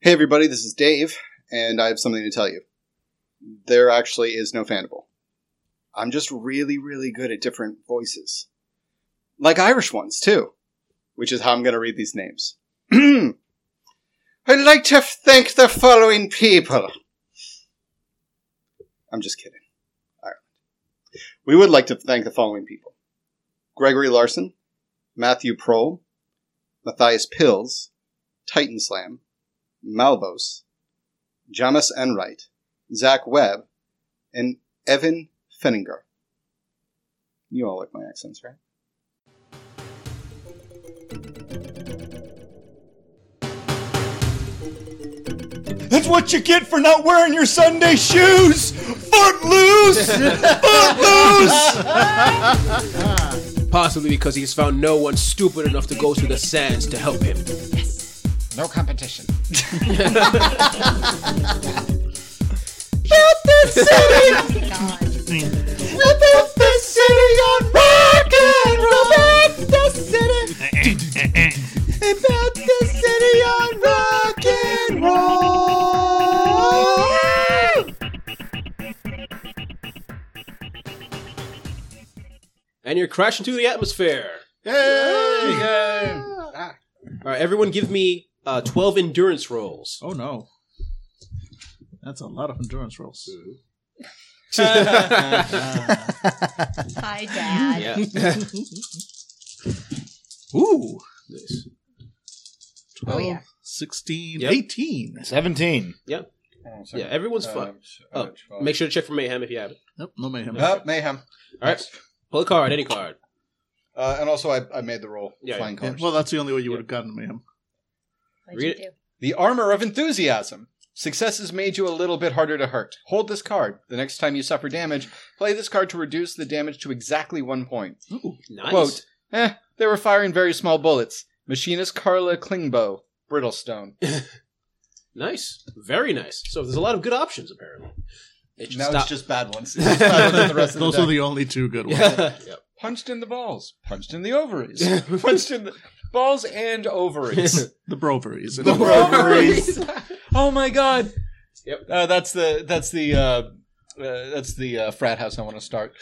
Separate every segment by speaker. Speaker 1: Hey, everybody, this is Dave, and I have something to tell you. There actually is no Fandible. I'm just really, really good at different voices. Like Irish ones, too, which is how I'm going to read these names. I'd like to thank the following people. I'm just kidding. Ireland. We would like to thank the following people Gregory Larson, Matthew Prohl, Matthias Pills, Titan Slam, Malvos, Jamis Enright, Zach Webb, and Evan Fenninger. You all like my accents, right?
Speaker 2: That's what you get for not wearing your Sunday shoes. Foot loose. Foot loose.
Speaker 3: possibly because he's found no one stupid enough to go to the sands to help him.
Speaker 4: No competition.
Speaker 3: And you're crashing through the atmosphere.
Speaker 4: Yay!
Speaker 3: All right, everyone, give me uh, twelve endurance rolls.
Speaker 5: Oh no. That's a lot of endurance rolls.
Speaker 6: Hi, Dad.
Speaker 3: Yeah.
Speaker 5: Ooh.
Speaker 3: Nice.
Speaker 5: 12,
Speaker 6: Oh, yeah.
Speaker 5: 16,
Speaker 3: Yep.
Speaker 5: 18.
Speaker 2: 17.
Speaker 3: Yeah, everyone's fine.
Speaker 7: Uh,
Speaker 3: Oh, make sure to check for mayhem if you have it.
Speaker 5: Nope, no mayhem.
Speaker 7: Uh, mayhem.
Speaker 3: All right, pull a card, any card.
Speaker 7: Uh, and also, I, I made the roll.
Speaker 3: Yeah,
Speaker 7: flying
Speaker 5: Yeah,
Speaker 7: colors.
Speaker 5: well, that's the only way you would have gotten mayhem.
Speaker 6: What'd you
Speaker 3: Read
Speaker 6: do?
Speaker 7: the armor of enthusiasm. Success has made you a little bit harder to hurt. Hold this card. The next time you suffer damage, play this card to reduce the damage to exactly one point.
Speaker 3: Nice.
Speaker 7: Quote, eh, they were firing very small bullets. Machinist Carla Klingbow, Brittlestone.
Speaker 3: Nice. Very nice. So there's a lot of good options apparently. It should
Speaker 7: Now
Speaker 3: stop.
Speaker 7: it's just bad ones. It's just bad ones the rest of the
Speaker 5: Those
Speaker 7: deck.
Speaker 5: are the only two good ones.
Speaker 3: yeah. Yep.
Speaker 7: Punched in the balls. Punched in the ovaries. punched in the balls and ovaries.
Speaker 5: The Broveries.
Speaker 7: The ovaries. oh my god.
Speaker 3: Yep.
Speaker 7: Uh, that's the that's the uh, uh, that's the uh, frat house I want to start.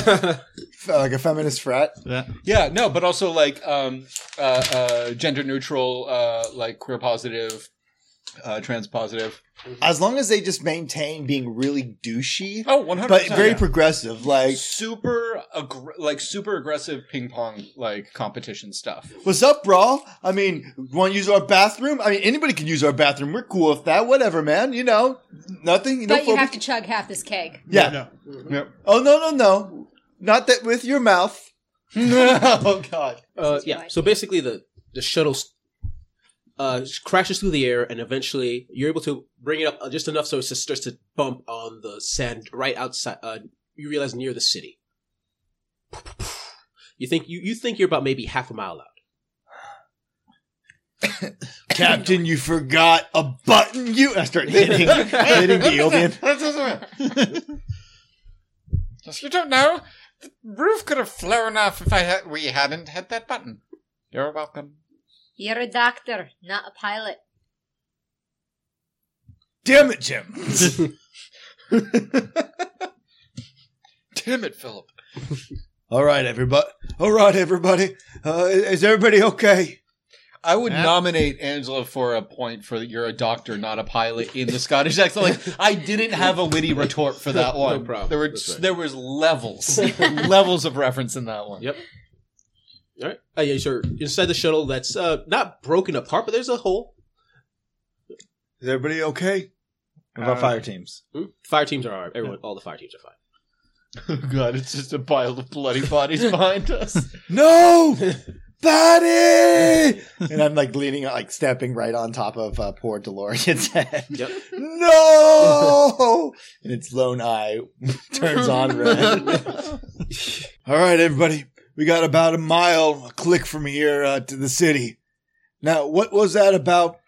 Speaker 4: Felt Like a feminist frat.
Speaker 5: Yeah.
Speaker 7: Yeah, no, but also like um, uh, uh, gender neutral, uh, like queer positive, uh, trans positive.
Speaker 4: As long as they just maintain being really douchey,
Speaker 7: Oh, one hundred.
Speaker 4: but very progressive. Like,
Speaker 7: super aggr- like super aggressive ping pong like competition stuff.
Speaker 4: what's up, bro? I mean, want to use our bathroom? I mean, anybody can use our bathroom. We're cool with that. Whatever, man. You know, nothing. You know,
Speaker 6: But you have to chug half this cake.
Speaker 4: yeah.
Speaker 7: Yep.
Speaker 4: Oh no, no, no. Not that with your mouth.
Speaker 7: oh god.
Speaker 3: Uh, yeah. So basically, the the shuttle s- uh, s- crashes through the air, and eventually you're able to bring it up uh, just enough so it just starts to bump on the sand right outside. Uh, you realize near the city. You think you, you think you're about maybe half a mile out.
Speaker 4: Captain, you forgot a button. You. I start hitting, hitting the alien.
Speaker 7: you don't know, the roof could have flown off if I had, we hadn't hit that button. You're welcome.
Speaker 6: You're a doctor, not a pilot.
Speaker 4: Damn it, Jim.
Speaker 7: Damn it, Philip.
Speaker 4: All right, everybody. All right, everybody. Uh, is everybody okay?
Speaker 7: I would
Speaker 5: Yeah.
Speaker 7: nominate Angela for a point for you're a doctor, not a pilot in the Scottish accent. Like I didn't have a witty retort for that one.
Speaker 3: problem.
Speaker 7: There were
Speaker 3: That's right.
Speaker 7: there was levels levels of reference in that one.
Speaker 3: Yep. All right. Uh, yeah, sure. Inside the shuttle, that's uh, not broken apart, but there's a hole.
Speaker 4: Is everybody okay? What about fire teams?
Speaker 3: Hmm? Fire teams are all right. everyone. All the fire teams are fine.
Speaker 7: Oh god, it's just a pile of bloody bodies behind us.
Speaker 4: No, Patty. and I'm like leaning, like stepping right on top of uh, poor DeLorean's head.
Speaker 3: Yep.
Speaker 4: No, and its lone eye turns on red. All right, everybody. We got about a mile, a click from here uh, to the city. Now, what was that about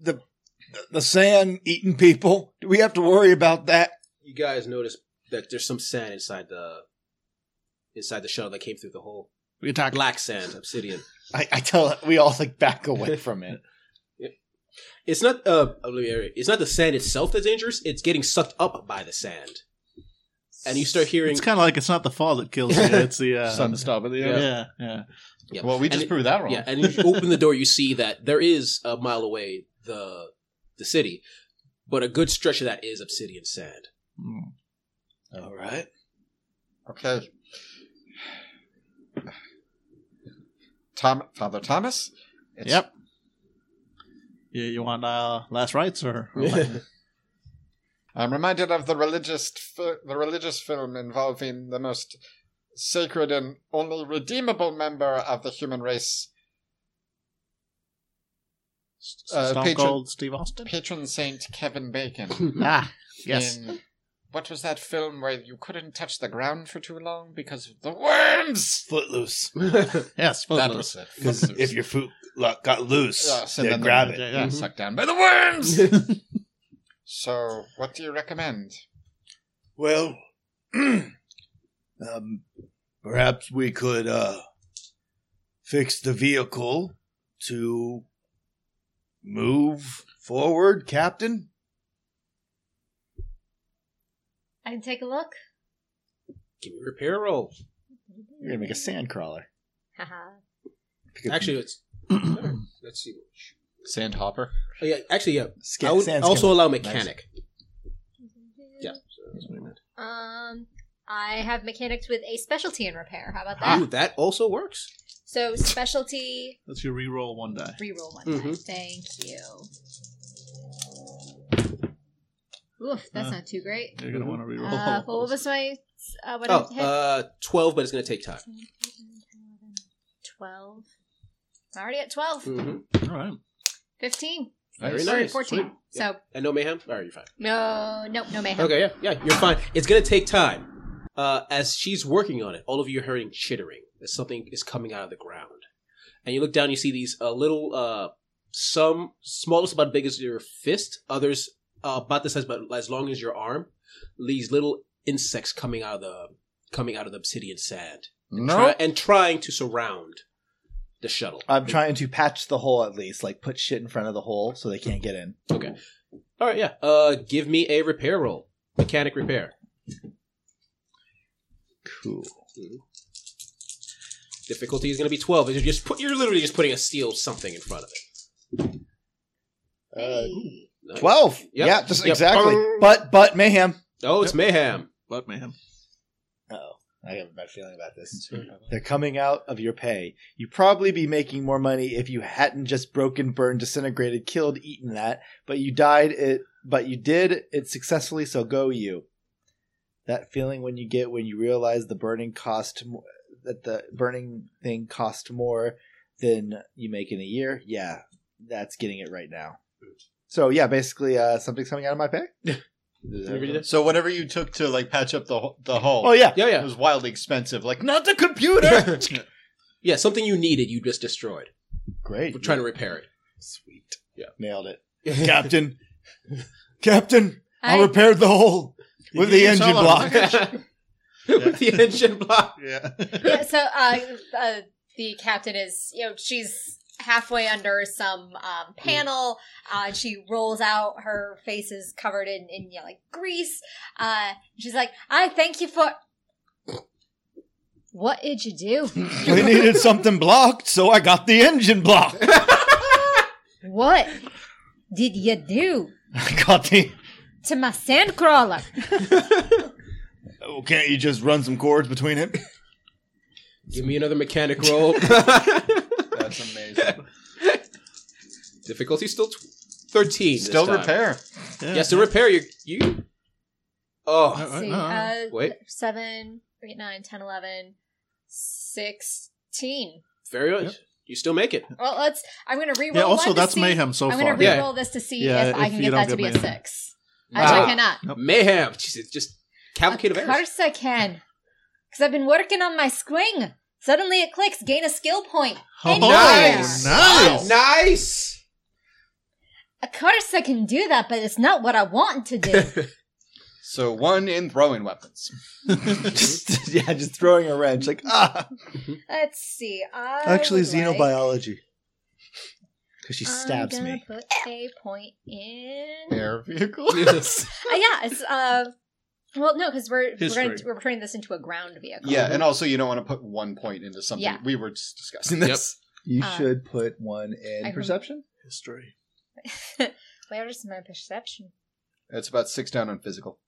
Speaker 4: the the sand eating people? Do we have to worry about that?
Speaker 3: You guys notice that there's some sand inside the inside the shuttle that came through the hole.
Speaker 5: We can talk.
Speaker 3: Black sand, obsidian.
Speaker 4: I, I tell we all like back away from it.
Speaker 3: It's not uh obliterate. It's not the sand itself that's dangerous. It's getting sucked up by the sand, and you start hearing.
Speaker 5: It's kind of like it's not the fall that kills you. It's the uh,
Speaker 1: Sun stop at the
Speaker 5: Yeah,
Speaker 1: end.
Speaker 5: yeah.
Speaker 3: Yeah.
Speaker 1: Well, we
Speaker 3: And
Speaker 1: just
Speaker 3: it-
Speaker 1: proved that wrong.
Speaker 3: Yeah, and if you open the door, you see that there is a mile away the the city, but a good stretch of that is obsidian sand.
Speaker 5: Mm.
Speaker 3: All right.
Speaker 1: Okay. Tom, Father Thomas. It's-
Speaker 5: Yep. You, you want uh, last rites or? or what?
Speaker 1: I'm reminded of the religious fi- the religious film involving the most sacred and only redeemable member of the human race, Uh,
Speaker 5: Stone
Speaker 1: patron-
Speaker 5: Cold Steve Austin.
Speaker 1: patron saint Kevin Bacon.
Speaker 5: Ah, yes.
Speaker 1: In, what was that film where you couldn't touch the ground for too long because of the worms?
Speaker 4: Footloose.
Speaker 5: Yes,
Speaker 1: That
Speaker 5: Footloose.
Speaker 1: was it.
Speaker 4: If your foot lo- got loose,
Speaker 7: Uh,
Speaker 1: Yes, and
Speaker 4: they
Speaker 1: then the-
Speaker 4: grab
Speaker 5: Yeah,
Speaker 4: it.
Speaker 5: yeah.
Speaker 1: sucked down by the worms. so, what do you recommend?
Speaker 4: Well, um, perhaps we could uh, fix the vehicle to move forward, Captain.
Speaker 6: I can take a look.
Speaker 3: Give me a repair roll.
Speaker 4: You're gonna make a sand crawler.
Speaker 6: Haha.
Speaker 3: Actually, it's. Let's see.
Speaker 1: Sandhopper.
Speaker 3: Oh, yeah, actually, yeah.
Speaker 4: Skin,
Speaker 3: I would
Speaker 4: sand
Speaker 3: also allow
Speaker 4: Nice.
Speaker 3: mechanic. Yeah.
Speaker 6: Um, I have mechanics with a specialty in repair. How about that?
Speaker 4: Ah.
Speaker 3: Ooh, Ah, that also works.
Speaker 6: So specialty
Speaker 5: Let's you re-roll one die.
Speaker 6: reroll one
Speaker 3: Mhm.
Speaker 6: time. Thank you. Oof, that's
Speaker 5: Uh,
Speaker 6: not too great.
Speaker 5: You're gonna want to re-roll.
Speaker 6: Uh, but what was my uh, what
Speaker 3: Oh,
Speaker 6: I hit?
Speaker 3: uh, 12, but it's going to take time.
Speaker 6: 12. I'm already at 12.
Speaker 4: Mm-hmm.
Speaker 5: All right.
Speaker 6: 15.
Speaker 3: Mm. Very
Speaker 6: Sorry,
Speaker 3: nice.
Speaker 6: 14.
Speaker 3: Sweet.
Speaker 6: So,
Speaker 3: And no mayhem? All right, you're fine.
Speaker 6: no, no, no mayhem.
Speaker 3: Okay, yeah, yeah, you're fine. It's going to take time. Uh, as she's working on it, all of you are hearing chittering as something is coming out of the ground. And you look down, you see these uh, little, uh, some smallest about big as your fist, others uh, about the size but as long as your arm. These little insects coming out of the coming out of the obsidian sand
Speaker 1: No.
Speaker 3: Try- and trying to surround the shuttle.
Speaker 8: I'm trying to patch the hole at least, like put shit in front of the hole so they can't get in.
Speaker 3: All right, yeah. Uh, give me a repair roll, mechanic repair.
Speaker 8: Cool.
Speaker 3: Difficulty is going to be twelve. You're just put. You're literally just putting a steel something in front of it.
Speaker 6: Hey.
Speaker 3: Nice.
Speaker 8: Uh, Twelve.
Speaker 3: Yep.
Speaker 8: Yeah, just
Speaker 3: Yep.
Speaker 8: exactly.
Speaker 3: Brrr.
Speaker 8: But but mayhem.
Speaker 3: Oh, it's mayhem.
Speaker 5: But man,
Speaker 8: Oh, I have a bad feeling about this. They're coming out of your pay. You'd probably be making more money if you hadn't just broken, burned, disintegrated, killed, eaten that. But you died it. But you did it successfully. So go you. That feeling when you get when you realize the burning cost mo- that the burning thing cost more than you make in a year. Yeah, that's getting it right now. So yeah, basically uh, something's coming out of my pay.
Speaker 3: Everybody does?
Speaker 1: So whatever you took to like patch up the ho- the hole,
Speaker 8: Oh yeah,
Speaker 3: Yeah,
Speaker 1: it
Speaker 3: yeah,
Speaker 1: was wildly expensive. Like not the computer.
Speaker 3: yeah. Something you needed, you just destroyed.
Speaker 8: great.
Speaker 3: We're trying to repair it.
Speaker 8: Sweet.
Speaker 3: Yeah.
Speaker 8: Nailed it.
Speaker 4: Captain. Captain, I,
Speaker 6: I-
Speaker 4: repaired the hole with the engine block.
Speaker 3: With the engine block.
Speaker 4: Yeah.
Speaker 6: yeah, so uh, uh, the captain is, you know, she's halfway under some
Speaker 5: Mm.
Speaker 6: um, panel, uh, and she rolls out. Her face is covered in, in you know, like grease. Uh, she's like, "I thank you for." What did you do?
Speaker 4: we needed something blocked, so I got the engine blocked.
Speaker 6: What did you do
Speaker 4: I got the.
Speaker 6: to my sand crawler?
Speaker 4: Oh, can't you just run some cords between it?
Speaker 3: Give me another mechanic roll.
Speaker 1: That's amazing.
Speaker 3: Difficulty still tw- thirteen. this
Speaker 1: Still
Speaker 3: time.
Speaker 1: repair.
Speaker 5: yeah.
Speaker 3: Yes, to repair you. You. Oh,
Speaker 5: Uh,
Speaker 6: See,
Speaker 5: uh, uh,
Speaker 6: uh,
Speaker 3: Wait.
Speaker 6: seven, eight, nine, ten, eleven, sixteen.
Speaker 3: very good. You still make it.
Speaker 6: Well, let's. I'm gonna reroll.
Speaker 5: yeah. Also,
Speaker 6: one to
Speaker 5: that's
Speaker 6: see-
Speaker 5: mayhem so
Speaker 6: I'm
Speaker 5: far.
Speaker 6: gonna
Speaker 3: Yeah.
Speaker 6: reroll this to see
Speaker 5: Yeah,
Speaker 6: if I
Speaker 5: if
Speaker 6: can
Speaker 5: you
Speaker 6: get
Speaker 5: don't
Speaker 6: that
Speaker 5: get
Speaker 6: to be a
Speaker 5: mayhem.
Speaker 6: six.
Speaker 3: Wow.
Speaker 6: I cannot.
Speaker 3: Mayhem. Jeez, it's just cavalcade of
Speaker 6: of
Speaker 3: errors.
Speaker 6: course I can, because I've been working on my swing. Suddenly it clicks. Gain a skill point.
Speaker 5: Oh,
Speaker 6: Anywhere.
Speaker 5: nice. nice.
Speaker 3: Nice.
Speaker 6: Of course I can do that, but it's not what I want to do.
Speaker 1: So one in throwing weapons.
Speaker 8: just yeah, just throwing a wrench. Like ah,
Speaker 6: Let's see. I
Speaker 8: actually,
Speaker 6: would like-
Speaker 8: xenobiology. because she stabs
Speaker 6: I'm gonna
Speaker 8: me.
Speaker 6: Put a point in. Uh,
Speaker 1: Air vehicle.
Speaker 3: Yes.
Speaker 6: yeah, it's uh, well, no, because we're we're,
Speaker 5: History.
Speaker 6: gonna, we're turning this into a ground vehicle.
Speaker 1: Yeah, and also you don't want to put one point into something.
Speaker 6: Yeah.
Speaker 1: We were just discussing this.
Speaker 8: You
Speaker 6: Uh,
Speaker 8: should put one in
Speaker 6: I rem-
Speaker 8: perception.
Speaker 5: History.
Speaker 6: where is my perception?
Speaker 1: It's about six down on physical.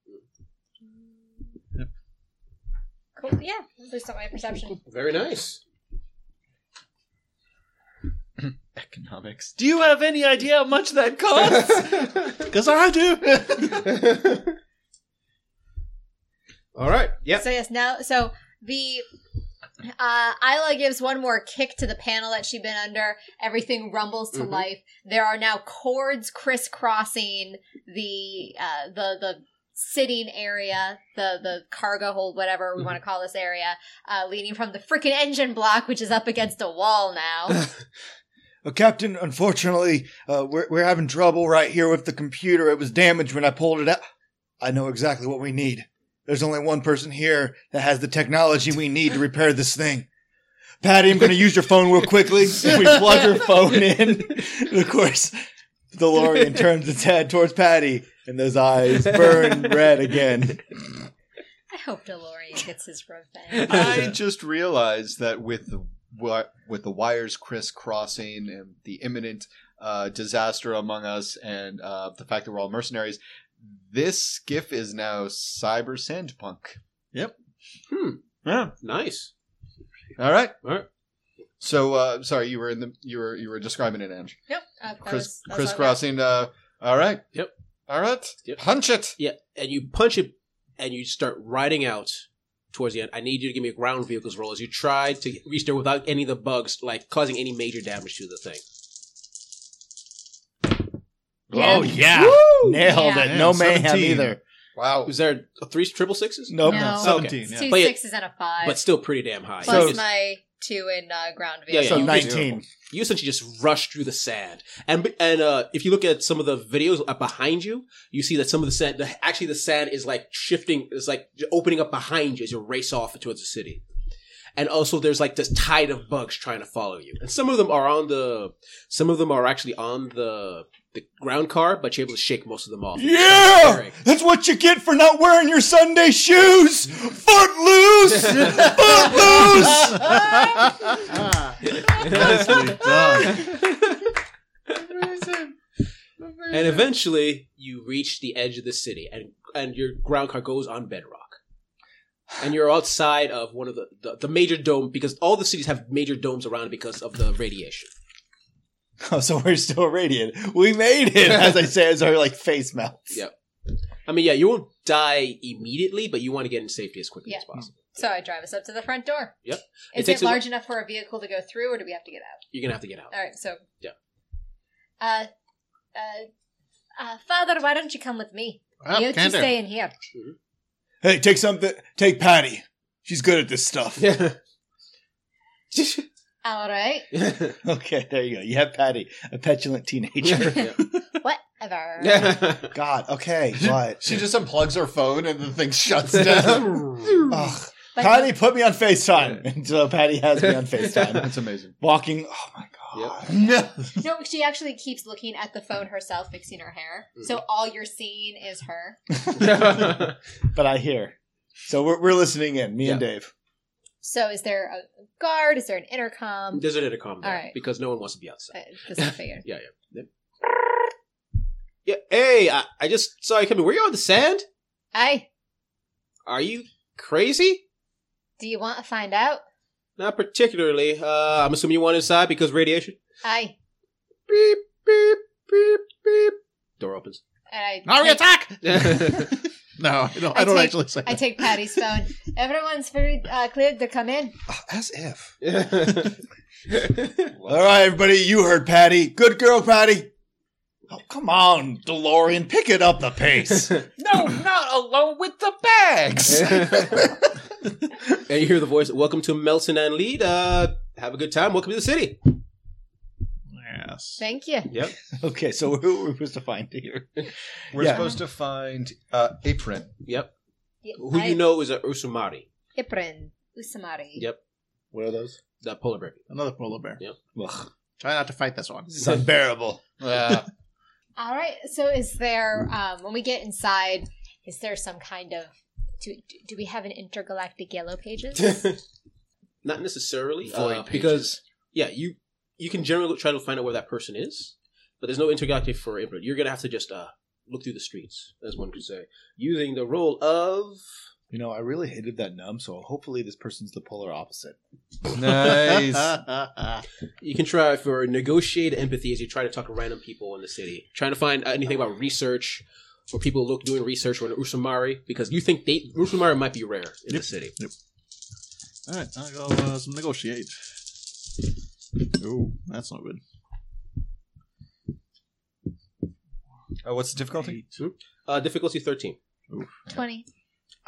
Speaker 6: Cool. Yeah, boost up my perception.
Speaker 3: Very nice.
Speaker 8: Economics.
Speaker 5: Do you have any idea how much that costs? Because I do.
Speaker 3: All right. Yep.
Speaker 6: So yes, now so the uh Isla gives one more kick to the panel that she'd been under. Everything rumbles to
Speaker 3: Mhm.
Speaker 6: life. There are now cords crisscrossing the uh the the sitting area, the the cargo hold, whatever we want to call this area, uh leading from the freaking engine block, which is up against a wall now.
Speaker 4: Uh, Captain, unfortunately, uh, we're, we're having trouble right here with the computer. It was damaged when I pulled it out. I know exactly what we need. There's only one person here that has the technology we need to repair this thing. Patty, I'm going to use your phone real quickly.
Speaker 8: If we plug her phone in, of course, the DeLorean turns its head towards Patty, and those eyes burn red again.
Speaker 6: I hope DeLorean gets his revenge.
Speaker 1: I just realized that with the wi- with the wires crisscrossing and the imminent uh, disaster among us, and uh, the fact that we're all mercenaries, this skiff is now cyber sandpunk.
Speaker 5: Yeah.
Speaker 3: Nice.
Speaker 1: All right.
Speaker 3: All right.
Speaker 1: So uh, sorry, you were in the you were you were describing it, Ange.
Speaker 6: Nope. Uh, that
Speaker 1: Chris,
Speaker 6: was- that was all I got.
Speaker 1: crisscrossing. Uh, all right.
Speaker 3: Yep.
Speaker 1: All right.
Speaker 3: Yep.
Speaker 1: Punch it.
Speaker 3: Yeah, and you punch it, and you start riding out towards the end. I need you to give me a ground vehicles roll as you try to reach there without any of the bugs, like causing any major damage to the thing.
Speaker 8: Oh, yeah. Nailed
Speaker 6: Yeah.
Speaker 8: it. No mayhem
Speaker 5: 17.
Speaker 8: either.
Speaker 1: Wow.
Speaker 3: Was there three triple sixes?
Speaker 8: Nope.
Speaker 6: No.
Speaker 5: Seventeen.
Speaker 6: It's
Speaker 5: Yeah.
Speaker 6: Two
Speaker 3: But it-
Speaker 6: sixes and a five.
Speaker 3: but still pretty damn high.
Speaker 6: plus
Speaker 3: you,
Speaker 6: my two in uh, ground
Speaker 3: Yeah,
Speaker 6: vehicle.
Speaker 3: yeah,
Speaker 8: So
Speaker 3: you-
Speaker 8: 19.
Speaker 3: you essentially just rush through the sand, and and uh, if you look at some of the videos up behind you, you see that some of the sand, the, actually the sand is like shifting, is like opening up behind you as you race off towards the city. And also, there's like this tide of bugs trying to follow you, and some of them are on the, some of them are actually on the the ground car, but you're able to shake most of them off.
Speaker 2: Yeah! That's what you get for not wearing your Sunday shoes! Footloose! Footloose!
Speaker 1: Ah.
Speaker 5: Nicely done.
Speaker 3: And eventually, you reach the edge of the city, and and your ground car goes on bedrock, and you're outside of one of the the, the major dome because all the cities have major domes around because of the radiation.
Speaker 8: Oh, so we're still radiant. We made it, as I say, as our like face melts.
Speaker 3: Yeah. I mean, yeah, you won't die immediately, but you want to get in safety as quickly
Speaker 6: Yeah.
Speaker 3: as possible.
Speaker 6: So I drive us up to the front door.
Speaker 3: Yep. It
Speaker 6: Is it,
Speaker 3: takes a lo-
Speaker 6: large enough for a vehicle to go through, or do we have to get out?
Speaker 3: You're gonna have to get out.
Speaker 6: All right. So.
Speaker 3: Yeah.
Speaker 6: Uh, uh, uh, Father, why don't you come with me?
Speaker 7: Oh,
Speaker 5: Well,
Speaker 6: you two
Speaker 5: can Ah, do.
Speaker 6: stay in here.
Speaker 4: Hey, take something. Take Patty. She's good at this stuff.
Speaker 6: All right.
Speaker 8: Okay, there you go. You have Patty, a petulant teenager.
Speaker 6: Whatever.
Speaker 8: God, okay, what?
Speaker 1: She just unplugs her phone and the thing shuts down.
Speaker 8: Ugh.
Speaker 6: But
Speaker 8: Patty, put me on FaceTime. And so Patty has me on FaceTime.
Speaker 1: That's amazing.
Speaker 8: Walking, oh my God.
Speaker 6: no, she actually keeps looking at the phone herself, fixing her hair. So all you're seeing is her.
Speaker 8: But I hear. So we're, we're listening in, me and Dave.
Speaker 6: So is there a guard? Is there an intercom?
Speaker 3: There's an intercom there
Speaker 6: All right.
Speaker 3: because no one wants to be outside.
Speaker 6: Uh, This is figured.
Speaker 3: Yeah, yeah. Yeah. Hey, I, I just saw you coming. Were you on the sand?
Speaker 6: Hey,
Speaker 3: Are you crazy?
Speaker 6: do you want to find out?
Speaker 3: Not particularly. Uh, I'm assuming you want inside because radiation.
Speaker 6: Hey,
Speaker 3: Beep beep beep beep. Door opens.
Speaker 6: and I
Speaker 5: Now we
Speaker 6: take-
Speaker 5: attack!
Speaker 3: yeah,
Speaker 5: No, I don't,
Speaker 6: I
Speaker 5: I don't
Speaker 6: take-
Speaker 5: actually say
Speaker 6: I
Speaker 5: that.
Speaker 6: take Patty's phone. Everyone's very uh, cleared to come in.
Speaker 1: Oh,
Speaker 4: As if.
Speaker 8: All right, everybody, you heard Patty. Good girl, Patty. Oh, come on, DeLorean, pick it up the pace.
Speaker 1: No, not alone with the bags.
Speaker 3: and you hear the voice. Welcome to Melton and Lead. Uh, have a good time. Welcome to the city.
Speaker 5: Yes.
Speaker 6: Thank you.
Speaker 8: okay, so who are we supposed to find here?
Speaker 1: We're
Speaker 8: Yeah.
Speaker 1: supposed to find uh, Apron.
Speaker 3: Yep.
Speaker 6: Yeah,
Speaker 3: Who
Speaker 6: I-
Speaker 3: you know is a Usumari.
Speaker 6: Iprin Usamari.
Speaker 3: Yep.
Speaker 8: What are those?
Speaker 3: The polar bear.
Speaker 5: Another polar bear.
Speaker 3: Yeah.
Speaker 8: Ugh.
Speaker 5: Try not to fight this one.
Speaker 4: This is unbearable.
Speaker 1: Yeah.
Speaker 6: All right. So, is there um, when we get inside? Is there some kind of do, do we have an intergalactic yellow pages?
Speaker 3: Not necessarily,
Speaker 1: Void
Speaker 3: uh,
Speaker 1: pages.
Speaker 3: because yeah, you you can generally try to find out where that person is, but there's no intergalactic for input. You're gonna have to just uh, look through the streets, as one could say, using the role of
Speaker 8: You know, I really hated that numb, so hopefully this person's the polar opposite.
Speaker 1: nice.
Speaker 3: You can try for negotiate empathy as you try to talk to random people in the city, trying to find uh, anything about research or people look doing research or an Usumari because you think they Usumari might be rare in the city.
Speaker 5: All right, I'll go uh, some negotiate. Ooh, that's not good.
Speaker 1: Uh, what's the difficulty?
Speaker 3: Uh, difficulty thirteen.
Speaker 6: Twenty.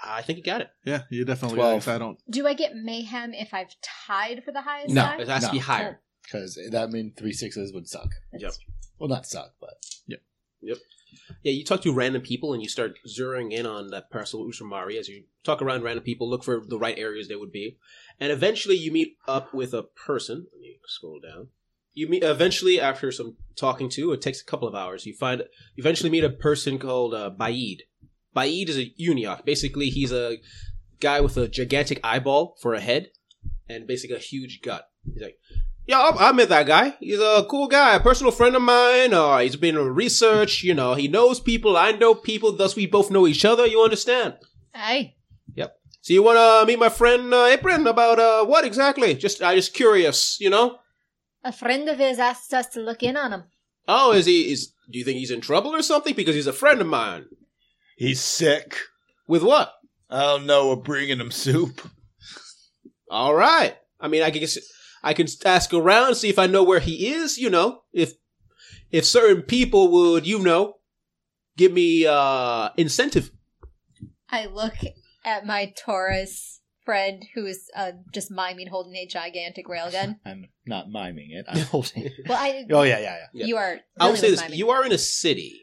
Speaker 3: I think you got it.
Speaker 5: Yeah, you definitely.
Speaker 8: Twelve.
Speaker 5: Alex, I don't.
Speaker 6: Do I get mayhem if I've tied for the highest?
Speaker 3: No,
Speaker 6: time?
Speaker 3: it has to be
Speaker 8: No.
Speaker 3: higher.
Speaker 8: Because that means three sixes would suck.
Speaker 3: Yep.
Speaker 8: Well, not suck, but
Speaker 3: Yeah, you talk to random people and you start zeroing in on that parcel of Usumari as you talk around random people, look for the right areas they would be, and eventually you meet up with a person. Let me scroll down. You meet eventually after some talking to. It takes a couple of hours. You find you eventually meet a person called uh, Baid. Baid is a Uniok. Basically, he's a guy with a gigantic eyeball for a head and basically a huge gut. He's like, yeah, I, I met that guy. He's a cool guy, a personal friend of mine. Uh, he's been in research. You know, he knows people. I know people. Thus, we both know each other. You understand?
Speaker 6: Hey.
Speaker 3: So you want to meet my friend uh, Apron about uh, what exactly? Just I just curious. You know?
Speaker 6: A friend of his asked us to look in on him.
Speaker 3: Oh, is he is? Do you think he's in trouble or something? Because he's a friend of mine.
Speaker 4: He's sick.
Speaker 3: With what?
Speaker 4: I don't know. We're bringing him soup.
Speaker 3: All right. I mean, I can guess I can ask around see if I know where he is. You know, if if certain people would, you know, give me uh incentive.
Speaker 6: I look at my Taurus friend who is uh, just miming holding a gigantic railgun.
Speaker 8: I'm not miming it. I'm holding.
Speaker 6: Well, I
Speaker 8: oh yeah, yeah, yeah.
Speaker 3: Yeah.
Speaker 6: you are.
Speaker 3: I would
Speaker 6: really
Speaker 3: say this:
Speaker 6: miming.
Speaker 3: you are in a city.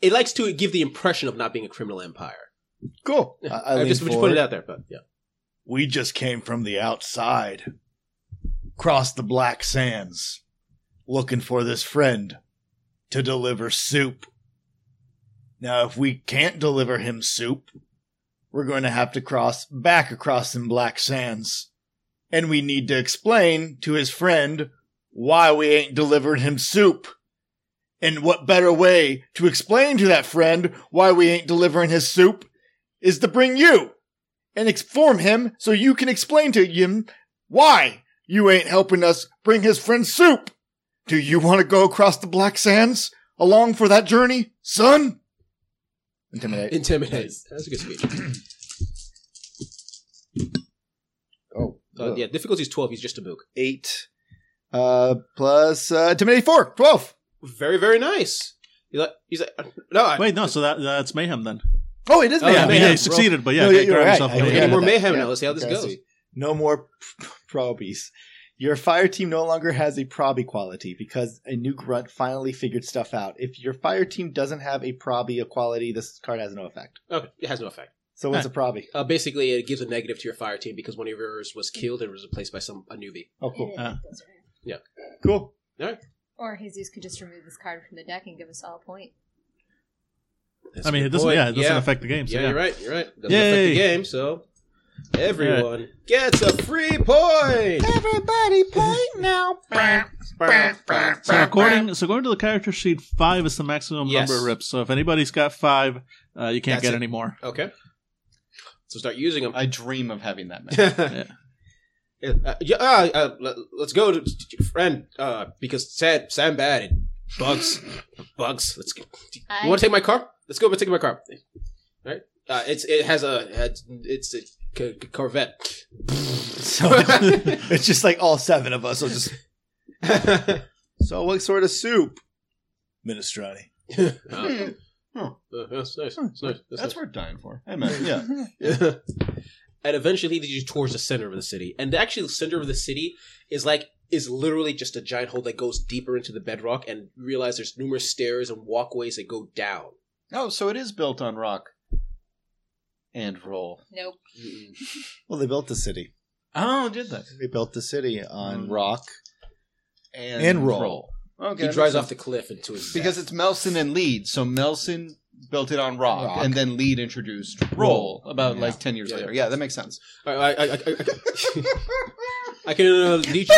Speaker 3: It likes to give the impression of not being a criminal empire.
Speaker 8: Cool. I, I lean
Speaker 3: just just
Speaker 8: forward.
Speaker 3: put it out there, but yeah.
Speaker 4: We just came from the outside, crossed the black sands, looking for this friend to deliver soup. Now, if we can't deliver him soup, we're going to have to cross back across in black sands. And we need to explain to his friend why we ain't delivering him soup. And what better way to explain to that friend why we ain't delivering his soup is to bring you and inform him so you can explain to him why you ain't helping us bring his friend soup. Do you want to go across the black sands along for that journey, son?
Speaker 8: Intimidate.
Speaker 3: Intimidate. That's a good speech.
Speaker 8: oh,
Speaker 3: Uh, yeah, difficulty is twelve. He's just a mook.
Speaker 8: eight. Uh, plus uh, intimidate four. Twelve.
Speaker 3: Very, very nice. He's like, he's like uh, no, I,
Speaker 5: Wait, no. So that that's mayhem then.
Speaker 8: Oh, it is
Speaker 3: Oh, yeah,
Speaker 5: I mean,
Speaker 8: mayhem.
Speaker 3: mayhem,
Speaker 5: yeah,
Speaker 8: bro.
Speaker 5: he succeeded, but yeah,
Speaker 8: No,
Speaker 5: yeah
Speaker 8: yeah, you're
Speaker 5: got
Speaker 8: right.
Speaker 5: himself.
Speaker 8: I
Speaker 5: a
Speaker 3: we
Speaker 8: yeah,
Speaker 3: need
Speaker 8: yeah,
Speaker 5: mayhem.
Speaker 3: more
Speaker 8: that-
Speaker 3: mayhem
Speaker 8: yeah,
Speaker 3: now. Let's see how this
Speaker 8: okay, I
Speaker 3: goes.
Speaker 8: see. No more p- probies. Your fire team no longer has a probie quality because a new grunt finally figured stuff out. If your fire team doesn't have a probie quality, this card has no effect.
Speaker 3: Okay, it has no effect.
Speaker 8: So what's a probie?
Speaker 3: Uh, basically, it gives a negative to your fire team because one of yours was killed and was replaced by some a newbie.
Speaker 8: Oh, cool.
Speaker 5: Uh.
Speaker 8: Cool.
Speaker 6: Or Jesus could just remove this card from the deck and give us all a point.
Speaker 3: That's
Speaker 5: I
Speaker 3: a
Speaker 5: mean,
Speaker 3: good
Speaker 5: it doesn't.
Speaker 3: point.
Speaker 5: Yeah, it doesn't
Speaker 3: yeah.
Speaker 5: affect the game. So
Speaker 3: Yeah,
Speaker 5: yeah,
Speaker 3: you're right. You're right. Doesn't affect
Speaker 5: Yay.
Speaker 3: the game, so everyone gets a free point.
Speaker 8: Everybody point now.
Speaker 5: So according so according to the character sheet, five is the maximum
Speaker 3: Yes.
Speaker 5: number of rips. So if anybody's got five, uh, you can't
Speaker 3: That's
Speaker 5: get
Speaker 3: it.
Speaker 5: any more.
Speaker 3: Okay, so start using them.
Speaker 1: I dream of having that. Man.
Speaker 3: yeah. Uh, yeah, uh, uh, let- let's go to, to- to friend uh, because Sam Sam bad it bugs bugs. Let's go.
Speaker 6: I,
Speaker 3: You want to take my car? Let's go. But take my car. All right. Uh, it's it has a it's- it's a c- c- Corvette.
Speaker 8: So it's just like all seven of us will just. So what sort of soup?
Speaker 4: Minestrone.
Speaker 3: Uh, Uh, that's nice. That's nice. That's,
Speaker 1: Hmm. That's worth dying for. Hey man, yeah.
Speaker 3: nice. and eventually, they just towards the center of the city. And the actual center of the city is like is literally just a giant hole that goes deeper into the bedrock. And you realize there's numerous stairs and walkways that go down.
Speaker 1: Oh, so it is built on rock and roll.
Speaker 6: nope.
Speaker 8: Well, they built the city.
Speaker 1: Oh, did that? Hmm.
Speaker 8: They built the city on
Speaker 5: Mm.
Speaker 8: rock
Speaker 7: and,
Speaker 9: And roll.
Speaker 7: Okay,
Speaker 3: He drives off the cliff into his
Speaker 7: because it's Melson and Lead. So Melson built it on rock,
Speaker 9: Rock.
Speaker 7: and then Lead introduced roll about like ten years
Speaker 3: Yeah,
Speaker 7: later. Yeah, that makes sense.
Speaker 3: I, I, I, I, I can uh, lead you.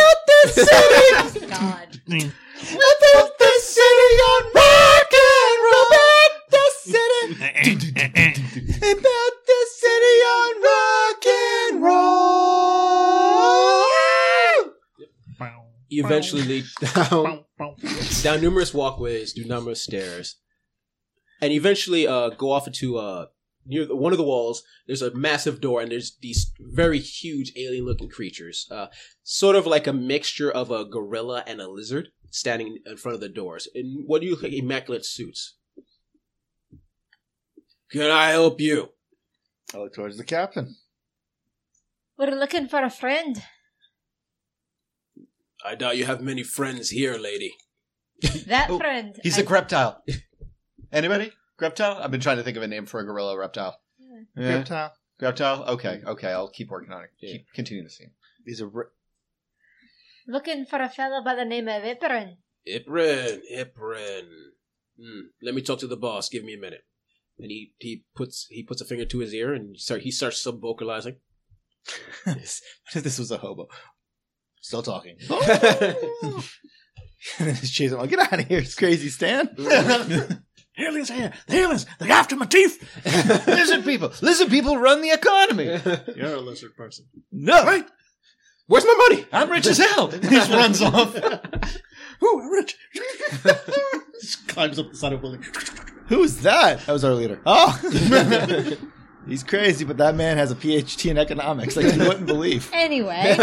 Speaker 6: God.
Speaker 3: You eventually lead down, down numerous walkways, do numerous stairs, and eventually uh, go off into uh, near the, one of the walls. There's a massive door, and there's these very huge alien-looking creatures, uh, sort of like a mixture of a gorilla and a lizard, standing in front of the doors in what do you look like immaculate suits. Can I help you?
Speaker 4: I look towards the captain.
Speaker 6: We're looking for a friend.
Speaker 3: I doubt you have many friends here, lady.
Speaker 6: That
Speaker 7: Oh,
Speaker 6: friend.
Speaker 7: He's
Speaker 6: I-
Speaker 7: a greptile. Anybody? Greptile? I've been trying to think of a name for a gorilla reptile. Yeah.
Speaker 4: Reptile.
Speaker 7: Greptile? Okay, okay. I'll keep working on it. Keep continuing the scene.
Speaker 4: He's a re-
Speaker 6: Looking for a fellow by the name of Iperon.
Speaker 3: Iprin, Iprin. Hmm, let me talk to the boss. Give me a minute. And he, he puts he puts a finger to his ear and start he starts sub vocalizing.
Speaker 4: what if this was a hobo? Still talking. and then she's like, "Get out of here! It's crazy, Stan."
Speaker 5: aliens here. The aliens. They're after my teeth.
Speaker 7: lizard people! Lizard people run the economy!
Speaker 5: You're a lizard person.
Speaker 4: no,
Speaker 3: Where's my money?
Speaker 7: I'm rich as hell! He just runs off.
Speaker 5: Ooh, I'm rich. Just climbs up the side of a building.
Speaker 4: who's that? That was our leader. Oh, he's crazy, but that man has a PhD in economics. Like you wouldn't believe.
Speaker 6: Anyway,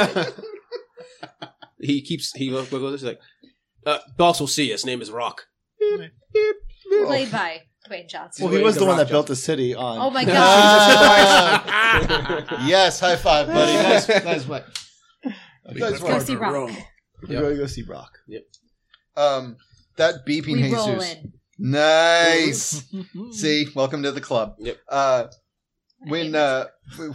Speaker 3: He keeps he goes he's like uh, boss will see you. His name is Rock.
Speaker 6: played by Dwayne Johnson.
Speaker 4: Well, he was the one that
Speaker 3: Rock
Speaker 4: built the city on.
Speaker 6: Oh my god.
Speaker 7: Ah. yes, high five, buddy. Nice, nice one. Nice
Speaker 6: Go
Speaker 7: one.
Speaker 6: see Rock.
Speaker 4: We're going to go see Brock.
Speaker 7: Um, that beeping
Speaker 6: We
Speaker 7: Jesus.
Speaker 6: roll in.
Speaker 7: Nice. See, welcome to the club.
Speaker 3: Yep.
Speaker 7: Uh, when uh,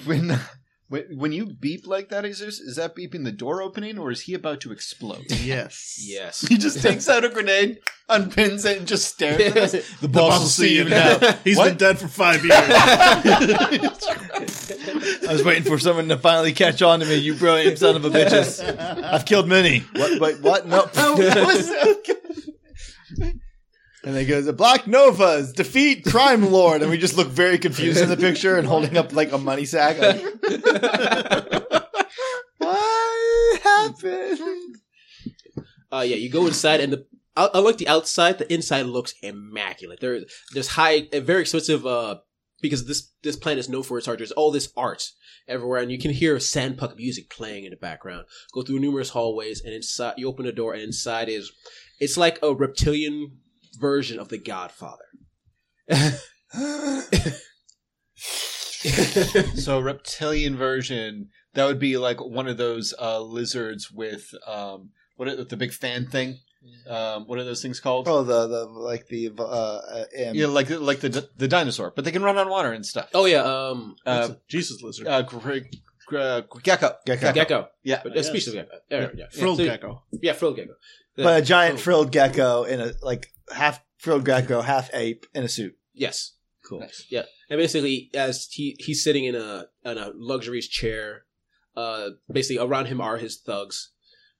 Speaker 7: when when when you beep like that, Jesus, is that beeping the door opening, or is he about to explode?
Speaker 5: Yes.
Speaker 3: Yes.
Speaker 7: He just takes out a grenade, unpins it, and just stares at us.
Speaker 5: The boss will see you now. He's
Speaker 7: What?
Speaker 5: been dead for five years.
Speaker 4: I was waiting for someone to finally catch on to me. You brilliant son of a bitches! I've killed many. What? But what? No. and then goes the Black Novas defeat crime lord, and we just look very confused in the picture and holding up like a money sack. Like, what happened?
Speaker 3: Uh, yeah, you go inside, and the I, I like the outside. The inside looks immaculate. There, there's high, uh, very expensive. Uh, because this this plant is known for its art. There's all this art everywhere, and you can hear sandpuck music playing in the background. Go through numerous hallways, and inside you open a door, and inside is it's like a reptilian version of the Godfather.
Speaker 7: so reptilian version that would be like one of those uh, lizards with um, what are, the big fan thing? Um, what are those things called?
Speaker 4: Oh, the the like the uh, uh um,
Speaker 7: Yeah, like like the the dinosaur, but they can run on water and stuff.
Speaker 3: Oh yeah, um,
Speaker 7: Uh,
Speaker 5: Jesus lizard.
Speaker 7: uh, gr- gr- uh, gecko.
Speaker 4: Gecko.
Speaker 3: gecko.
Speaker 7: Yeah.
Speaker 3: but a species of gecko. Yeah, yeah,
Speaker 5: Frilled
Speaker 3: So-
Speaker 5: gecko.
Speaker 3: Yeah, frilled gecko.
Speaker 4: but a giant frilled gecko in a like half frilled gecko, half ape in a suit.
Speaker 3: Yes. Cool. Yeah, and basically, as he he's sitting in a in a luxurious chair, uh, basically around him are his thugs.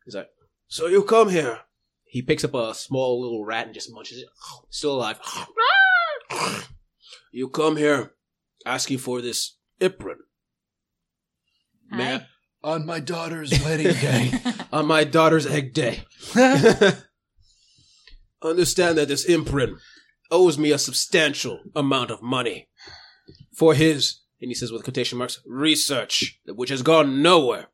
Speaker 3: He's like, "So you come here?" He picks up a small little rat and just munches it. Still alive. you come here, asking for this Iprin
Speaker 6: Hi.
Speaker 7: On my daughter's wedding day.
Speaker 3: on my daughter's egg day. Understand that this imprint owes me a substantial amount of money for his, and he says with quotation marks, research, which has gone nowhere.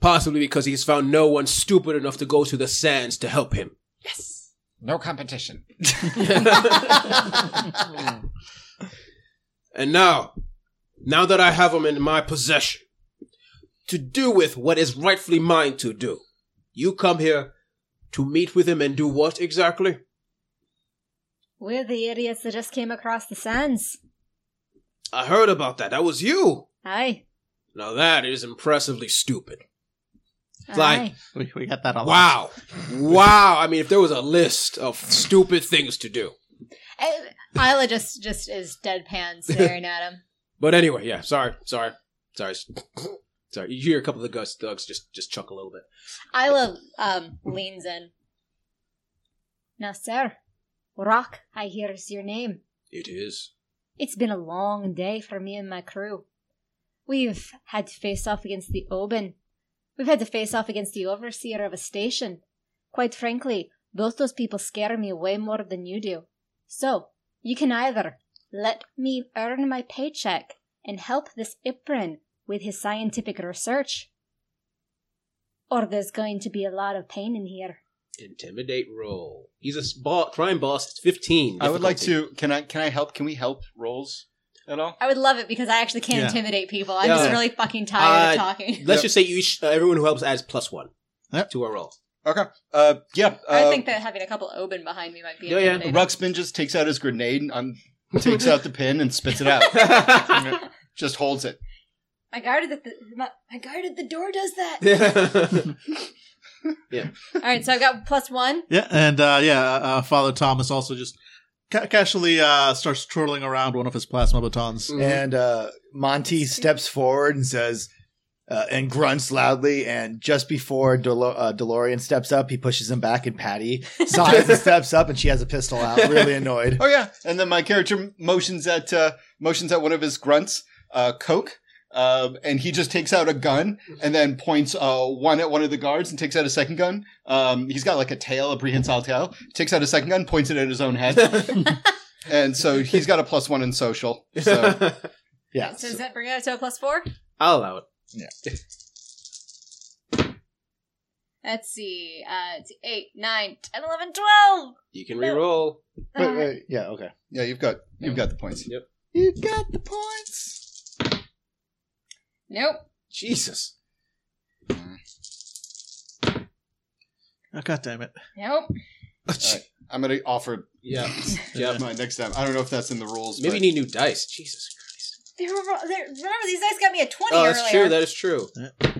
Speaker 3: Possibly because he's found no one stupid enough to go to the sands to help him.
Speaker 7: no competition.
Speaker 3: And now, now that I have him in my possession, to do with what is rightfully mine to do, you come here to meet with him and do what exactly?
Speaker 6: We're the idiots that just came across the sands.
Speaker 3: I heard about that. That was you.
Speaker 6: Hi.
Speaker 3: Now that is impressively stupid. Like-
Speaker 6: Aye.
Speaker 5: We, we got that all.
Speaker 3: Wow. Wow. I mean, if there was a list of stupid things to do.
Speaker 6: And Eh, Isla just just is deadpan staring at him.
Speaker 3: But anyway, yeah, sorry, sorry, sorry. Sorry, you hear a couple of the Gus thugs just just chuck a little bit.
Speaker 6: Isla um, leans in. Now, sir, Rock, I hear is your name.
Speaker 3: It is.
Speaker 6: It's been a long day for me and my crew. We've had to face off against the Oban. We've had to face off against the overseer of a station. Quite frankly, both those people scare me way more than you do. So, you can either let me earn my paycheck and help this Iprin with his scientific research, or there's going to be a lot of pain in here.
Speaker 3: Intimidate roll. He's a s- bo- crime boss. It's fifteen.
Speaker 1: I would like
Speaker 3: difficulty.
Speaker 1: to. Can I? Can I help? Can we help rolls at all?
Speaker 6: I would love it because I actually can't
Speaker 5: Yeah.
Speaker 6: intimidate people. I'm
Speaker 3: Yeah.
Speaker 6: just really fucking tired of
Speaker 3: Uh,
Speaker 6: talking.
Speaker 3: Let's just say each uh, everyone who helps adds plus one
Speaker 5: Yep.
Speaker 3: to our roll.
Speaker 1: Okay. Uh, yeah.
Speaker 6: I
Speaker 1: uh,
Speaker 6: think that having a couple Oban behind me might be
Speaker 3: Um, Yeah, yeah.
Speaker 6: intimidating.
Speaker 1: Ruxpin just takes out his grenade and um, takes out the pin and spits it out. just holds it.
Speaker 6: I guarded the, my, I guarded the door does that. All right, so I've got plus one.
Speaker 5: Yeah, and uh, yeah, uh, Father Thomas also just ca- casually uh, starts twirling around one of his plasma batons.
Speaker 8: And uh, Monty steps forward and says, uh, and grunts loudly. And just before Delo- uh, DeLorean steps up, he pushes him back, and Patty sighs and steps up, and she has a pistol out, really annoyed.
Speaker 1: Oh yeah. And then my character motions at uh, motions at one of his grunts, uh, Coke. Um, and he just takes out a gun and then points uh, one at one of the guards and takes out a second gun. Um, he's got like a tail, a prehensile tail. Takes out a second gun, points it at his own head, and so he's got a plus one in social. So
Speaker 8: Yeah.
Speaker 6: So does that bring it to a plus four?
Speaker 3: I'll allow it.
Speaker 6: Let's see. Uh, it's eight, nine, ten, eleven, twelve. Uh,
Speaker 3: You can re-roll.
Speaker 8: Wait,
Speaker 6: All right.
Speaker 8: wait, yeah, okay.
Speaker 1: yeah, you've got you've got the points.
Speaker 8: You got the points.
Speaker 6: Nope.
Speaker 3: Jesus.
Speaker 5: Oh, God damn it.
Speaker 6: Nope.
Speaker 1: I'm gonna offer
Speaker 3: Yeah. yeah.
Speaker 1: mine next time. I don't know if that's in the rules.
Speaker 3: Maybe you
Speaker 1: but-
Speaker 3: need new dice. Jesus Christ.
Speaker 6: They were, wrong- they remember these guys got me a twenty
Speaker 3: Oh,
Speaker 6: earlier.
Speaker 3: that's true. That is true.
Speaker 5: Yeah.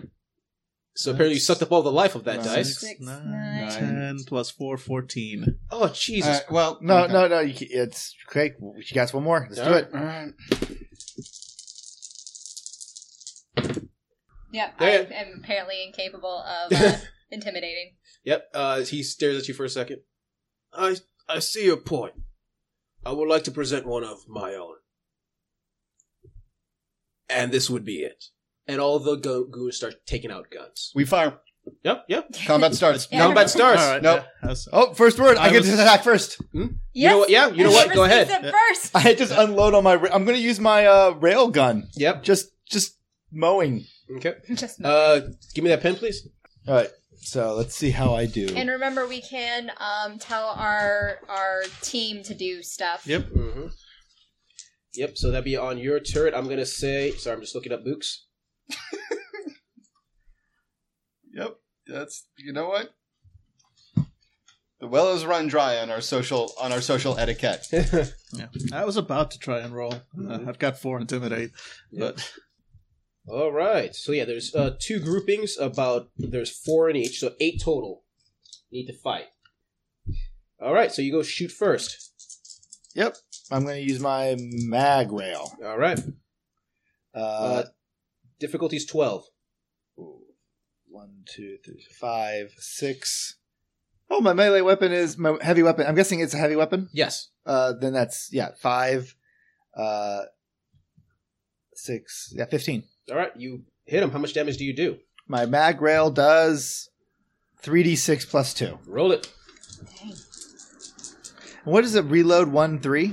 Speaker 3: So apparently you sucked up all the life of that
Speaker 1: Nice.
Speaker 3: dice.
Speaker 6: Six,
Speaker 5: nine,
Speaker 6: nine.
Speaker 5: ten plus four, fourteen.
Speaker 3: Oh Jesus.
Speaker 1: Uh, well,
Speaker 8: No,
Speaker 1: okay.
Speaker 8: no, no. You, ca- it's great. She got one more. Let's do it.
Speaker 1: All right.
Speaker 6: Yep. I
Speaker 3: There.
Speaker 6: am apparently incapable of uh, intimidating.
Speaker 3: Yep. Uh, he stares at you for a second. I I see your point. I would like to present one of my own, and this would be it. And all the go- goons start taking out guns.
Speaker 1: We fire.
Speaker 3: Yep. Yep.
Speaker 1: Combat starts.
Speaker 6: Yeah,
Speaker 3: Combat starts.
Speaker 5: All right.
Speaker 1: Nope.
Speaker 5: yeah, that's-
Speaker 8: Oh, first word. I,
Speaker 5: I
Speaker 8: get
Speaker 5: was-
Speaker 8: to attack first.
Speaker 3: You know what? Yeah. You know what? Go ahead.
Speaker 6: It first.
Speaker 8: I just unload on my. Ra- I'm going to use my uh, rail gun.
Speaker 3: Yep.
Speaker 8: Just, just mowing.
Speaker 3: Okay.
Speaker 6: Just
Speaker 3: Uh, give me that pen, please.
Speaker 8: All right. So let's see how I do.
Speaker 6: And remember, we can um, tell our our team to do stuff.
Speaker 5: Yep.
Speaker 3: Mm-hmm. Yep. So that'd be on your turret. I'm gonna say. Sorry, I'm just looking up books.
Speaker 1: Yep. That's you know what? The well has run dry on our social on our social etiquette.
Speaker 5: yeah. I was about to try and roll. Uh,
Speaker 3: Mhm.
Speaker 5: I've got four intimidate, but
Speaker 3: All right. So yeah, there's uh, two groupings. About there's four in each, so eight total. Need to fight. All right. So you go shoot first.
Speaker 8: I'm going to use my mag rail.
Speaker 3: All right.
Speaker 8: Uh,
Speaker 3: Uh, difficulty's twelve.
Speaker 8: ooh, one, two, three, five, six. Oh, my melee weapon is my heavy weapon. I'm guessing it's a heavy weapon.
Speaker 3: Yes.
Speaker 8: Uh, then that's yeah, five, uh, six, yeah, fifteen.
Speaker 3: All right. You hit him. How much damage do you do?
Speaker 8: My mag rail does three d six plus two.
Speaker 3: Roll it.
Speaker 8: And what is it? Reload one three.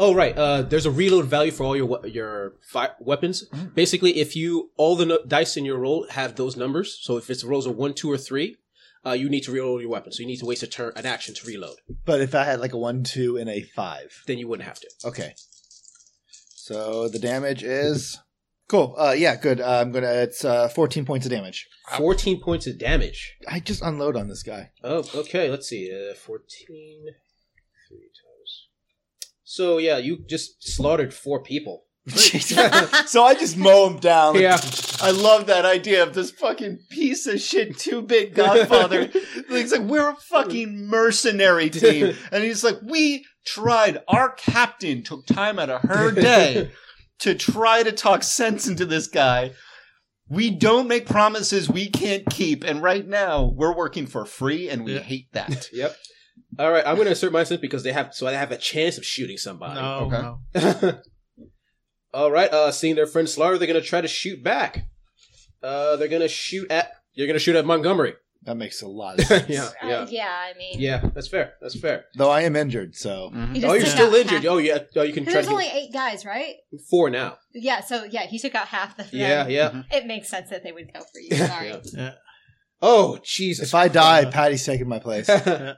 Speaker 3: Oh right. Uh, there's a reload value for all your we- your fi- weapons. Basically, if you all the no- dice in your roll have those numbers, so if it's rolls a one, two, or three, uh, you need to reload your weapon. So you need to waste a turn, an action to reload.
Speaker 8: But if I had like a one, two, and a five,
Speaker 3: Then you wouldn't have to.
Speaker 8: okay. So the damage is cool. Uh, yeah, good. Uh, I'm gonna. It's uh, fourteen points of damage.
Speaker 3: Fourteen points of damage.
Speaker 8: I just unload on this guy.
Speaker 3: Oh, okay. Let's see. Uh, 14. Three times. So, yeah, you just slaughtered four people.
Speaker 4: so I just mow him down. like,
Speaker 3: Yeah.
Speaker 1: I love that idea of this fucking piece of shit, too big Godfather. he's like, we're a fucking mercenary team. And he's like, we tried. Our captain took time out of her day to try to talk sense into this guy. We don't make promises we can't keep. And right now, we're working for free and we
Speaker 5: Yeah.
Speaker 1: hate that.
Speaker 3: Yep. All right, I'm going to assert my sentence because they have, so I have a chance of shooting somebody.
Speaker 5: No,
Speaker 1: Okay.
Speaker 5: no.
Speaker 3: All right, uh, seeing their friend Slarv, they're going to try to shoot back. Uh, they're going to shoot at, you're going to shoot at Montgomery.
Speaker 8: That makes a lot of sense.
Speaker 3: yeah,
Speaker 6: Uh,
Speaker 3: yeah.
Speaker 6: yeah, I mean,
Speaker 3: Yeah, that's fair. That's fair.
Speaker 8: Though I am injured, so
Speaker 6: he just
Speaker 3: Oh, you're
Speaker 6: took
Speaker 3: still
Speaker 6: out
Speaker 3: injured.
Speaker 6: half-
Speaker 3: Oh, yeah. Oh, you can try
Speaker 6: There's
Speaker 3: to
Speaker 6: only
Speaker 3: get
Speaker 6: eight guys, right?
Speaker 3: four now.
Speaker 6: Yeah, so yeah, he took out half the thread.
Speaker 3: Yeah, yeah.
Speaker 6: It makes sense that they would go for you. Mm-hmm. Sorry.
Speaker 3: Yeah.
Speaker 5: Yeah.
Speaker 3: Oh, Jesus.
Speaker 8: if I die, Patty's taking my place.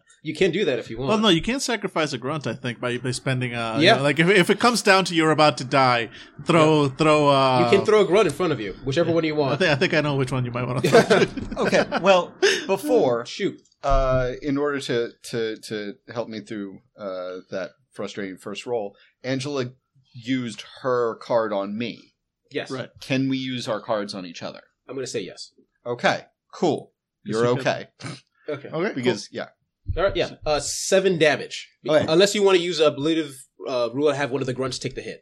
Speaker 3: you can do that if you want.
Speaker 5: Well, no, you can't sacrifice a grunt. I think by by spending uh,
Speaker 3: Yeah.
Speaker 5: you know, like if, if it comes down to you're about to die, throw throw. Uh,
Speaker 3: you can throw a grunt in front of you, whichever one you
Speaker 5: I
Speaker 3: want.
Speaker 5: think I think I know which one you might want to throw.
Speaker 1: Okay. Well, before
Speaker 3: Shoot.
Speaker 1: uh, in order to to to help me through uh, that frustrating first roll, Angela used her card on me.
Speaker 3: Yes.
Speaker 5: Right.
Speaker 1: Can we use our cards on each other?
Speaker 3: I'm going to say yes.
Speaker 1: Okay, cool. You're
Speaker 5: Yes, you
Speaker 1: okay
Speaker 3: Okay.
Speaker 8: Okay.
Speaker 1: because yeah,
Speaker 3: All right, yeah. Uh, seven damage.
Speaker 5: Oh,
Speaker 8: Okay.
Speaker 3: Unless you want to use a ablative uh, rule and have one of the grunts take the hit.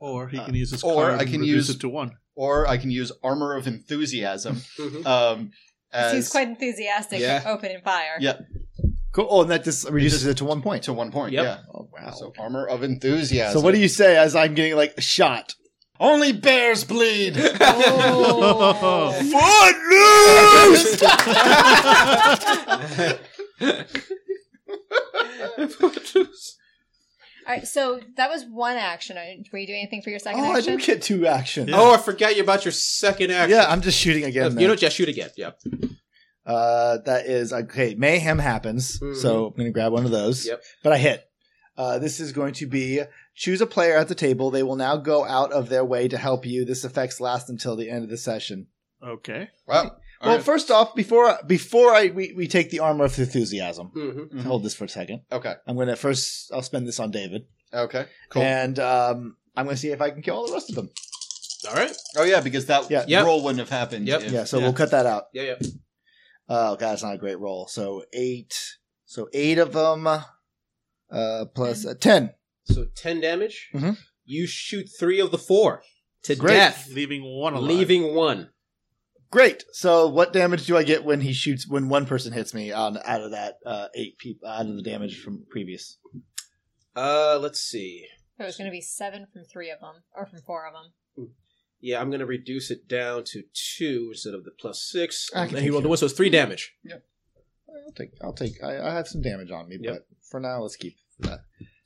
Speaker 5: or
Speaker 3: Uh,
Speaker 5: he can use his
Speaker 1: or
Speaker 5: card
Speaker 1: I
Speaker 5: and
Speaker 1: can
Speaker 5: reduce
Speaker 1: use-
Speaker 5: it to one.
Speaker 1: or I can use armor of enthusiasm.
Speaker 8: Mm-hmm.
Speaker 1: Um, as
Speaker 6: He's quite enthusiastic
Speaker 3: Yeah.
Speaker 6: opening fire.
Speaker 1: Yeah.
Speaker 8: Cool. Oh, and that just reduces it to one point.
Speaker 1: to one point.
Speaker 3: Yep.
Speaker 1: Yeah.
Speaker 8: Oh wow.
Speaker 1: So armor of enthusiasm.
Speaker 8: So what do you say as I'm getting like shot?
Speaker 1: Only bears bleed.
Speaker 6: Oh.
Speaker 4: Footloose!
Speaker 6: All right, so that was one action. I- Were you doing anything for your second
Speaker 8: Oh, I
Speaker 6: action?
Speaker 8: do get two action.
Speaker 5: Yeah.
Speaker 3: Oh, I forgot you about your second action.
Speaker 8: Yeah, I'm just shooting
Speaker 3: Uh,
Speaker 8: again.
Speaker 3: you
Speaker 8: then.
Speaker 3: know, just shoot again. Yeah.
Speaker 8: Uh, that is okay. Mayhem happens,
Speaker 3: Mhm.
Speaker 8: so I'm going to grab one of those.
Speaker 3: Yep.
Speaker 8: But I hit. Uh, this is going to be choose a player at the table. They will now go out of their way to help you. This effects last until the end of the session.
Speaker 5: Okay.
Speaker 1: wow.
Speaker 8: well, first off, before before I we, we take the armor of enthusiasm.
Speaker 3: hmm
Speaker 1: Mhm.
Speaker 8: Hold this for a second.
Speaker 1: Okay.
Speaker 8: I'm going to first. I'll spend this on David,
Speaker 1: Okay. Cool.
Speaker 8: and um, I'm going to see if I can kill all the rest of them.
Speaker 3: All right.
Speaker 1: oh yeah, because that
Speaker 8: Yeah.
Speaker 3: Yep.
Speaker 1: roll wouldn't have happened.
Speaker 3: Yep.
Speaker 1: if-
Speaker 8: yeah, so
Speaker 5: yeah.
Speaker 8: we'll cut that out.
Speaker 3: Yeah, yeah.
Speaker 8: Oh god, it's not a great roll. So eight. So eight of them. Uh, plus uh, ten.
Speaker 3: So 10 damage.
Speaker 8: Mhm.
Speaker 5: Mm-hmm.
Speaker 3: You shoot three of the four to
Speaker 8: Great.
Speaker 3: death,
Speaker 5: Leaving one alive.
Speaker 3: leaving one.
Speaker 8: Great. So what damage do I get when he shoots? When one person hits me on out of that uh, eight peop out of the damage from previous.
Speaker 3: Uh, let's see.
Speaker 6: There was going to be seven from three of them, or from four of them.
Speaker 3: Yeah, I'm going to reduce it down to two instead of the plus six.
Speaker 8: I
Speaker 3: And
Speaker 8: can
Speaker 3: he
Speaker 8: take
Speaker 3: rolled
Speaker 8: it.
Speaker 3: a one, so it's three damage.
Speaker 8: I'll take. I'll take. I, I have some damage on me,
Speaker 3: Yep.
Speaker 8: but for now, let's keep that.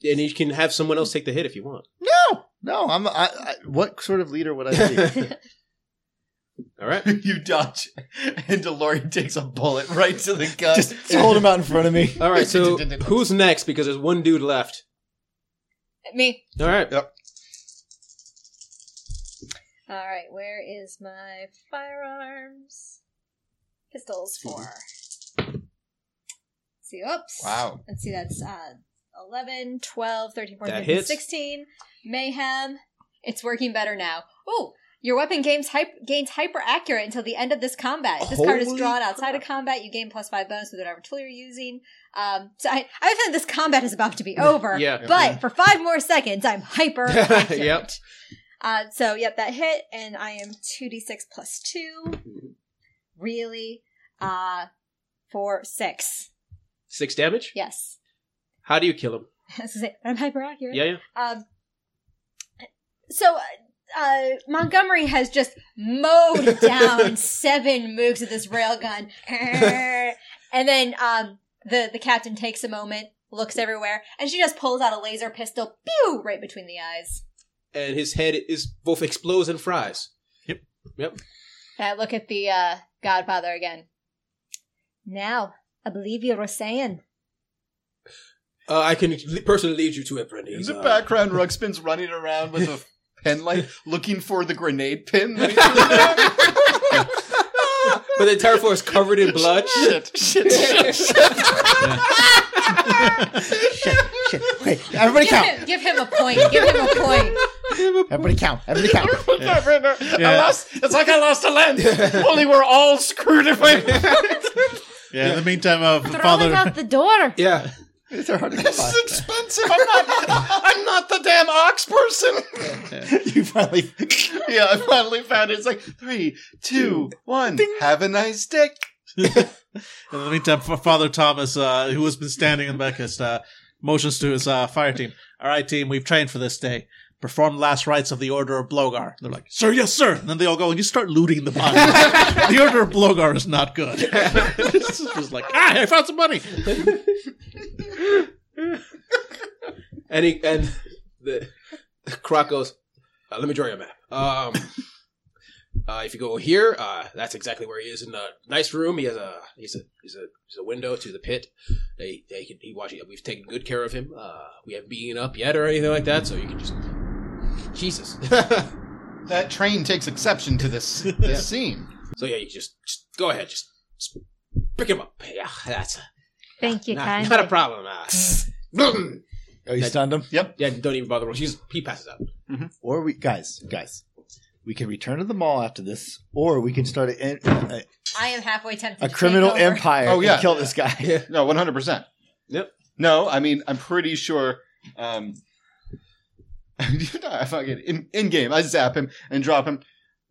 Speaker 3: And you can have someone else take the hit if you want.
Speaker 8: No, no. I'm. I, I, what sort of leader would I be?
Speaker 3: All right.
Speaker 1: you dodge, and DeLorean takes a bullet right to the gut.
Speaker 8: Just hold him out in front of me.
Speaker 3: All right. So who's next? Because there's one dude left.
Speaker 6: Me.
Speaker 3: All right.
Speaker 6: All right, where is my firearms? Pistols for. See, oops.
Speaker 1: Wow.
Speaker 6: Let's see, that's uh, 11, 12, 13, 14,
Speaker 3: That
Speaker 6: 15,
Speaker 3: hits.
Speaker 6: 16. Mayhem. It's working better now. Oh, your weapon gains, hype gains hyper accurate until the end of this combat. If this card is
Speaker 3: Holy
Speaker 6: drawn outside of combat, you gain plus five bonus with whatever tool you're using. Um, so I, I found this combat is about to be over.
Speaker 3: Yeah.
Speaker 6: But for five more seconds, I'm hyper accurate.
Speaker 3: Yep.
Speaker 6: Uh, so, yep, that hit, and I am 2d6 plus 2. Really? Uh, for 6.
Speaker 3: Six damage.
Speaker 6: Yes.
Speaker 3: How do you kill him?
Speaker 6: I was gonna say, I'm hyper accurate.
Speaker 3: Yeah, yeah.
Speaker 6: Um, so, uh, Montgomery has just mowed down seven moogs of this railgun. and then um, the, the captain takes a moment, looks everywhere, and she just pulls out a laser pistol, pew, right between the eyes.
Speaker 3: And his head is both explodes and fries.
Speaker 6: And I look at the uh, Godfather again. Now, I believe you were saying.
Speaker 3: Uh, I can li- personally lead you to it, Brendan.
Speaker 1: In the background, Rugspin's running around with a pen light looking for the grenade pin. that he threw back.
Speaker 3: but the entire floor is covered in blood.
Speaker 1: shit, shit, shit, shit.
Speaker 8: Shit. Wait, everybody
Speaker 6: Give
Speaker 8: count.
Speaker 6: him, give him a point. Give him a point.
Speaker 8: Everybody count. Everybody count.
Speaker 5: Yeah.
Speaker 1: it's like I lost a land. Only we're all screwed if I.
Speaker 5: Yeah, in the meantime, uh,
Speaker 7: Throwing
Speaker 5: Father.
Speaker 7: out the door.
Speaker 3: Yeah.
Speaker 8: These are hard to
Speaker 1: This is expensive. I'm not. I'm not the damn ox person.
Speaker 8: You finally.
Speaker 1: yeah, I finally found it. It's like three, two, one. Have a nice day.
Speaker 5: In the meantime, Fa- Father Thomas, uh, who has been standing in the back, has, uh, motions to his uh, fire team. All right, team, we've trained for this day. Perform last rites of the Order of Blogar. They're like, sir, yes, sir. And then they all go and you start looting the body. the Order of Blogar is not good. it's just like, ah, I found some money.
Speaker 3: And he, and the Croc goes, uh, "Let me draw you a map. Um, uh, if you go here, uh, that's exactly where he is in a nice room. He has a he's a he's a he's a window to the pit. They they can he watch it. We've taken good care of him. Uh, we haven't beaten up yet or anything like that. So you can just Jesus.
Speaker 1: That train takes exception to this this
Speaker 3: Yeah.
Speaker 1: scene.
Speaker 3: so yeah, you just, just go ahead, just, just pick him up. Yeah, that's
Speaker 7: Thank you,
Speaker 3: not,
Speaker 7: kind.
Speaker 3: not a problem. Uh,
Speaker 8: Oh, you stunned him?
Speaker 3: yeah, don't even bother. He's, he passes out.
Speaker 8: Or we. Guys, guys. We can return to the mall after this, or we can start a, a,
Speaker 6: I am halfway tempted.
Speaker 8: a
Speaker 6: to
Speaker 8: criminal
Speaker 6: take over.
Speaker 8: empire
Speaker 1: Oh, yeah.
Speaker 8: and kill this guy.
Speaker 1: No, one hundred percent.
Speaker 3: Yep.
Speaker 1: No, I mean I'm pretty sure. Um, I fucking in in game. I zap him and drop him.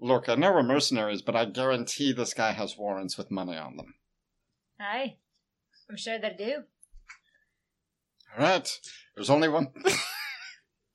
Speaker 1: Look, I know we're mercenaries, but I guarantee this guy has warrants with money on them.
Speaker 6: Aye, I'm sure they do.
Speaker 1: All right, there's only one.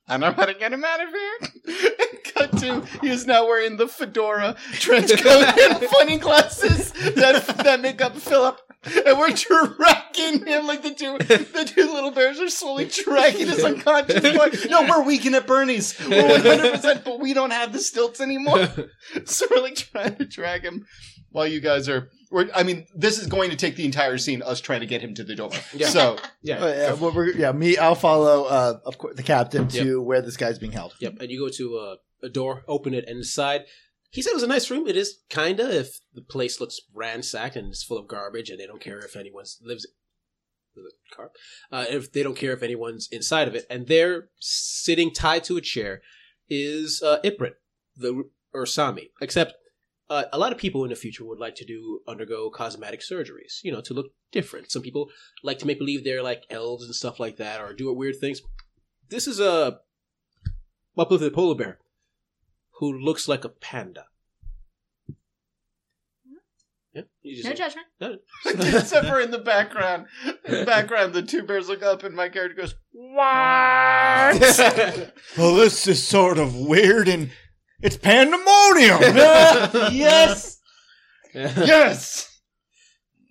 Speaker 1: I know how to get him out of here. Cut to he is now wearing the fedora, trench coat, and funny glasses that that make up Philip. And we're dragging him like the two the two little bears are slowly dragging his unconscious body. No, we're weaking at Bernie's. We're one hundred percent, but we don't have the stilts anymore. So we're like trying to drag him while you guys are. We're, I mean, this is going to take the entire scene us trying to get him to the door.
Speaker 3: Yeah.
Speaker 1: So
Speaker 3: Yeah.
Speaker 8: Oh, yeah, well, we're, yeah, me, I'll follow, uh, of course, the captain to where this guy's being held.
Speaker 3: Yep, and you go to uh, a door, open it, and inside. He said it was a nice room. It is kinda. If the place looks ransacked and it's full of garbage, and they don't care if anyone lives, lives in the car, uh, if they don't care if anyone's inside of it, and there, sitting tied to a chair, is uh, Iprit, the Ursami. Except, uh, a lot of people in the future would like to do undergo cosmetic surgeries, you know, to look different. Some people like to make believe they're like elves and stuff like that, or do weird things. This is a Muppet the polar bear, who looks like a panda. Yeah, you just
Speaker 6: No judgment.
Speaker 1: Except for in the background. In the background, the two bears look up and my character goes,
Speaker 4: Well, this is sort of weird and it's pandemonium.
Speaker 1: Yes! yes!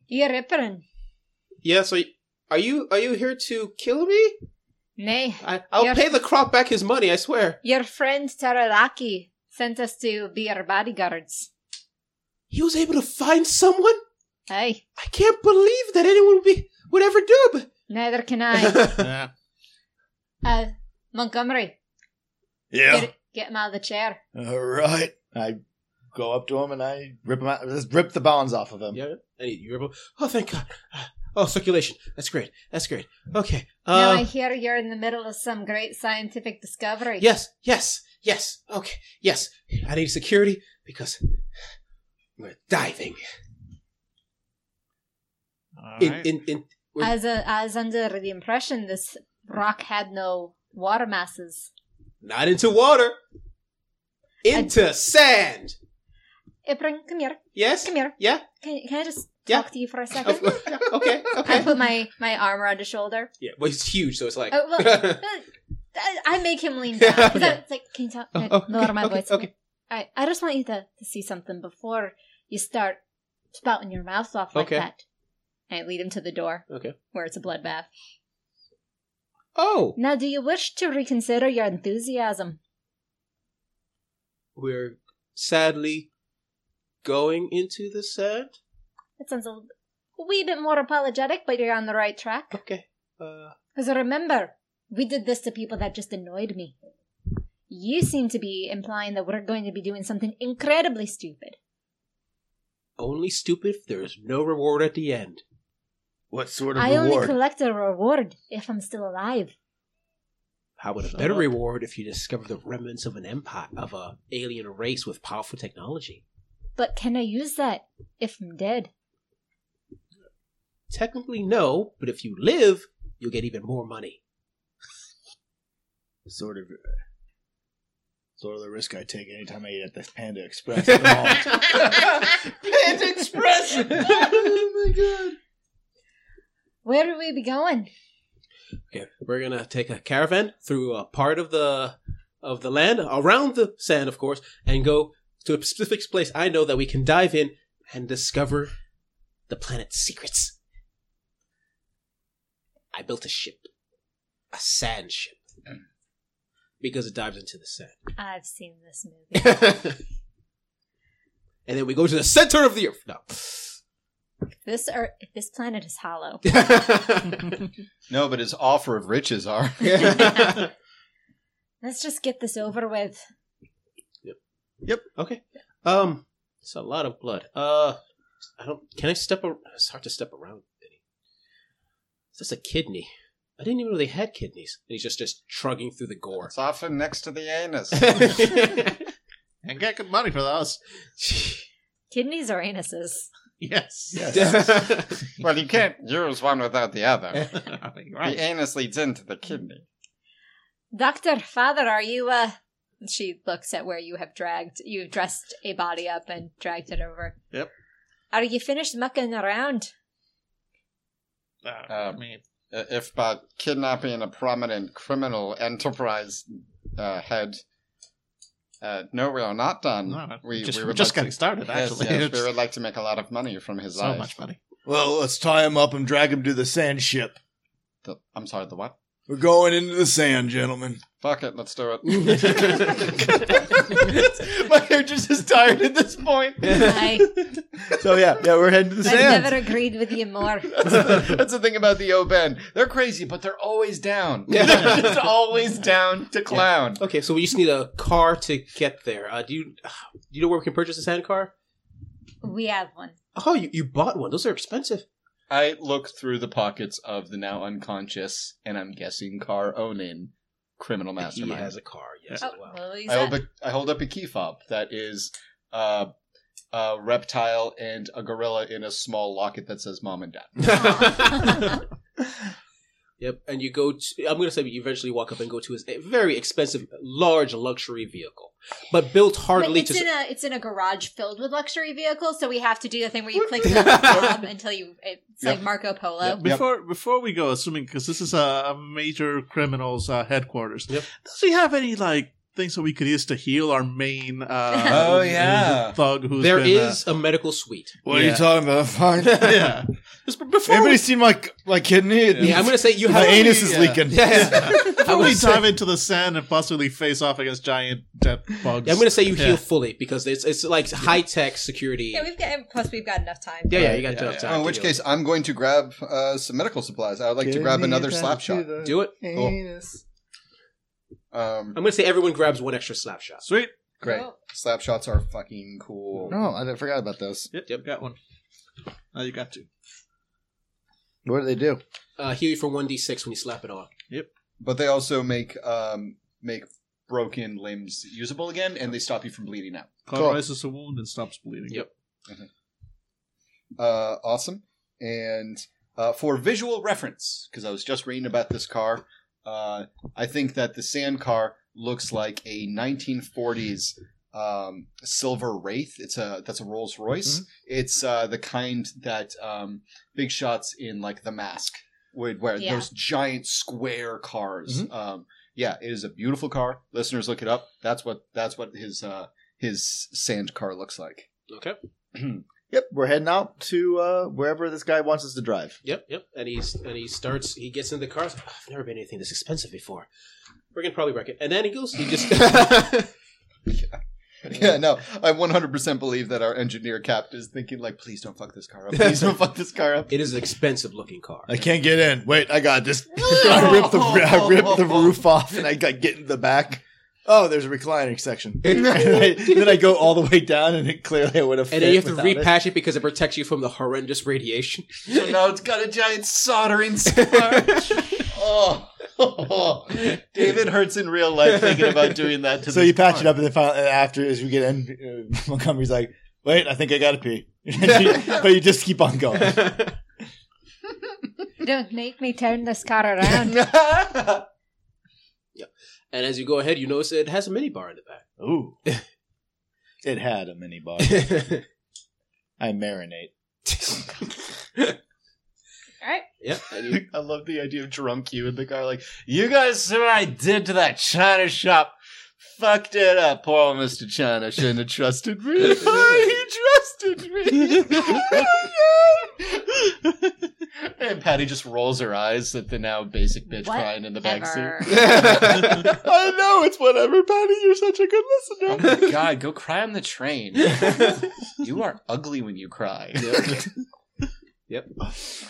Speaker 6: You're ripping.
Speaker 3: yeah. So, y- are you are you here to kill me?
Speaker 6: Nay,
Speaker 3: I, I'll
Speaker 6: Yes.
Speaker 3: pay the crop back his money. I swear.
Speaker 6: your friend Tararaki sent us to be your bodyguards.
Speaker 3: He was able to find someone.
Speaker 6: Aye,
Speaker 3: I can't believe that anyone would be would ever do. But
Speaker 6: neither can I.
Speaker 5: Yeah.
Speaker 6: uh, Montgomery,
Speaker 4: yeah.
Speaker 6: get, get him out of the chair.
Speaker 8: All right. I go up to him and I rip him out, just rip the bonds off of him.
Speaker 3: yeah, and you remember? Oh, thank God. Oh, circulation. That's great. That's great. Okay.
Speaker 6: now
Speaker 3: Um,
Speaker 6: I hear you're in the middle of some great scientific discovery.
Speaker 3: Yes, yes, yes. Okay, yes. I need security because we're diving in, in, in, Wait.
Speaker 6: As a, I was under the impression this rock had no water masses.
Speaker 3: not into water, into sand.
Speaker 6: Ibram, Eh, come here.
Speaker 3: Yes.
Speaker 6: Come here.
Speaker 3: Yeah.
Speaker 6: Can, can I just
Speaker 3: Yeah.
Speaker 6: talk to you for a second?
Speaker 3: Of course. okay.
Speaker 6: I
Speaker 3: Okay.
Speaker 6: put my, my arm around his shoulder.
Speaker 3: Yeah, but it's huge, so it's like.
Speaker 6: Oh, well, I- I make him lean down. 'Cause I- it's like, can you talk?
Speaker 3: Oh,
Speaker 6: uh,
Speaker 3: oh,
Speaker 6: lower
Speaker 3: okay,
Speaker 6: my
Speaker 3: okay,
Speaker 6: voice.
Speaker 3: okay.
Speaker 6: I, I just want you to, to see something before you start spouting your mouth off like
Speaker 3: Okay.
Speaker 6: that. I lead him to the door
Speaker 3: okay.
Speaker 6: where it's a bloodbath.
Speaker 3: Oh,
Speaker 6: Now, do you wish to reconsider your enthusiasm?
Speaker 3: we're sadly going into the sand.
Speaker 6: That sounds a l- wee bit more apologetic, but you're on the right track.
Speaker 3: Okay. Uh,
Speaker 6: Because remember, we did this to people that just annoyed me. You seem to be implying that we're going to be doing something incredibly stupid.
Speaker 3: only stupid if there's no reward at the end.
Speaker 4: What sort
Speaker 6: I only collect a reward if I'm still alive.
Speaker 3: How about a better reward if you discover the remnants of an empire of a alien race with powerful technology?
Speaker 6: But can I use that if I'm dead?
Speaker 3: Technically, no, but if you live, you'll get even more money.
Speaker 4: Sort of. uh, Sort of the risk I take anytime I eat at the Panda Express at the mall.
Speaker 5: Panda Express.
Speaker 4: Oh
Speaker 6: Where would we be going?
Speaker 3: Okay, we're gonna take a caravan through a part of the of the land around the sand, of course, and go to a specific place I know that we can dive in and discover the planet's secrets. I built a ship, a sand ship, because it dives into the
Speaker 6: I've seen this movie.
Speaker 3: sand. and then we go to the center of the earth. No.
Speaker 6: this earth, if this planet is hollow.
Speaker 1: No, but his offer of riches are.
Speaker 6: Let's just get this over with.
Speaker 3: Okay. Um, it's a lot of blood. Uh, I don't. Can I step? Ar- it's hard to step around. Vinny. That's a kidney. I didn't even know they had kidneys. And he's just just shrugging through the gore.
Speaker 1: it's often next to the anus.
Speaker 5: and get good money for those.
Speaker 6: Kidneys or anuses?
Speaker 5: Yes.
Speaker 1: well, you can't use one without the other. The
Speaker 5: right.
Speaker 1: anus leads into the kidney.
Speaker 6: Doctor, father, are you, uh. She looks at where you have dragged. You've dressed a body up and dragged it over.
Speaker 5: Yep.
Speaker 6: Are you finished mucking around?
Speaker 5: Uh, I mean,
Speaker 1: Uh, If by kidnapping a prominent criminal enterprise uh, head. Uh, no, we are not done.
Speaker 5: no,
Speaker 1: we,
Speaker 5: just,
Speaker 1: we
Speaker 5: we are
Speaker 1: would
Speaker 5: just
Speaker 1: like
Speaker 5: getting started,
Speaker 1: to, Yes,
Speaker 5: actually.
Speaker 1: yes, we
Speaker 5: It's
Speaker 1: would like to make a lot of money from his
Speaker 5: so
Speaker 1: life.
Speaker 5: much money.
Speaker 4: well, let's tie him up and drag him to the sand ship.
Speaker 1: The- I'm sorry, the what?
Speaker 4: We're going into the sand, gentlemen.
Speaker 1: Fuck it, let's do it.
Speaker 8: My hair just is tired at this point.
Speaker 6: I,
Speaker 8: So Oh, yeah, yeah, we're heading to the
Speaker 6: I've
Speaker 8: sand.
Speaker 6: never agreed with you more.
Speaker 1: That's the, that's the thing about the O Ben. They're crazy, but they're always down. They're just always down to clown.
Speaker 3: okay, so we just need a car to get there. Uh, do you do you know where we can purchase a sand car?
Speaker 6: We have one.
Speaker 3: Oh, you, you bought one. Those are expensive.
Speaker 1: I look through the pockets of the now unconscious, and I'm guessing car owning criminal
Speaker 3: He
Speaker 1: mastermind.
Speaker 3: has a car. Yes.
Speaker 6: Oh,
Speaker 3: wow.
Speaker 6: well, he's
Speaker 1: I hold,
Speaker 6: up.
Speaker 1: a, I hold up a key fob that is uh, a reptile and a gorilla in a small locket that says mom and dad.
Speaker 6: Oh,
Speaker 3: Yep, and you go to, I'm going to say you eventually walk up and go to his a very expensive, large luxury vehicle, but built
Speaker 6: But
Speaker 3: hardly
Speaker 6: it's
Speaker 3: to.
Speaker 6: in a it's in a garage filled with luxury vehicles, so we have to do the thing where you click the knob until you it's
Speaker 1: Yep.
Speaker 6: like Marco Polo.
Speaker 1: Yep.
Speaker 5: Before before we go, assuming because this is a, a major criminal's uh, headquarters,
Speaker 3: Yep.
Speaker 5: does he have any like things that we could use to heal our main? Uh,
Speaker 1: Oh, yeah.
Speaker 5: thug who's
Speaker 3: There
Speaker 5: been, uh,
Speaker 3: is a medical suite.
Speaker 4: What are
Speaker 5: Yeah.
Speaker 4: you talking about? Fine.
Speaker 5: Uh, yeah. Just b- before
Speaker 4: Anybody seen my my kidney?
Speaker 3: Yeah, I'm going to say you
Speaker 4: my
Speaker 3: have
Speaker 4: anus is
Speaker 1: yeah.
Speaker 4: leaking.
Speaker 3: Yeah, yeah. I
Speaker 5: How we
Speaker 3: would say,
Speaker 5: dive into the sand and possibly face off against giant death bugs?
Speaker 3: Yeah, I'm going to say you heal
Speaker 5: Yeah.
Speaker 3: fully because it's it's like high tech security.
Speaker 6: Yeah,
Speaker 3: Yeah,
Speaker 6: we've got and plus we've got enough time.
Speaker 3: yeah, you got
Speaker 5: Yeah,
Speaker 3: enough
Speaker 5: yeah.
Speaker 3: time.
Speaker 1: Oh, in
Speaker 3: to
Speaker 1: which
Speaker 3: heal.
Speaker 1: case, I'm going to grab uh, some medical supplies. I would like to grab another slap shot.
Speaker 3: do it.
Speaker 1: Cool. Um,
Speaker 3: I'm going to say everyone grabs one extra slap shot.
Speaker 5: Sweet.
Speaker 1: great. Slap shots are fucking cool.
Speaker 8: No, I didn't- forgot about those.
Speaker 5: Yep,
Speaker 3: Yep.
Speaker 5: got one. Now you got two.
Speaker 8: What do they do?
Speaker 3: Uh, heal you for one d six when you slap it on.
Speaker 1: But they also make um, make broken limbs usable again, and they stop you from bleeding out.
Speaker 5: Cauterizes a wound and stops bleeding.
Speaker 3: Yep.
Speaker 1: uh, awesome. And uh, for visual reference, because I was just reading about this car, uh, I think that the sand car looks like a 1940s um, silver wraith. It's a that's a Rolls Royce. It's uh, the kind that um, big shots in like The Mask would wear.
Speaker 6: Yeah.
Speaker 1: Those giant square cars. Um, yeah, it is a beautiful car. Listeners, look it up. That's what that's what his uh, his sand car looks like.
Speaker 3: Okay.
Speaker 8: Yep, we're heading out to uh, wherever this guy wants us to drive.
Speaker 3: Yep, yep. And he's and he starts. He gets in the car. he's like, "Oh, I've never been anything this expensive before. We're gonna probably wreck it. And then he goes. He just.
Speaker 1: Yeah, no, I 100% believe that our engineer cap is thinking like, please don't fuck this car up. Please don't fuck this car up.
Speaker 3: it is an expensive looking car.
Speaker 4: I can't get in. Wait, I got this.
Speaker 8: I ripped the I ripped the roof off and I got get in the back. Oh, there's a reclining section. And I- then I go all the way down and it clearly I would have.
Speaker 3: and
Speaker 8: fit
Speaker 3: then you have to
Speaker 8: without it.
Speaker 3: repatch it. because it protects you from the horrendous radiation.
Speaker 1: So now it's got a giant soldering spark. oh,
Speaker 7: David hurts in real life thinking about doing that to
Speaker 8: so
Speaker 7: this
Speaker 8: you patch
Speaker 7: pond.
Speaker 8: it up, and then finally, and after as we get in, uh, Montgomery's like, "Wait, I think I gotta pee," but you just keep on going.
Speaker 6: Don't make me turn this car around.
Speaker 3: And as you go ahead, you notice it has a mini bar in the
Speaker 8: Ooh, it had a mini bar.
Speaker 3: back.
Speaker 8: I marinate.
Speaker 6: All right.
Speaker 3: yeah, and you,
Speaker 7: I love the idea of drunk you in the car, like, you guys see what I did to that China shop. Fucked it up. Poor Mr. China shouldn't have trusted me. he trusted me. and Patty just rolls her eyes at the now basic bitch crying in the backseat.
Speaker 6: Whatever.
Speaker 7: I know, it's whatever, Patty. You're such a good listener. Oh my god, go cry on the train. you are ugly when you cry.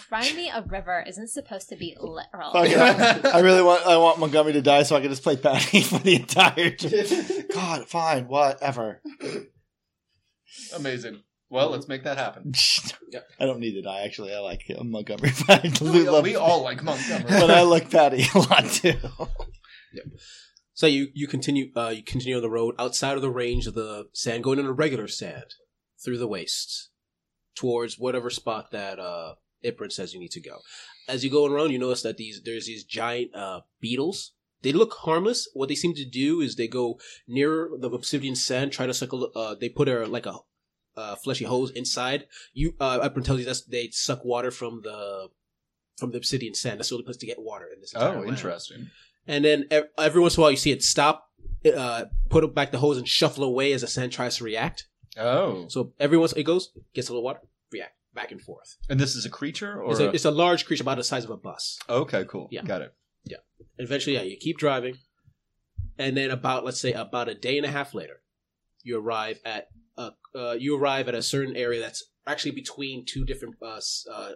Speaker 6: Find me a river isn't supposed to be literal.
Speaker 8: Fuck it. I really want I want Montgomery to die so I can just play Patty for the entire trip. God, fine, whatever.
Speaker 7: Amazing. Well, let's make that happen.
Speaker 8: I don't need to die actually. I like Montgomery. I
Speaker 7: We,
Speaker 8: love
Speaker 7: we all like Montgomery.
Speaker 8: but I like Patty a lot too.
Speaker 3: so you you continue uh, you continue on the road outside of the range of the sand, going into regular sand through the wastes towards whatever spot that uh, Iprin says you need to go. As you go around, you notice that these there's these giant uh, beetles. They look harmless. What they seem to do is they go near the obsidian sand, try to suck a. li- Uh, they put a like a uh, fleshy hose inside. You uh, Iprin tells you that they suck water from the from the obsidian sand. That's the only place to get water in this. entire
Speaker 7: Oh,
Speaker 3: land.
Speaker 7: interesting.
Speaker 3: And then ev- every once in a while, you see it stop, uh, put back the hose, and shuffle away as the sand tries to react.
Speaker 7: Oh,
Speaker 3: So every once it goes, gets a little water, react back and forth.
Speaker 7: and this is a creature, or
Speaker 3: It's a, it's a large creature about the size of a bus.
Speaker 7: okay, cool,
Speaker 3: Yeah.
Speaker 7: got it.
Speaker 3: Eventually, yeah, you keep driving, and then about let's say about a day and a half later, you arrive at a uh, you arrive at a certain area that's actually between two different uh, s- uh,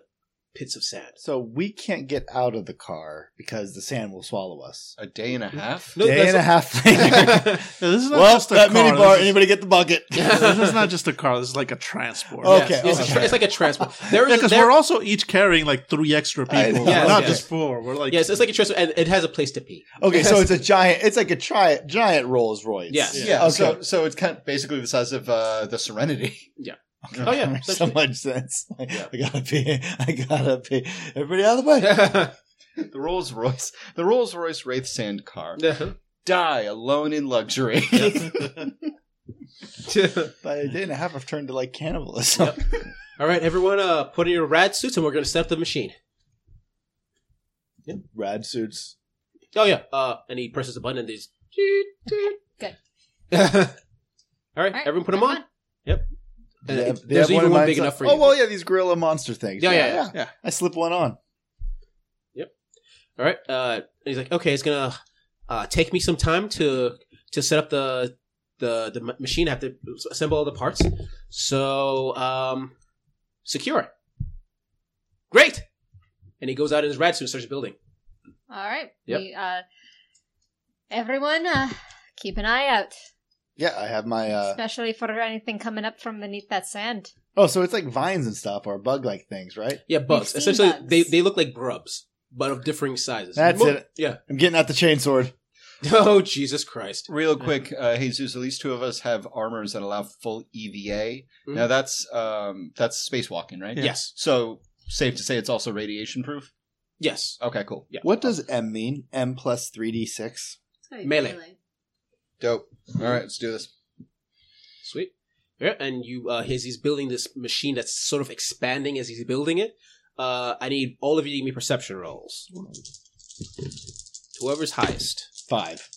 Speaker 3: pits of sand.
Speaker 8: So we can't get out of the car because the sand will swallow us.
Speaker 7: A day and a half.
Speaker 3: No,
Speaker 8: Day and a
Speaker 3: that's-
Speaker 8: half later.
Speaker 5: No, this is not
Speaker 8: well,
Speaker 5: just a
Speaker 8: that
Speaker 5: car.
Speaker 8: mini bar.
Speaker 5: This is,
Speaker 8: Anybody get the bucket?
Speaker 5: this is not just a car. This is like a transport.
Speaker 8: Oh,
Speaker 5: Yeah,
Speaker 3: yes,
Speaker 8: okay,
Speaker 3: it's,
Speaker 8: okay.
Speaker 3: A tra- it's like a transport. There is a-
Speaker 5: because
Speaker 3: there-
Speaker 5: we're also each carrying like three extra
Speaker 8: I
Speaker 5: people.
Speaker 8: know.
Speaker 5: We're not
Speaker 3: Yes,
Speaker 5: just four. We're like
Speaker 3: yes, it's like a transport, and it has a place to pee.
Speaker 8: Okay, so it's a giant. It's like a tri- giant Rolls Royce.
Speaker 3: Yes.
Speaker 7: Yeah,
Speaker 8: Okay.
Speaker 7: so so it's kind of basically the size of uh, the Serenity.
Speaker 3: Oh yeah,
Speaker 8: Makes so
Speaker 3: essentially.
Speaker 8: much sense. Like, I gotta pee. I gotta pee. Everybody out of the way.
Speaker 7: The Rolls Royce, the Rolls Royce Wraith Sand car,
Speaker 3: Yeah.
Speaker 7: die alone in luxury.
Speaker 8: By a day and a half, I've turned to like cannibalism.
Speaker 3: All right, everyone, uh, put in your rad suits, and we're going to set up the machine.
Speaker 8: Rad suits.
Speaker 3: Oh yeah, uh, and he presses a button, and these.
Speaker 6: Good.
Speaker 3: All right,
Speaker 6: All right,
Speaker 3: everyone, put them on. And
Speaker 8: They
Speaker 3: it-
Speaker 8: have- they
Speaker 3: there's
Speaker 8: have
Speaker 3: even
Speaker 8: one in
Speaker 3: one
Speaker 8: mind,
Speaker 3: big
Speaker 8: so-
Speaker 3: enough for
Speaker 8: Oh
Speaker 3: you.
Speaker 8: well, yeah, these gorilla monster things.
Speaker 3: Yeah, yeah, yeah, yeah.
Speaker 8: I slip one on.
Speaker 3: All right, uh, and he's like, okay, it's gonna uh, take me some time to to set up the the the ma- machine. I have to assemble all the parts. So um, secure it. Great. And he goes out in his rad suit and starts building.
Speaker 6: All right.
Speaker 3: Yep.
Speaker 6: We, uh, everyone, uh, keep an eye out,
Speaker 8: Yeah, I have my. uh
Speaker 6: especially for anything coming up from beneath that sand.
Speaker 8: Oh, so it's like vines and stuff, or bug-like things, right?
Speaker 3: Yeah, bugs.
Speaker 6: seen
Speaker 3: Essentially,
Speaker 6: bugs.
Speaker 3: they they look like grubs, but of differing sizes.
Speaker 8: That's
Speaker 3: Mo-
Speaker 8: it.
Speaker 3: Yeah.
Speaker 8: I'm getting out the chainsword.
Speaker 3: Oh Jesus Christ!
Speaker 7: Real quick, uh, Jesus, at least two of us have armors that allow full EVA.
Speaker 3: Mhm.
Speaker 7: Now that's um, that's spacewalking, right?
Speaker 5: Yeah.
Speaker 3: Yes,
Speaker 7: So safe to say it's also radiation proof.
Speaker 3: yes.
Speaker 7: Okay, cool,
Speaker 8: What does M mean? M plus three d six.
Speaker 3: Melee.
Speaker 7: dope. All right, let's do this.
Speaker 3: Sweet. Yeah, and you, uh, as he's building this machine that's sort of expanding as he's building it, uh, I need all of you to give me perception rolls. Whoever's highest.
Speaker 8: Five.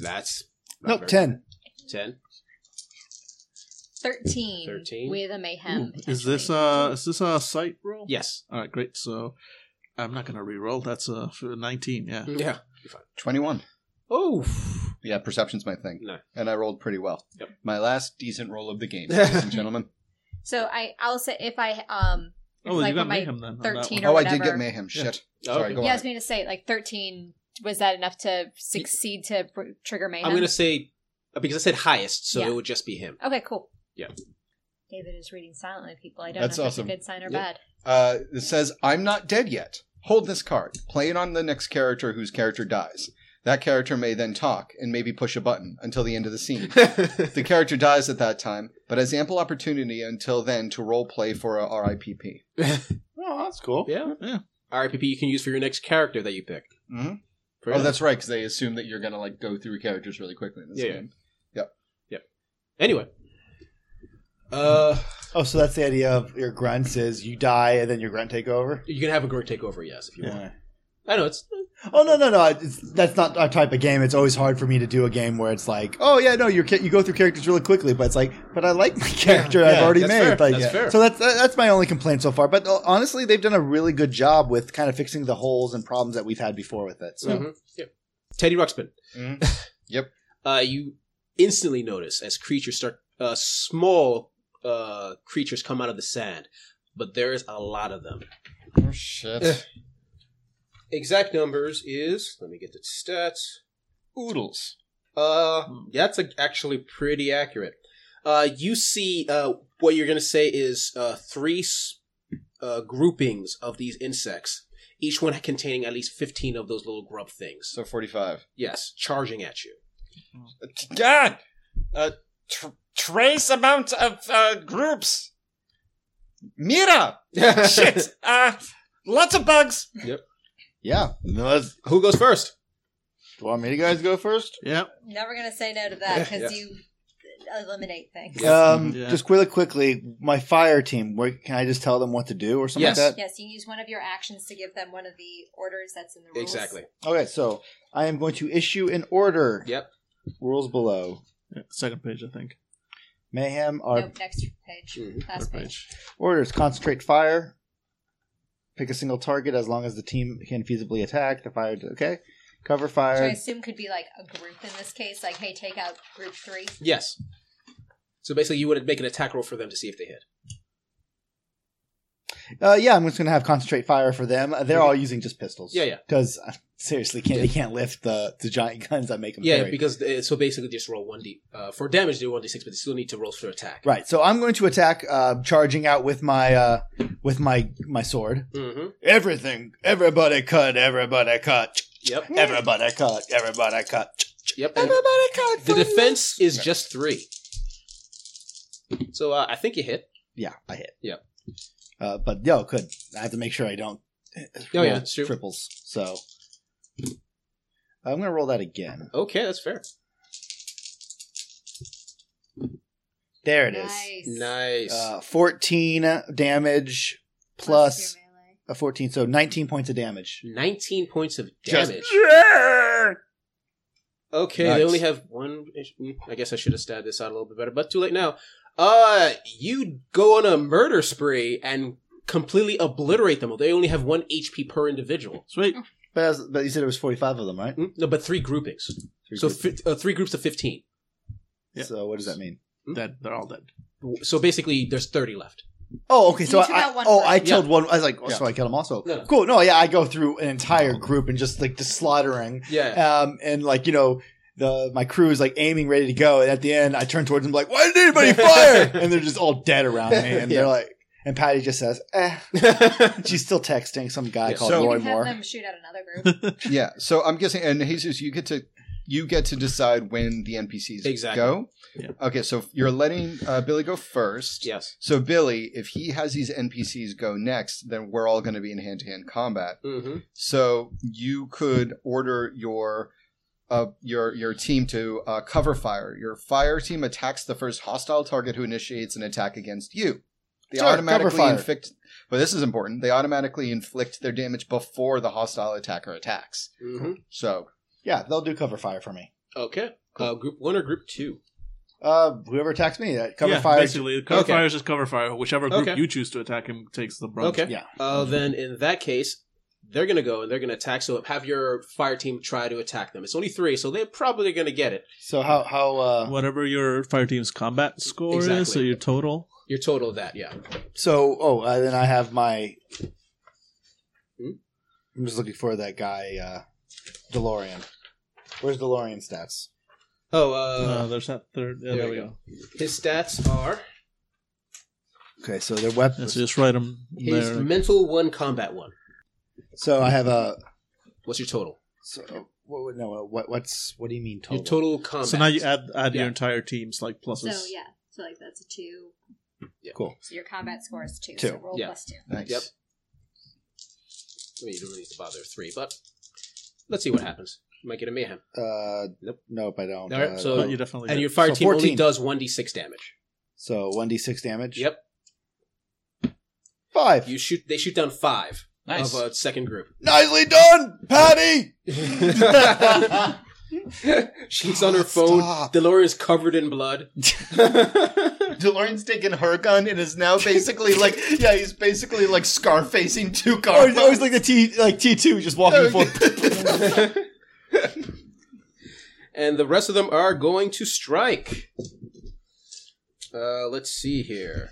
Speaker 3: That's. not very-
Speaker 8: Nope, ten.
Speaker 3: 10.
Speaker 6: 13,
Speaker 3: 13.
Speaker 6: with a mayhem.
Speaker 5: Is this
Speaker 6: potentially.
Speaker 5: uh is this a sight roll?
Speaker 3: Yes.
Speaker 5: All right, great. So I'm not gonna re-roll. That's a for 19. Yeah.
Speaker 3: Yeah.
Speaker 7: Twenty-one.
Speaker 3: Oh.
Speaker 7: Yeah, perception's my thing.
Speaker 3: No.
Speaker 7: And I rolled pretty well.
Speaker 3: Yep.
Speaker 7: My last decent roll of the game, ladies and gentlemen.
Speaker 6: So I, I'll say if I um. if,
Speaker 5: Oh,
Speaker 6: like,
Speaker 5: you got
Speaker 6: when my-
Speaker 5: mayhem then. on that
Speaker 6: 13
Speaker 5: one.
Speaker 6: or
Speaker 7: oh, I did get
Speaker 6: whatever.
Speaker 7: mayhem. Shit. Sorry,
Speaker 3: Oh, Okay.
Speaker 7: go
Speaker 6: Yeah, I was
Speaker 7: on.
Speaker 6: going to say like thirteen. Was that enough to succeed to br- trigger mayhem?
Speaker 3: I'm going to say, because I said highest, so
Speaker 6: Yeah.
Speaker 3: it would just be him.
Speaker 6: Okay, cool.
Speaker 3: Yeah.
Speaker 6: David is reading silently, people. I don't
Speaker 7: That's
Speaker 6: know if
Speaker 7: awesome.
Speaker 6: that's a good sign or
Speaker 3: Yeah.
Speaker 6: bad.
Speaker 7: Uh, it says, I'm not dead yet.
Speaker 1: Hold this card. Play it on the next character whose character dies. That character may then talk and maybe push a button until the end of the scene. the character dies at that time, but has ample opportunity until then to role play for a RIPP.
Speaker 8: Oh, that's cool.
Speaker 3: Yeah.
Speaker 5: Yeah.
Speaker 3: RIPP you can use for your next character that you pick.
Speaker 1: Mm-hmm.
Speaker 3: Fair
Speaker 1: Oh,
Speaker 3: enough.
Speaker 1: that's right, because they assume that you're gonna like go through characters really quickly in this
Speaker 3: Yeah,
Speaker 1: game.
Speaker 3: anyway. Uh,
Speaker 8: Oh, so that's the idea of your grunts is you die and then your grunt take over.
Speaker 3: you can have a grunt take over, yes, if you want. I know it's
Speaker 8: Oh no no no! It's, that's not our type of game. It's always hard for me to do a game where it's like, oh yeah, no, you you go through characters really quickly, but it's like, but I like my character I've
Speaker 5: yeah,
Speaker 8: already
Speaker 5: that's
Speaker 8: made.
Speaker 5: fair, that's
Speaker 8: Like, yeah.
Speaker 5: fair.
Speaker 8: So that's that- that's my only complaint so far. But uh, honestly, they've done a really good job with kind of fixing the holes and problems that we've had before with it.
Speaker 4: Mm-hmm.
Speaker 8: So Mm-hmm.
Speaker 3: Mhm. Yep. Teddy Ruxpin.
Speaker 1: Mhm. Yep.
Speaker 3: Uh, you instantly notice as creatures start, uh, small uh, creatures come out of the sand, but there is a lot of them.
Speaker 1: Oh shit.
Speaker 3: Eh. Exact numbers is let me get the stats.
Speaker 1: Oodles.
Speaker 3: Uh, that's a, actually pretty accurate. Uh, you see, uh, what you're gonna say is uh, three s- uh, groupings of these insects, each one containing at least fifteen of those little grub things.
Speaker 1: So forty-five.
Speaker 3: Yes, charging at you.
Speaker 7: God! A tr- trace amount of uh, groups. Mira! Shit! Uh, lots of bugs.
Speaker 4: Yeah. No, that's-
Speaker 3: Who goes first?
Speaker 4: do you want me to guys go first?
Speaker 5: Yeah.
Speaker 6: Never gonna say no to that because
Speaker 3: Yes.
Speaker 6: you eliminate things.
Speaker 8: um,
Speaker 5: Yeah.
Speaker 8: just really quickly, my fire team. Where, can I just tell them what to do or something
Speaker 3: Yes.
Speaker 8: like that?
Speaker 6: Yes, you can use one of your actions to give them one of the orders that's in the rules.
Speaker 3: Exactly.
Speaker 8: Okay, so I am going to issue an order.
Speaker 3: Yep.
Speaker 8: Rules below.
Speaker 5: Yeah, Second page, I think.
Speaker 8: Mayhem are
Speaker 6: Nope, next page.
Speaker 3: Mm-hmm.
Speaker 6: Last
Speaker 5: Third
Speaker 6: page.
Speaker 5: page.
Speaker 8: Orders concentrate fire. Pick a single target as long as the team can feasibly attack. The fire. Okay. Cover
Speaker 6: Which I
Speaker 8: fire.
Speaker 6: assume could be like a group in this case, like, hey, take out group three.
Speaker 3: Yes. So basically, you would make an attack roll for them to see if they hit.
Speaker 8: Uh, yeah, I'm just going to have concentrate fire for them. Uh, They're all using just pistols.
Speaker 3: Yeah, yeah,
Speaker 8: Because seriously, can't, they can't lift the, the giant guns that make them
Speaker 3: yeah.
Speaker 8: carry.
Speaker 3: Because uh, so basically, just roll one d uh, for damage. Do one d six, but they still need to roll for attack.
Speaker 8: Right, so I'm going to attack, uh, charging out with my uh, with my my sword.
Speaker 3: Mm-hmm.
Speaker 4: Everything. Everybody cut. Everybody cut.
Speaker 3: Yep.
Speaker 4: Everybody cut. Everybody cut.
Speaker 3: Yep. and the defense is just three. So uh, I think you hit.
Speaker 8: Yeah, I hit.
Speaker 3: Yep.
Speaker 8: Uh, but yo, good. I have to make sure I don't
Speaker 3: Oh yeah,
Speaker 8: roll
Speaker 3: that's true.
Speaker 8: triples. So I'm going to roll that again.
Speaker 3: Okay, that's fair.
Speaker 8: There it is.
Speaker 6: nice.
Speaker 3: Nice.
Speaker 8: Uh, 14 damage plus
Speaker 6: your melee.
Speaker 8: a 14, so 19 points of damage.
Speaker 3: Nineteen points of
Speaker 1: Just-
Speaker 3: damage. Okay,
Speaker 1: Nice.
Speaker 3: they only have one. mm, I guess I should have stabbed this out a little bit better, but too late now. Uh, you go on a murder spree and completely obliterate them. They only have one HP per individual.
Speaker 5: Sweet.
Speaker 8: But, as, but you said it was 45 of them, right?
Speaker 3: Mm, No, but three groupings.
Speaker 8: Three
Speaker 3: so
Speaker 8: groups.
Speaker 3: fi- uh, three groups of fifteen.
Speaker 5: yeah.
Speaker 8: So what does that mean?
Speaker 5: Dead. They're all dead.
Speaker 3: So basically, there's thirty left.
Speaker 8: Oh, okay. So
Speaker 6: You
Speaker 8: I,
Speaker 6: took out one
Speaker 8: oh,
Speaker 6: person.
Speaker 8: I killed one. I was like, oh,
Speaker 1: Yeah.
Speaker 8: so I killed them also.
Speaker 3: No, no.
Speaker 8: Cool. No, yeah, I go through an entire group and just like just slaughtering,
Speaker 3: Yeah.
Speaker 8: um, and like you know, the my crew is like aiming, ready to go, and at the end, I turn towards them like, why did anybody fire? and they're just all dead around me, and
Speaker 3: Yeah.
Speaker 8: they're like, and Patty just says, eh. She's still texting some guy
Speaker 3: Yeah.
Speaker 8: called
Speaker 1: So-
Speaker 6: You
Speaker 8: Roy
Speaker 6: can have
Speaker 8: Moore.
Speaker 6: them shoot at another group.
Speaker 1: yeah. So I'm guessing, and Jesus, you get to you get to decide when the NPCs
Speaker 3: Exactly.
Speaker 1: go.
Speaker 5: Yeah.
Speaker 1: Okay, so you're letting uh, Billy go first.
Speaker 3: yes.
Speaker 1: So Billy, if he has these NPCs go next, then we're all going to be in hand-to-hand combat.
Speaker 3: Mm-hmm.
Speaker 1: So you could order your uh, your your team to uh, cover fire. Your fire team attacks the first hostile target who initiates an attack against you. They
Speaker 8: Sure, cover
Speaker 1: automatically
Speaker 8: fire.
Speaker 1: inflict. But this is important. They automatically inflict their damage before the hostile attacker attacks.
Speaker 3: Mm-hmm.
Speaker 1: So
Speaker 8: Yeah, they'll do cover fire for me.
Speaker 3: Okay. Uh, group one or group two?
Speaker 8: Uh, whoever attacks me, that cover
Speaker 5: yeah,
Speaker 8: fire.
Speaker 5: Basically, cover
Speaker 3: Okay.
Speaker 5: fire is just cover fire. Whichever group
Speaker 3: Okay.
Speaker 5: you choose to attack him takes the brunt.
Speaker 3: Okay.
Speaker 8: Yeah.
Speaker 3: Uh, then in that case, they're gonna go and they're gonna attack. So have your fire team try to attack them. It's only three, so they're probably gonna get it.
Speaker 8: So how how uh
Speaker 5: Whatever your fire team's combat score is, so
Speaker 3: Exactly.
Speaker 5: your total.
Speaker 3: Your total of that, yeah.
Speaker 8: so oh uh, then I have my.
Speaker 3: Hmm?
Speaker 8: I'm just looking for that guy, uh DeLorean. Where's DeLorean stats?
Speaker 3: Oh,
Speaker 5: Uh,
Speaker 3: uh,
Speaker 5: there's that third.
Speaker 3: there
Speaker 5: Yeah, there,
Speaker 3: we
Speaker 5: we
Speaker 3: go.
Speaker 5: go.
Speaker 3: his stats are
Speaker 8: Okay, so their
Speaker 5: Yeah,
Speaker 8: weapons.
Speaker 5: so just write them
Speaker 3: his
Speaker 5: there.
Speaker 3: mental one, combat one.
Speaker 8: So I have a.
Speaker 3: What's your total?
Speaker 8: So, what, no, uh, what, what's what do you mean total?
Speaker 3: Your total combat.
Speaker 5: So now you add add your
Speaker 3: Yeah.
Speaker 5: entire team's like pluses.
Speaker 6: So yeah, so like that's a two.
Speaker 8: Cool.
Speaker 6: So your combat score is two.
Speaker 8: Two.
Speaker 6: So roll
Speaker 3: Yeah.
Speaker 6: plus two.
Speaker 1: Nice.
Speaker 3: Yep. I mean, you don't really need to bother with three, but let's see what happens. You might get a mayhem.
Speaker 8: Uh,
Speaker 3: Nope.
Speaker 8: nope, I don't.
Speaker 3: All right,
Speaker 8: Uh,
Speaker 3: so-
Speaker 5: But you definitely
Speaker 3: And
Speaker 5: did.
Speaker 3: your fire
Speaker 8: So
Speaker 3: team only
Speaker 8: 14.
Speaker 3: does 1d6 damage.
Speaker 8: so one d six damage.
Speaker 3: Yep.
Speaker 8: Five.
Speaker 3: You shoot. They shoot down five
Speaker 7: Nice.
Speaker 1: uh,
Speaker 3: of a second group.
Speaker 4: Nicely done, Patty.
Speaker 3: She's on her phone.
Speaker 4: Stop.
Speaker 3: DeLorean's covered in blood.
Speaker 1: DeLorean's taken her gun and is now basically like, yeah, he's basically like scarfacing two Oh,
Speaker 4: Oh,
Speaker 1: cars.
Speaker 4: it's always like the T, like T two, just walking full.
Speaker 3: and the rest of them are going to strike. Uh, let's see here.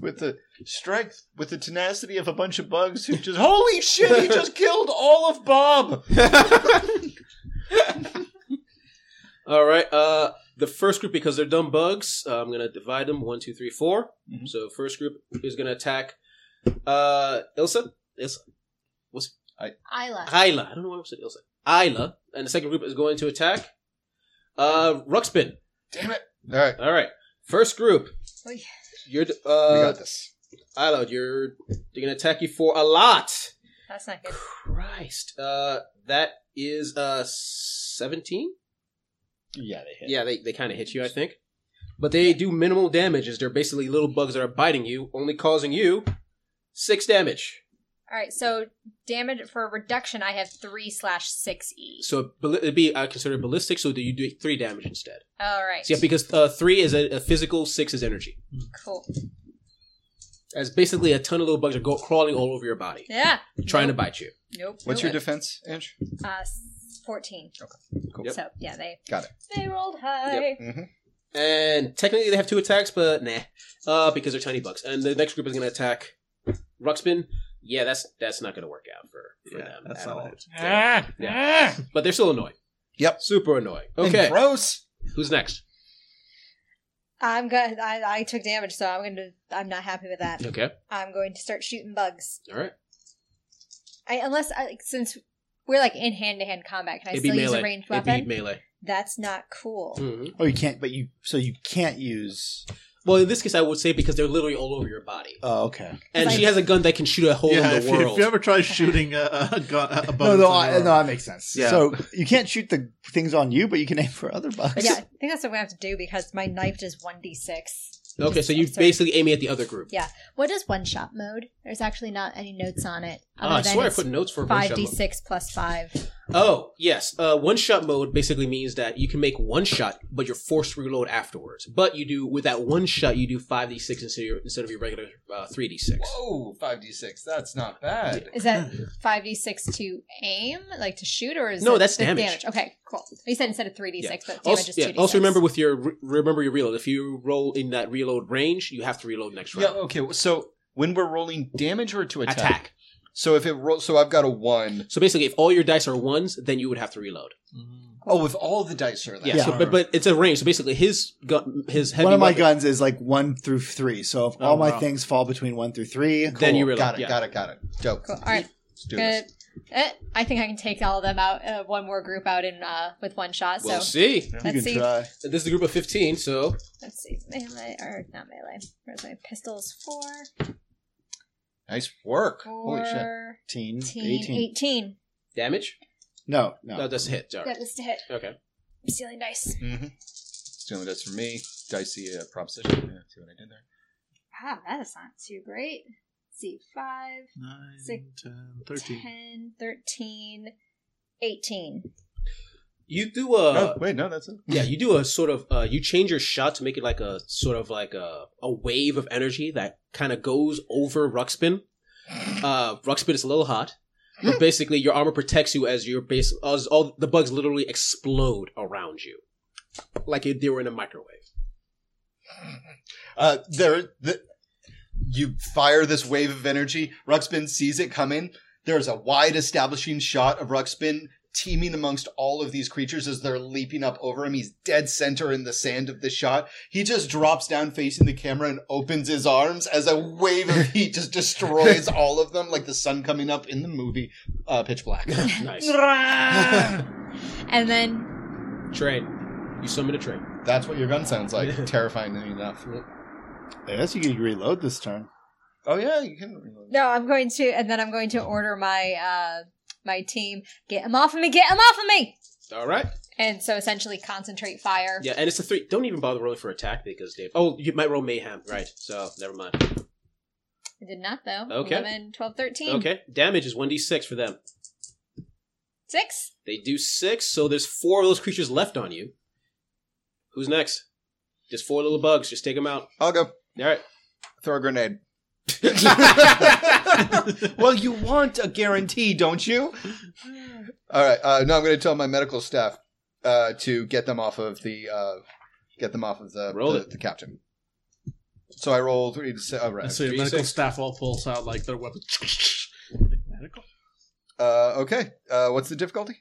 Speaker 1: with the strength, with the tenacity of a bunch of bugs who just, holy shit, he just killed all of Bob.
Speaker 3: All right. Uh, the first group, because they're dumb bugs, uh, I'm going to divide them one, two, three, four. So first group is going to attack uh, Ilsa. Ilsa.
Speaker 6: Isla.
Speaker 3: Isla. I don't know why I said Ilsa. Isla. And the second group is going to attack uh, Ruxpin.
Speaker 1: Damn it. All right.
Speaker 3: All right. First group.
Speaker 6: Oh, yeah.
Speaker 3: You're d-
Speaker 1: We
Speaker 3: uh,
Speaker 1: got this.
Speaker 3: Isla. You're they're gonna attack you for a lot.
Speaker 6: That's not good.
Speaker 3: Christ. Uh, that is uh seventeen.
Speaker 8: Yeah, they hit.
Speaker 3: Yeah, they they kind of hit you, I think. But they do minimal damage. As they're basically little bugs that are biting you, only causing you six damage.
Speaker 6: All right, so damage for reduction, I have three slash six e.
Speaker 3: So bal- it'd be I consider ballistic. So do you do three damage instead?
Speaker 6: All right,
Speaker 3: So yeah, because uh, three is a, a physical, six is energy.
Speaker 6: cool.
Speaker 3: As basically a ton of little bugs are go- crawling all over your body,
Speaker 6: Yeah.
Speaker 3: trying to
Speaker 6: nope.
Speaker 3: bite you.
Speaker 6: Nope.
Speaker 1: What's
Speaker 6: nope.
Speaker 1: your defense, Ange?
Speaker 6: Uh, s- fourteen. Okay.
Speaker 1: cool.
Speaker 3: Yep.
Speaker 6: So yeah, they
Speaker 1: Got it.
Speaker 6: They rolled high.
Speaker 3: And technically they have two attacks, but nah. Uh, because they're tiny bugs. And the next group is going to attack Ruxpin. Yeah, that's that's not going to work out for, for
Speaker 5: Yeah,
Speaker 3: them
Speaker 5: that's
Speaker 3: at
Speaker 5: not
Speaker 3: all.
Speaker 5: it.
Speaker 7: Ah, ah.
Speaker 3: But they're still annoying.
Speaker 1: Yep.
Speaker 3: Super annoying. Okay,
Speaker 1: Gross.
Speaker 3: who's next?
Speaker 6: I'm going. I I took damage, so I'm going to. I'm not happy with that.
Speaker 3: Okay,
Speaker 6: I'm going to start shooting bugs.
Speaker 3: all right.
Speaker 6: I unless I, since we're like in hand to hand combat, can I
Speaker 3: It'd be
Speaker 6: still use a
Speaker 3: melee.
Speaker 6: ranged
Speaker 3: It'd
Speaker 6: weapon?
Speaker 3: be melee.
Speaker 6: That's not cool.
Speaker 3: Mhm.
Speaker 8: Oh, you can't. But you. So you can't use.
Speaker 3: Well, in this case, I would say because they're literally all over your body.
Speaker 8: Oh, okay.
Speaker 3: And
Speaker 6: Like-
Speaker 3: she has a gun that can shoot a hole
Speaker 5: Yeah,
Speaker 3: in
Speaker 5: if
Speaker 3: the
Speaker 5: you,
Speaker 3: world.
Speaker 5: if you ever try shooting a, a gun, a a
Speaker 8: No,
Speaker 5: bug
Speaker 8: no,
Speaker 5: that's on
Speaker 8: I, no,
Speaker 5: your arm-
Speaker 8: that makes sense.
Speaker 5: Yeah.
Speaker 8: So you can't shoot the things on you, but you can aim for other bugs.
Speaker 6: But yeah, I think that's what we have to do because my knife does one d six.
Speaker 3: okay, so you basically aiming at the other group.
Speaker 6: What is one shot mode? There's actually not any notes on it.
Speaker 3: Ah, I
Speaker 6: than
Speaker 3: swear I
Speaker 6: it's
Speaker 3: put notes for one
Speaker 6: five
Speaker 3: shot
Speaker 6: d
Speaker 3: mode.
Speaker 6: six plus five.
Speaker 3: Oh, yes. Uh, one shot mode basically means that you can make one shot, but you're forced to reload afterwards. But you do, with that one shot, you do 5d6 instead of your, instead of your regular uh, 3d6.
Speaker 1: Whoa, 5d6. That's not bad.
Speaker 6: Is that five d six to aim, like to shoot, or is
Speaker 3: Hmm. No,
Speaker 6: it
Speaker 3: that's
Speaker 6: the
Speaker 3: damage.
Speaker 6: Okay, cool. You said instead of three d six, but damage
Speaker 3: Also,
Speaker 6: is two
Speaker 3: yeah,
Speaker 6: d six.
Speaker 3: also remember with your re- remember your reload. If you roll in that reload range, you have to reload next
Speaker 1: Yeah,
Speaker 3: round.
Speaker 1: okay. So when we're rolling damage or to attack?
Speaker 3: attack.
Speaker 1: So if it ro- so I've got a 1.
Speaker 3: So basically, if all your dice are ones, then you would have to reload.
Speaker 1: Oh, if all the dice are that.
Speaker 3: Yeah. so- but but it's a range. So basically, his gun, his heavy
Speaker 8: One of my
Speaker 3: weapon-
Speaker 8: guns is like one through three. So if
Speaker 5: Oh,
Speaker 8: all my
Speaker 5: wow.
Speaker 8: things fall between one through three,
Speaker 3: Then you reload.
Speaker 1: Got it,
Speaker 3: yeah.
Speaker 1: got it, got it. Dope.
Speaker 6: Cool. All right,
Speaker 1: Let's do
Speaker 6: good.
Speaker 1: this.
Speaker 6: Eh, I think I can take all of them out, uh, one more group out in uh, with one shot.
Speaker 3: We'll
Speaker 6: so
Speaker 3: see.
Speaker 8: you
Speaker 6: let's
Speaker 8: can
Speaker 6: see.
Speaker 8: try.
Speaker 3: This is a group of fifteen. So
Speaker 6: Let's see. Melee or not melee? Where's my pistols? Four,
Speaker 1: Nice work. Holy shit.
Speaker 6: four,
Speaker 8: 18,
Speaker 6: 18,
Speaker 8: 18.
Speaker 6: 18.
Speaker 3: damage.
Speaker 8: No,
Speaker 3: No,
Speaker 8: no.
Speaker 3: that's a hit. All
Speaker 6: Yeah,
Speaker 3: right.
Speaker 6: that's to hit.
Speaker 3: Okay.
Speaker 6: I'm stealing dice.
Speaker 1: Mm-hmm. Stealing dice from me. Dicey uh, proposition. Yeah, see what I did there?
Speaker 6: Wow, Ah, that is not too great. Let's see, five,
Speaker 5: Nine,
Speaker 6: Six,
Speaker 5: 10,
Speaker 6: 13.
Speaker 5: 13.
Speaker 6: 10, 13, 18.
Speaker 3: You do a.
Speaker 1: oh, wait, no, that's it.
Speaker 3: Yeah, you do a sort of uh, you change your shot to make it like a sort of like a, a wave of energy that kind of goes over Ruxpin. Uh, Ruxpin is a little hot, but basically your armor protects you as your base as all the bugs literally explode around you, like if they were in a microwave.
Speaker 1: Uh, there, the, you fire this wave of energy. Ruxpin sees it coming. There's a wide establishing shot of Ruxpin teeming amongst all of these creatures as they're leaping up over him. He's dead center in the sand of the shot. He just drops down facing the camera and opens his arms as a wave of heat just destroys all of them, like the sun coming up in the movie uh, Pitch Black.
Speaker 3: nice.
Speaker 6: And then
Speaker 3: Train. You summon a train.
Speaker 1: That's what your gun sounds like. Terrifyingly enough.
Speaker 8: I guess you could reload this turn.
Speaker 1: Oh yeah, you can. reload.
Speaker 6: no, I'm going to, and then I'm going to order my uh my team get him off of me, get him off of me,
Speaker 3: All right.
Speaker 6: and so essentially concentrate fire.
Speaker 3: Yeah, and it's a three. Don't even bother rolling for attack because Dave. Oh, you might roll mayhem, right? So never mind.
Speaker 6: I did not though.
Speaker 3: Okay.
Speaker 6: 11, 12, 13.
Speaker 3: Okay, damage is one d six for them.
Speaker 6: Six.
Speaker 3: They do six, so there's four of those creatures left on you. Who's next? Just four little bugs. Just take them out.
Speaker 1: I'll go
Speaker 3: All right.
Speaker 1: throw a grenade. well, you want a guarantee, don't you? All right. Uh, no, I'm going to tell my medical staff uh, to get them off of the uh, get them off of the
Speaker 3: Roll
Speaker 1: the,
Speaker 3: it.
Speaker 1: the captain. So I roll three to six. Oh, right.
Speaker 5: And so your
Speaker 3: Three,
Speaker 5: medical
Speaker 3: six.
Speaker 5: staff all pulls out like their weapons. medical?
Speaker 1: Uh, okay. Uh, what's the difficulty?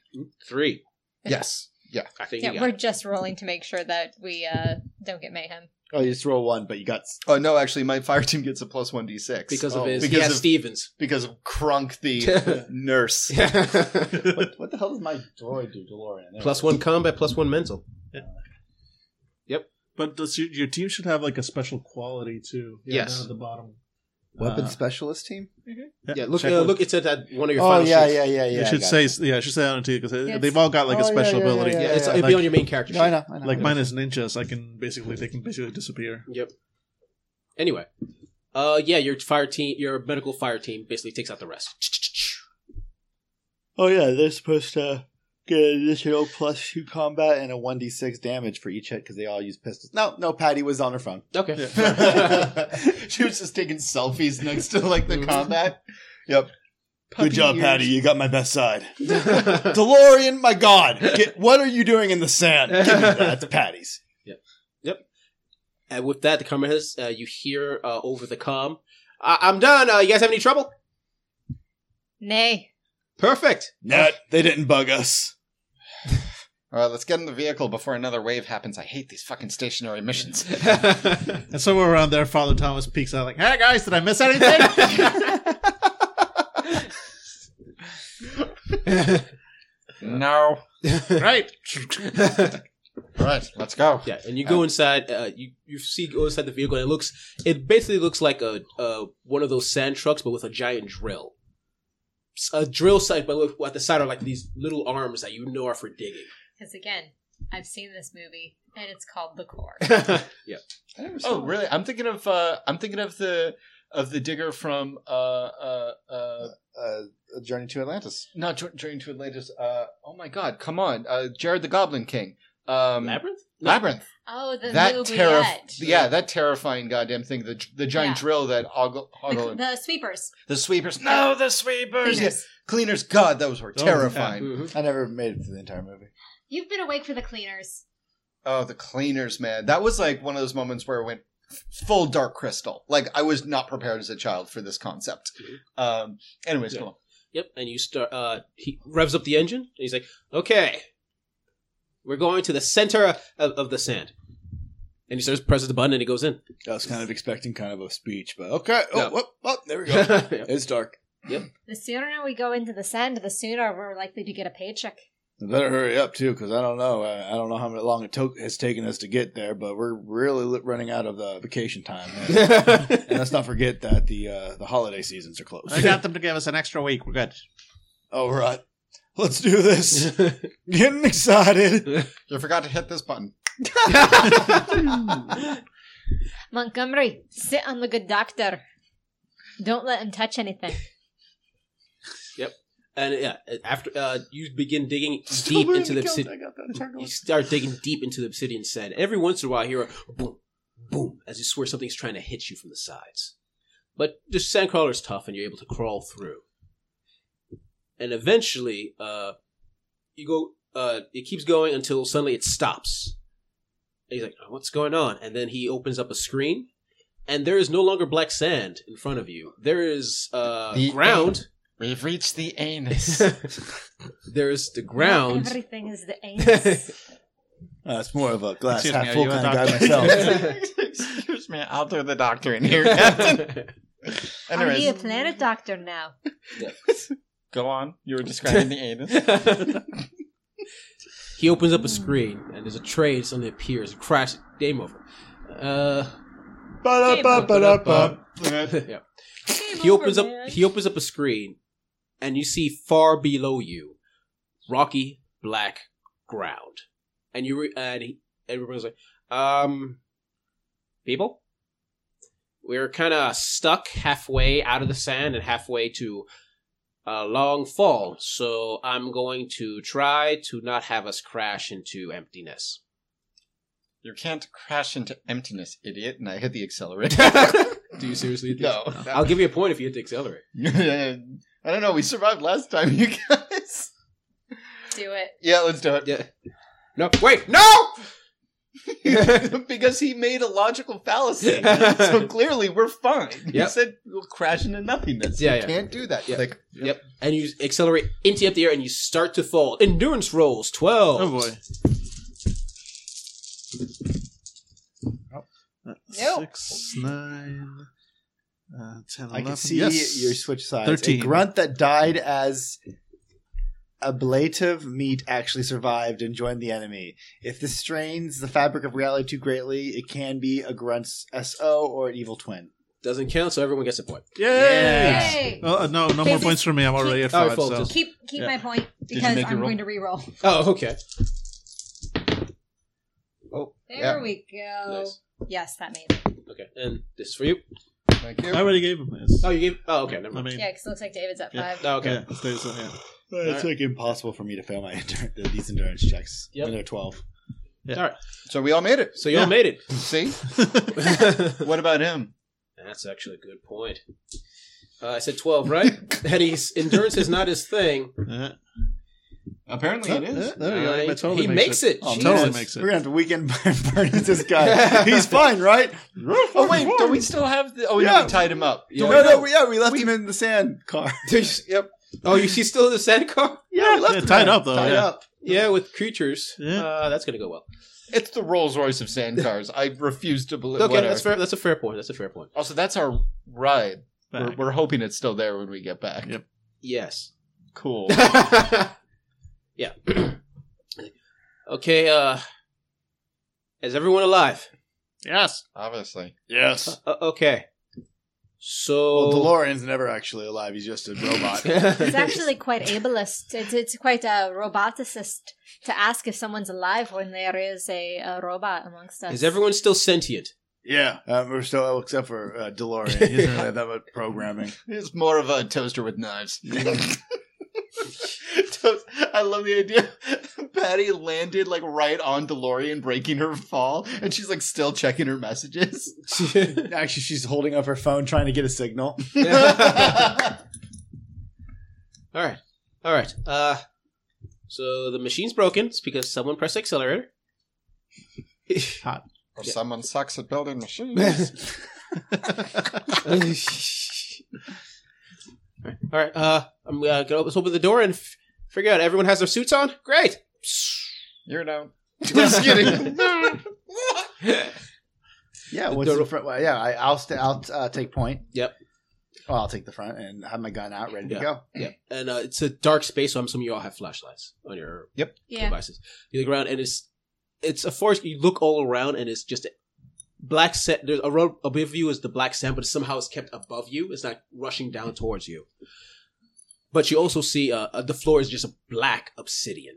Speaker 3: Three.
Speaker 1: Yes. Yeah.
Speaker 3: I think
Speaker 6: Yeah,
Speaker 3: you got.
Speaker 6: we're
Speaker 3: it.
Speaker 6: just rolling to make sure that we uh don't get mayhem.
Speaker 8: Oh, you just roll one, but you got s-
Speaker 1: Oh no, actually, my fire team gets a plus one d six
Speaker 3: Because
Speaker 8: Oh,
Speaker 3: of his.
Speaker 1: because
Speaker 3: yeah,
Speaker 1: of-
Speaker 3: Stevens.
Speaker 1: because of Crunk the nurse.
Speaker 8: what, what the hell does my droid do, DeLorean? There
Speaker 3: Plus
Speaker 8: it is.
Speaker 3: one combat, plus one mental.
Speaker 5: But does your, your team should have like a special quality too. Yeah,
Speaker 1: Yes.
Speaker 5: down at the bottom.
Speaker 8: weapon
Speaker 5: Uh,
Speaker 8: specialist team.
Speaker 3: Yeah, look,
Speaker 5: check
Speaker 3: uh,
Speaker 5: with-
Speaker 3: look. It said that one of your.
Speaker 8: Oh
Speaker 3: final
Speaker 8: yeah,
Speaker 3: sheets.
Speaker 8: yeah, yeah, yeah.
Speaker 5: it
Speaker 8: I
Speaker 5: should
Speaker 8: got
Speaker 5: say
Speaker 8: it.
Speaker 5: yeah, it should say on it too because
Speaker 6: Yeah,
Speaker 5: they've all got like a
Speaker 8: oh, yeah,
Speaker 5: special
Speaker 8: yeah,
Speaker 5: ability.
Speaker 8: yeah,
Speaker 3: Yeah, it's, it'd
Speaker 5: Like,
Speaker 3: be on your main character
Speaker 8: No, I
Speaker 3: sheet.
Speaker 8: know. I know.
Speaker 5: like mine is ninjas. I can basically they can basically disappear.
Speaker 3: Yep. Anyway, uh, yeah, your fire team, your medical fire team, basically takes out the rest.
Speaker 8: Oh yeah, they're supposed to get an additional plus two combat and a one d six damage for each hit because they all use pistols. No, no, Patty was on her phone.
Speaker 3: Okay.
Speaker 1: she was just taking selfies next to like the combat.
Speaker 4: Good job, Patty. You got my best side.
Speaker 3: yeah.
Speaker 4: DeLorean, my God. Get, what are you doing in the sand? Give me that. That's Patty's.
Speaker 3: And with that, the camera has uh, you hear uh, over the com. I- I'm done. Uh, you guys have any trouble?
Speaker 6: Nay.
Speaker 3: Perfect.
Speaker 4: No, they didn't bug us.
Speaker 1: All right, let's get in the vehicle before another wave happens. I hate these fucking stationary missions.
Speaker 5: And somewhere around there, Father Thomas peeks out like, "Hey guys, did I miss anything?"
Speaker 7: No.
Speaker 5: right.
Speaker 1: All right, let's go.
Speaker 3: Yeah, and you go inside. Uh, you you see go inside the vehicle, and it looks it basically looks like a uh, one of those sand trucks, but with a giant drill. S- A drill site, but look, at the side are like these little arms that you know are for digging.
Speaker 6: Because again, I've seen this movie and it's called The Core.
Speaker 3: Mm-hmm.
Speaker 1: I never saw oh, really? I'm thinking of uh, I'm thinking of the of the digger from uh, uh, uh,
Speaker 8: Uh, a journey to Atlantis.
Speaker 1: not Jour- Journey to Atlantis. Uh, oh my God, come on, uh, Jared the Goblin King. Um,
Speaker 3: Labyrinth.
Speaker 1: Labyrinth.
Speaker 6: Oh, the
Speaker 1: That
Speaker 6: movie
Speaker 1: terri-
Speaker 6: yet.
Speaker 1: yeah, that terrifying goddamn thing. The the giant
Speaker 6: Yeah.
Speaker 1: drill that Ogle, Ogle
Speaker 6: The, the sweepers.
Speaker 1: the sweepers. No,
Speaker 7: No, the sweepers.
Speaker 1: Cleaners. cleaners. God, those were
Speaker 5: Those-
Speaker 1: terrifying.
Speaker 3: Mhm.
Speaker 8: I never made it through the entire movie.
Speaker 6: You've been awake for the cleaners.
Speaker 1: Oh, the cleaners, man. That was like one of those moments where I went f- full dark crystal. Like I was not prepared as a child for this concept. Um anyways,
Speaker 3: Mm-hmm. Yeah.
Speaker 1: come on.
Speaker 3: Yep, and you start. Uh, he revs up the engine, and he's like, "Okay, we're going to the center of, of the sand." And he starts presses the button, and it goes in.
Speaker 4: I was kind of expecting kind of a speech, but okay. Oh,
Speaker 3: No.
Speaker 4: whoop, oh, there we go.
Speaker 3: Yeah.
Speaker 4: it's dark.
Speaker 6: The sooner we go into the sand, the sooner we're likely to get a paycheck.
Speaker 4: I better hurry up too, because I don't know. I, I don't know how long it took has taken us to get there, but we're really li- running out of the vacation time. And, and let's not forget that the uh, the holiday seasons are close.
Speaker 5: I got them to give us an extra week. We're good.
Speaker 4: All right, let's do this. Getting excited.
Speaker 1: You forgot to hit this button.
Speaker 6: Montgomery, sit on the good doctor. Don't let him touch anything.
Speaker 3: and yeah, after uh, you begin digging deep into the obsidian, you start digging deep into the obsidian sand. Every once in a while, you hear a boom, boom, as you swear something's trying to hit you from the sides. But the sandcrawler's tough, and you're able to crawl through. And eventually, uh, you go. Uh, it keeps going until suddenly it stops. And he's like, "Oh, "What's going on?" And then he opens up a screen, and there is no longer black sand in front of you. There is uh,
Speaker 1: The-
Speaker 3: ground.
Speaker 7: We've reached the anus.
Speaker 3: There's the ground.
Speaker 6: Everything is the anus.
Speaker 4: That's Uh, more of a glass
Speaker 5: Excuse me,
Speaker 4: half
Speaker 5: are
Speaker 4: full
Speaker 5: you a
Speaker 4: kind of guy
Speaker 5: doctor?
Speaker 4: myself.
Speaker 7: Excuse me, I'll do the doctor in here, Captain.
Speaker 6: Are you a
Speaker 7: Anyways,
Speaker 6: planet doctor now?
Speaker 7: go on. You were describing the anus.
Speaker 3: he opens up a screen and there's a tray and suddenly appears. Crash. Game over. Uh,
Speaker 4: Ba-da-ba-ba-da-ba.
Speaker 3: yeah. He opens up. He opens up a screen, and you see far below you, rocky black ground, and you re- and he, everyone's like, um, people, we're kind of stuck halfway out of the sand and halfway to a long fall. So I'm going to try to not have us crash into emptiness.
Speaker 7: You can't crash into emptiness, idiot.
Speaker 1: And I hit the accelerator.
Speaker 3: Do you seriously? think-
Speaker 1: No.
Speaker 3: I'll give you a point if you hit the accelerator.
Speaker 1: I don't know. We survived last time, you guys.
Speaker 6: Do it.
Speaker 1: Yeah, let's do it.
Speaker 3: Yeah. No. Wait. No.
Speaker 1: because he made a logical fallacy. so clearly we're fine. He
Speaker 3: Yep.
Speaker 1: said we'll crash into nothingness.
Speaker 3: Yeah,
Speaker 1: you
Speaker 3: yeah.
Speaker 1: can't do that.
Speaker 3: Yep.
Speaker 1: Like
Speaker 3: Yep. And you accelerate into up the air and you start to fall. Endurance rolls, 12.
Speaker 5: Oh boy.
Speaker 6: Nope.
Speaker 5: Six, nine, uh, ten,
Speaker 8: I can
Speaker 5: 11.
Speaker 8: see
Speaker 5: Yes.
Speaker 8: your switch sides.
Speaker 5: 13.
Speaker 8: A grunt that died as ablative meat actually survived and joined the enemy. If this strains the fabric of reality too greatly, it can be a grunt's SO or an evil twin.
Speaker 3: Doesn't count, so everyone gets a point.
Speaker 5: Yes.
Speaker 6: Yay!
Speaker 5: Oh, uh, no, no more
Speaker 6: Basically,
Speaker 5: points for me. I'm already at
Speaker 3: Oh,
Speaker 5: five.
Speaker 3: full,
Speaker 5: So.
Speaker 3: just-
Speaker 6: Keep keep
Speaker 5: Yeah.
Speaker 6: my point
Speaker 1: you
Speaker 6: because
Speaker 1: make your
Speaker 6: I'm
Speaker 1: roll?
Speaker 6: going to re-roll.
Speaker 3: Oh, okay.
Speaker 6: There
Speaker 1: Yeah.
Speaker 6: we go.
Speaker 3: Nice.
Speaker 6: Yes, that made it.
Speaker 3: Okay. And this is for you.
Speaker 1: thank you.
Speaker 5: I already gave him this.
Speaker 3: Oh, you gave. Oh, okay. Never
Speaker 5: I
Speaker 3: mind.
Speaker 5: mean,
Speaker 6: Yeah, because it looks like David's at
Speaker 5: Yeah.
Speaker 6: five.
Speaker 3: Oh, okay.
Speaker 5: yeah, it's there, so, yeah.
Speaker 8: It's like impossible for me to fail my endurance, these endurance checks
Speaker 3: Yep.
Speaker 8: when they're twelve.
Speaker 5: Yeah.
Speaker 3: All right.
Speaker 1: So we all made it.
Speaker 3: So you all made it.
Speaker 1: See? what about him?
Speaker 3: That's actually a good point. Uh, I said 12, right? and he's, endurance is not his thing.
Speaker 5: Yeah.
Speaker 1: Apparently it is.
Speaker 5: Uh, there you go.
Speaker 3: Nine.
Speaker 5: It totally
Speaker 3: he
Speaker 5: makes
Speaker 3: makes it.
Speaker 5: Oh,
Speaker 3: Jesus.
Speaker 5: totally makes
Speaker 8: We're
Speaker 5: it.
Speaker 8: gonna have to weekend burn, burn this guy. He's fine, right?
Speaker 1: Oh wait, don't we still have the Oh yeah,
Speaker 8: Yeah.
Speaker 1: we tied him up.
Speaker 3: Yeah.
Speaker 8: no, no, we- yeah, we left him in the sand car.
Speaker 1: yep.
Speaker 3: Oh, you see still in the sand car?
Speaker 1: Yeah, we left
Speaker 5: Yeah,
Speaker 1: him
Speaker 5: tied
Speaker 1: there.
Speaker 5: up, though,
Speaker 1: Tied
Speaker 5: yeah.
Speaker 1: up.
Speaker 3: Yeah, with creatures.
Speaker 5: Yeah.
Speaker 3: Uh, that's going to go well.
Speaker 1: It's the Rolls Royce of sand cars. I refuse to believe.
Speaker 3: Okay,
Speaker 1: whatever.
Speaker 3: that's fair. That's a fair point. That's a fair point.
Speaker 1: Also, that's our ride. We're,
Speaker 5: Back.
Speaker 1: we're hoping it's still there when we get back.
Speaker 5: Yep.
Speaker 3: Yes.
Speaker 1: Cool.
Speaker 3: yeah. okay, uh is everyone alive?
Speaker 5: Yes.
Speaker 1: Obviously.
Speaker 4: Yes.
Speaker 3: Uh, okay. So
Speaker 8: Oh,
Speaker 4: Well, DeLorean's never actually alive. He's just a robot.
Speaker 6: It's actually quite ableist. It's, it's quite a roboticist to ask if someone's alive when there is a, a robot amongst us.
Speaker 3: Is everyone still sentient?
Speaker 4: yeah. Um, we're still, except for uh, DeLorean. He doesn't really have that much programming.
Speaker 1: It's more of a toaster with knives. Toast- I love the idea. Patty landed like right on DeLorean, breaking her fall, and she's like still checking her messages.
Speaker 8: Actually, she's holding up her phone trying to get a signal.
Speaker 3: All right. All right. Uh so the machine's broken. It's because someone pressed the accelerator.
Speaker 1: or someone sucks at building machines.
Speaker 3: All right. All right. Uh I'm uh, gonna let's open the door and f- figure out everyone has their suits on. Great.
Speaker 1: You're down. Just kidding.
Speaker 8: Yeah, what's
Speaker 3: The-
Speaker 8: the front? Well, yeah, I, I'll st- I'll uh, take point.
Speaker 3: Yep.
Speaker 8: Well, I'll take the front and have my gun out ready
Speaker 3: Yeah.
Speaker 8: to go.
Speaker 3: Yeah, and uh, it's a dark space, so I'm assuming you all have flashlights on your
Speaker 6: Yeah.
Speaker 3: devices. You look around, and it's it's a forest. You look all around, and it's just a black set. There's a road above you is the black sand, but somehow it's kept above you. It's not rushing down towards you. But you also see uh, uh, the floor is just a black obsidian,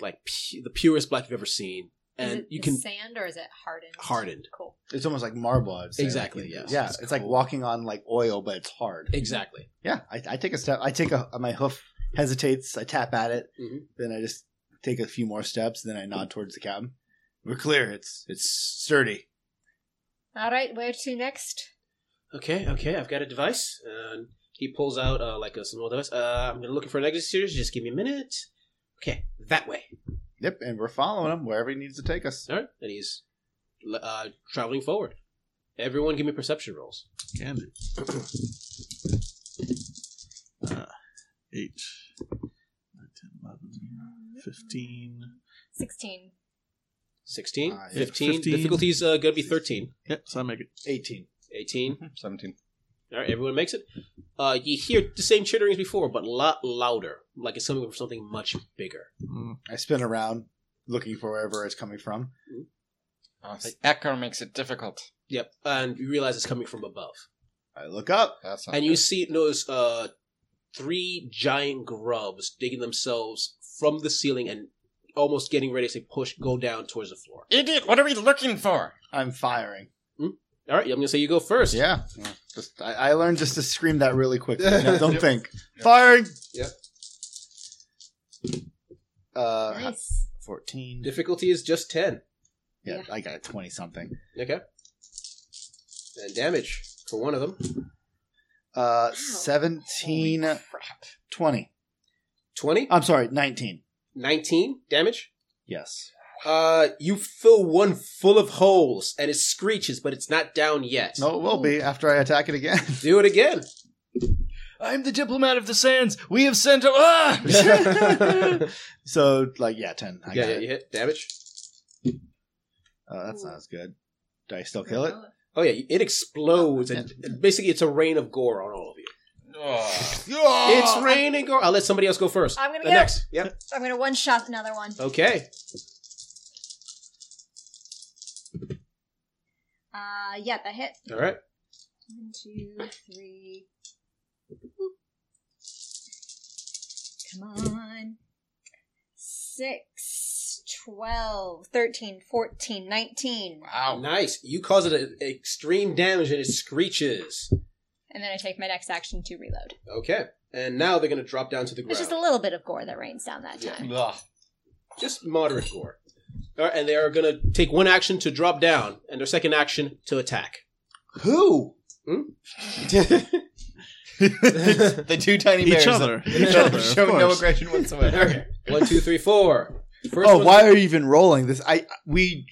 Speaker 3: like pu- the purest black you've ever seen,
Speaker 6: Is
Speaker 3: and
Speaker 6: it
Speaker 3: you
Speaker 6: the
Speaker 3: can
Speaker 6: sand or is it hardened?
Speaker 3: Hardened.
Speaker 6: Cool.
Speaker 8: It's almost like marble. I'd say.
Speaker 3: Exactly,
Speaker 8: Like,
Speaker 3: yes.
Speaker 8: Yeah.
Speaker 3: It's
Speaker 8: It's, like walking on like oil, but it's hard.
Speaker 3: exactly.
Speaker 8: Yeah. I, I take a step. I take a my hoof hesitates. I tap at it.
Speaker 3: Mhm.
Speaker 8: Then I just take a few more steps. Then I nod towards the cabin. We're clear. It's it's sturdy.
Speaker 6: All right, where to next?
Speaker 3: Okay, okay, I've got a device, and he pulls out uh, like a small device. Uh, I'm gonna look for an exit series. Just give me a minute. Okay, that way.
Speaker 8: Yep. And we're following him wherever he needs to take us.
Speaker 3: All right, and he's uh, traveling forward. Everyone, give me perception rolls.
Speaker 5: Can do. Uh, 8, 9, 10, 11, 15.
Speaker 6: 16.
Speaker 3: 16,
Speaker 8: Ah, yeah.
Speaker 3: 15.
Speaker 5: 15.
Speaker 3: Difficulty's uh, going to be 13.
Speaker 5: Yep, so I make it.
Speaker 8: 18.
Speaker 3: 18.
Speaker 1: Hmm.
Speaker 7: 17.
Speaker 3: All right, everyone makes it. Uh, you hear the same chittering as before, but a lot louder, like it's something from something much bigger.
Speaker 5: Mm.
Speaker 8: I spin around looking for wherever it's coming from.
Speaker 7: Oh, the echo makes it difficult.
Speaker 3: Yep, and you realize it's coming from above.
Speaker 8: I look up.
Speaker 7: That's not
Speaker 3: and you
Speaker 7: good.
Speaker 3: see notice uh, three giant grubs digging themselves from the ceiling and almost getting ready to push go down towards the floor.
Speaker 7: Idiot, what are we looking for?
Speaker 8: I'm firing.
Speaker 3: All right, I'm gonna say you go first.
Speaker 8: Yeah. Just, I, I learned just to scream that really quick. No, don't think. Firing.
Speaker 10: Yep.
Speaker 8: Uh,
Speaker 6: Nice.
Speaker 8: 14.
Speaker 3: Difficulty is just ten.
Speaker 8: yeah, I got a 20 something.
Speaker 3: Okay. And damage for one of them.
Speaker 8: Uh, 17. 20.
Speaker 3: 20?
Speaker 8: I'm sorry, 19.
Speaker 3: 19 damage?
Speaker 8: Yes.
Speaker 3: Uh, you fill one full of holes and it screeches, but it's not down yet.
Speaker 8: No, it will be after I attack it again.
Speaker 3: Do it again.
Speaker 7: I'm the diplomat of the sands. We have sent. A- ah!
Speaker 8: ah! so, like, yeah, 10. I
Speaker 3: yeah,
Speaker 8: got
Speaker 3: yeah,
Speaker 8: it.
Speaker 3: you hit damage.
Speaker 8: Oh, that's not as good. Did I still kill it?
Speaker 3: Oh, yeah, it explodes, and and basically, it's a rain of gore on all of you.
Speaker 7: Oh.
Speaker 3: It's raining gore. I'll let somebody else go first.
Speaker 6: I'm gonna
Speaker 3: the
Speaker 6: go.
Speaker 3: next. Yep.
Speaker 6: I'm going to one shot another one.
Speaker 3: Okay.
Speaker 6: Uh, yeah, that hit.
Speaker 3: All right.
Speaker 6: One, two, three. Boop. Come on. Six, twelve, thirteen, fourteen, nineteen.
Speaker 7: Wow.
Speaker 3: Nice. You cause it a, extreme damage and it screeches.
Speaker 6: And then I take my next action to reload.
Speaker 3: Okay. And now they're going to drop down to the ground.
Speaker 6: There's just
Speaker 3: Just,
Speaker 6: a little bit of gore that rains down that
Speaker 3: Yeah.
Speaker 6: time.
Speaker 7: Ugh.
Speaker 3: moderate gore. All right, and they are going to take one action to drop down and their second action to attack.
Speaker 8: Who?
Speaker 7: the two tiny bears.
Speaker 5: Each
Speaker 7: that-
Speaker 5: other.
Speaker 7: Each
Speaker 5: Each
Speaker 7: other.
Speaker 5: other. of
Speaker 7: Show no
Speaker 5: course.
Speaker 7: aggression whatsoever.
Speaker 3: Okay. One, two, three, four. First
Speaker 8: Oh,
Speaker 3: one's-
Speaker 8: why are you even rolling this? I we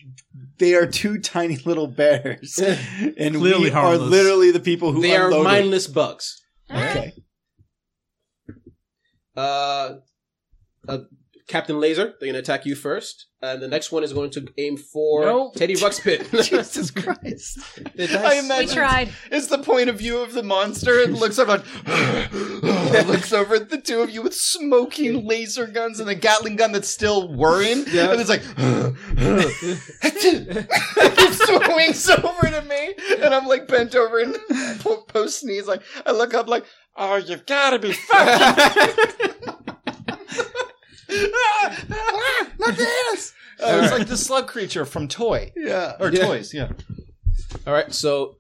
Speaker 8: they are two tiny little bears, and
Speaker 5: Clearly
Speaker 8: we
Speaker 5: harmless.
Speaker 8: are literally the people who
Speaker 3: They are
Speaker 8: unloaded.
Speaker 3: mindless bugs.
Speaker 8: Okay,
Speaker 3: Uh, uh, Captain Laser, they're going to attack you first. And the next one is going to aim for
Speaker 7: No.
Speaker 3: Teddy Ruxpin.
Speaker 8: Jesus Christ!
Speaker 7: I
Speaker 6: We
Speaker 7: imagine
Speaker 6: tried.
Speaker 1: It's the point of view of the monster. It looks over, it looks over at the two of you with smoking laser guns and a Gatling gun that's still whirring.
Speaker 3: Yeah.
Speaker 1: And it's like, it swings over to me, and I'm like bent over and post sneeze. Like I look up, like,
Speaker 7: Oh, you've got to be fucking.
Speaker 1: ah, ah, not the ass. Uh, it's like the slug creature from Toy
Speaker 8: Yeah,
Speaker 1: or
Speaker 3: Yeah.
Speaker 1: Toys. Yeah,
Speaker 3: All right, so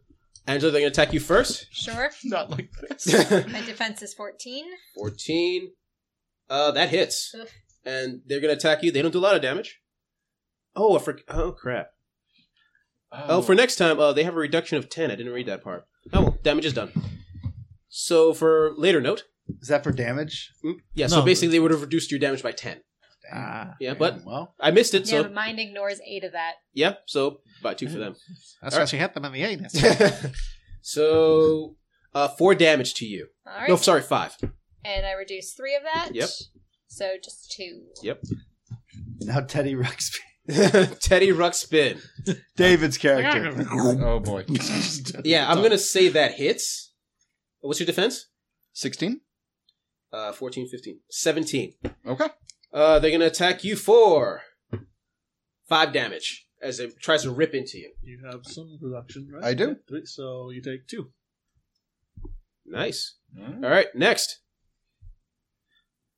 Speaker 3: Angela, they're going to attack you first.
Speaker 6: Sure.
Speaker 1: not like this.
Speaker 6: My defense is 14.
Speaker 3: 14. Uh, that hits.
Speaker 6: Ugh.
Speaker 3: And they're going to attack you. They don't do a lot of damage. Oh, I forgot. Oh, crap. Oh, for next time, uh, they have a reduction of 10. I didn't read that part. Oh, well, damage is done. So for later note,
Speaker 8: is that for damage?
Speaker 3: mm, yeah,
Speaker 5: No.
Speaker 3: so basically they would have reduced your damage by 10.
Speaker 5: Ah,
Speaker 3: Yeah, but
Speaker 8: Damn, well,
Speaker 3: I missed it,
Speaker 6: Yeah,
Speaker 3: so
Speaker 6: but mine ignores eight of that.
Speaker 3: yeah, so by 2 for them.
Speaker 5: that's
Speaker 3: All
Speaker 5: why
Speaker 3: right.
Speaker 5: she hit them in the anus.
Speaker 3: So, uh, 4 damage to you.
Speaker 6: All right.
Speaker 3: No, sorry, 5.
Speaker 6: and I reduce three of that.
Speaker 3: Yep.
Speaker 6: So just two.
Speaker 8: now Teddy Ruxpin,
Speaker 3: Teddy Ruxpin.
Speaker 8: David's character.
Speaker 7: Oh, boy.
Speaker 3: Yeah, I'm going to say that hits. Uh, What's your defense?
Speaker 1: Sixteen.
Speaker 3: Uh, 14, 15, 17.
Speaker 1: Okay.
Speaker 3: Uh, they're going to attack you for five damage as it tries to rip into you.
Speaker 5: You have some reduction, right?
Speaker 1: I do.
Speaker 5: Yeah, three, so you take two.
Speaker 3: Nice.
Speaker 1: Mm-hmm.
Speaker 3: All right, next.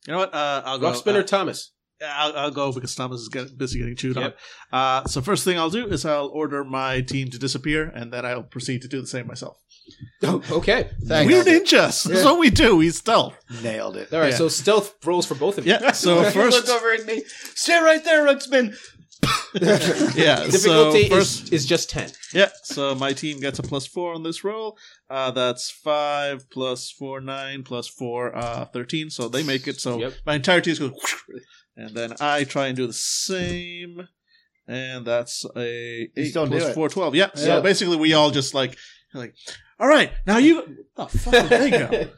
Speaker 5: You know what? Uh, I'll go.
Speaker 3: Rock Spinner
Speaker 5: uh,
Speaker 3: Thomas.
Speaker 5: I'll, I'll go because Thomas is get, busy getting chewed
Speaker 3: Yep.
Speaker 5: on. Uh, so first thing I'll do is I'll order my team to disappear, and then I'll proceed to do the same myself.
Speaker 3: Oh, okay.
Speaker 1: Thanks.
Speaker 5: We're ninjas. That's what we do. We stealth.
Speaker 8: Nailed it.
Speaker 3: All right,
Speaker 5: Yeah.
Speaker 3: so stealth rolls for both of you.
Speaker 5: Yeah. So
Speaker 1: look
Speaker 5: first,
Speaker 1: over at me. Stay right there, Ruxpin.
Speaker 5: yeah.
Speaker 3: Difficulty
Speaker 5: so first,
Speaker 3: is, is just 10.
Speaker 5: yeah. So my team gets a plus four on this roll. Uh, that's five plus four nine plus four uh, thirteen. So they make it. So
Speaker 3: Yep.
Speaker 5: my entire team is going, and then I try and do the same. And that's a eight
Speaker 8: still do
Speaker 5: plus
Speaker 8: it.
Speaker 5: four twelve. Yeah. So
Speaker 3: Yeah.
Speaker 5: basically, we all just like like. All right, now you. Oh, fuck, there you go.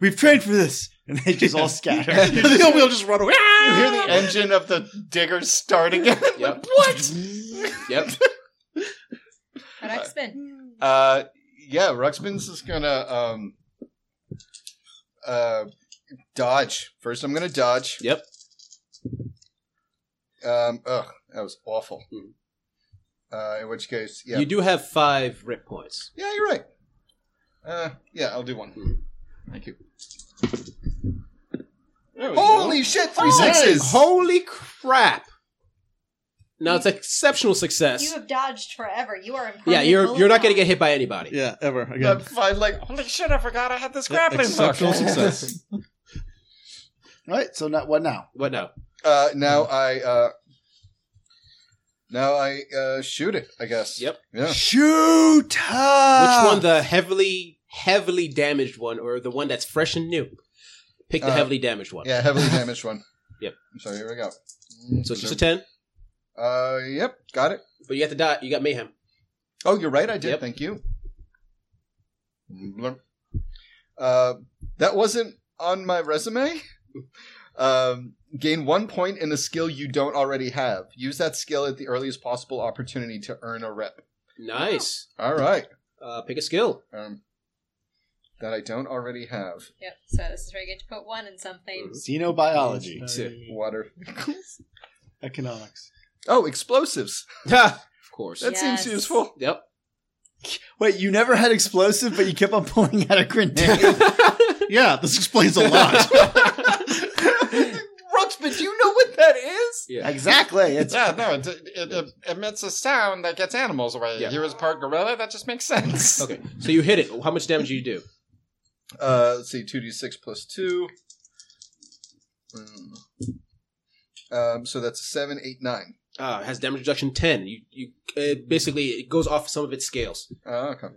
Speaker 8: We've trained for this. and they just all scatter.
Speaker 5: We'll just run away.
Speaker 7: You hear the engine of the digger start again.
Speaker 3: Yep.
Speaker 7: what?
Speaker 3: Yep.
Speaker 6: Ruxpin.
Speaker 7: Uh, yeah, Ruxpin's is gonna um, uh, dodge. First, I'm gonna dodge.
Speaker 3: Yep.
Speaker 7: Um, ugh, that was awful. Uh, in which case, yeah,
Speaker 3: Hmm. You do have five rip points.
Speaker 7: yeah, you're right. Uh, yeah, I'll do one. Thank you. Holy shit, three sixes!
Speaker 3: Oh, Holy crap! Now it's exceptional success.
Speaker 6: You have dodged forever. You are in
Speaker 3: yeah, you're you're not going to get hit by anybody.
Speaker 5: Yeah, ever
Speaker 7: I'm
Speaker 5: again.
Speaker 7: fine, like, holy shit, I forgot I had this grappling hook.
Speaker 5: Exceptional success.
Speaker 8: All right, so not what now?
Speaker 3: What now?
Speaker 7: Uh, now
Speaker 3: Hmm.
Speaker 7: I, uh, now I, uh, shoot it, I guess.
Speaker 3: Yep.
Speaker 7: Yeah.
Speaker 8: Shoot
Speaker 4: Uh.
Speaker 8: Ah! her!
Speaker 3: Which one? The heavily heavily damaged one, or the one that's fresh and new? Pick the
Speaker 7: Uh,
Speaker 3: heavily damaged one.
Speaker 7: Yeah, heavily damaged one.
Speaker 3: Yep.
Speaker 7: So here we go.
Speaker 3: So it's just a ten,
Speaker 7: Uh, yep, got it.
Speaker 3: but you have to die. You got mayhem.
Speaker 7: Oh, you're right, I did.
Speaker 3: Yep.
Speaker 7: Thank you. Blurp. Uh, that wasn't on my resume. Um, gain one point in a skill you don't already have. Use that skill at the earliest possible opportunity to earn a rep.
Speaker 3: Nice.
Speaker 7: All right.
Speaker 3: Uh, pick a skill.
Speaker 7: Um, that I don't already have.
Speaker 6: Yep. So this is where you get to put one in
Speaker 3: Mm-hmm.
Speaker 6: something.
Speaker 8: Xenobiology.
Speaker 7: Water.
Speaker 8: Economics.
Speaker 7: Oh, explosives.
Speaker 3: of course.
Speaker 7: That
Speaker 6: Yes.
Speaker 7: seems useful.
Speaker 3: Yep.
Speaker 8: Wait, you never had explosive, but you kept on pulling out a grenade.
Speaker 5: Yeah, this explains a lot.
Speaker 7: Ruxpin, do you know what that is?
Speaker 3: Yeah.
Speaker 8: exactly. It's
Speaker 7: Yeah,
Speaker 8: yeah,
Speaker 7: no, it, it, it emits a sound that gets animals away.
Speaker 3: Yeah.
Speaker 7: He was part gorilla, that just makes sense.
Speaker 3: Okay. So you hit it. How much damage do you do?
Speaker 7: Uh, let's see, 2d6 plus 2. Mm. Um, so that's 7, 8, 9.
Speaker 3: Uh, it has damage reduction ten. You you uh, basically it goes off some of its scales.
Speaker 7: Uh, okay.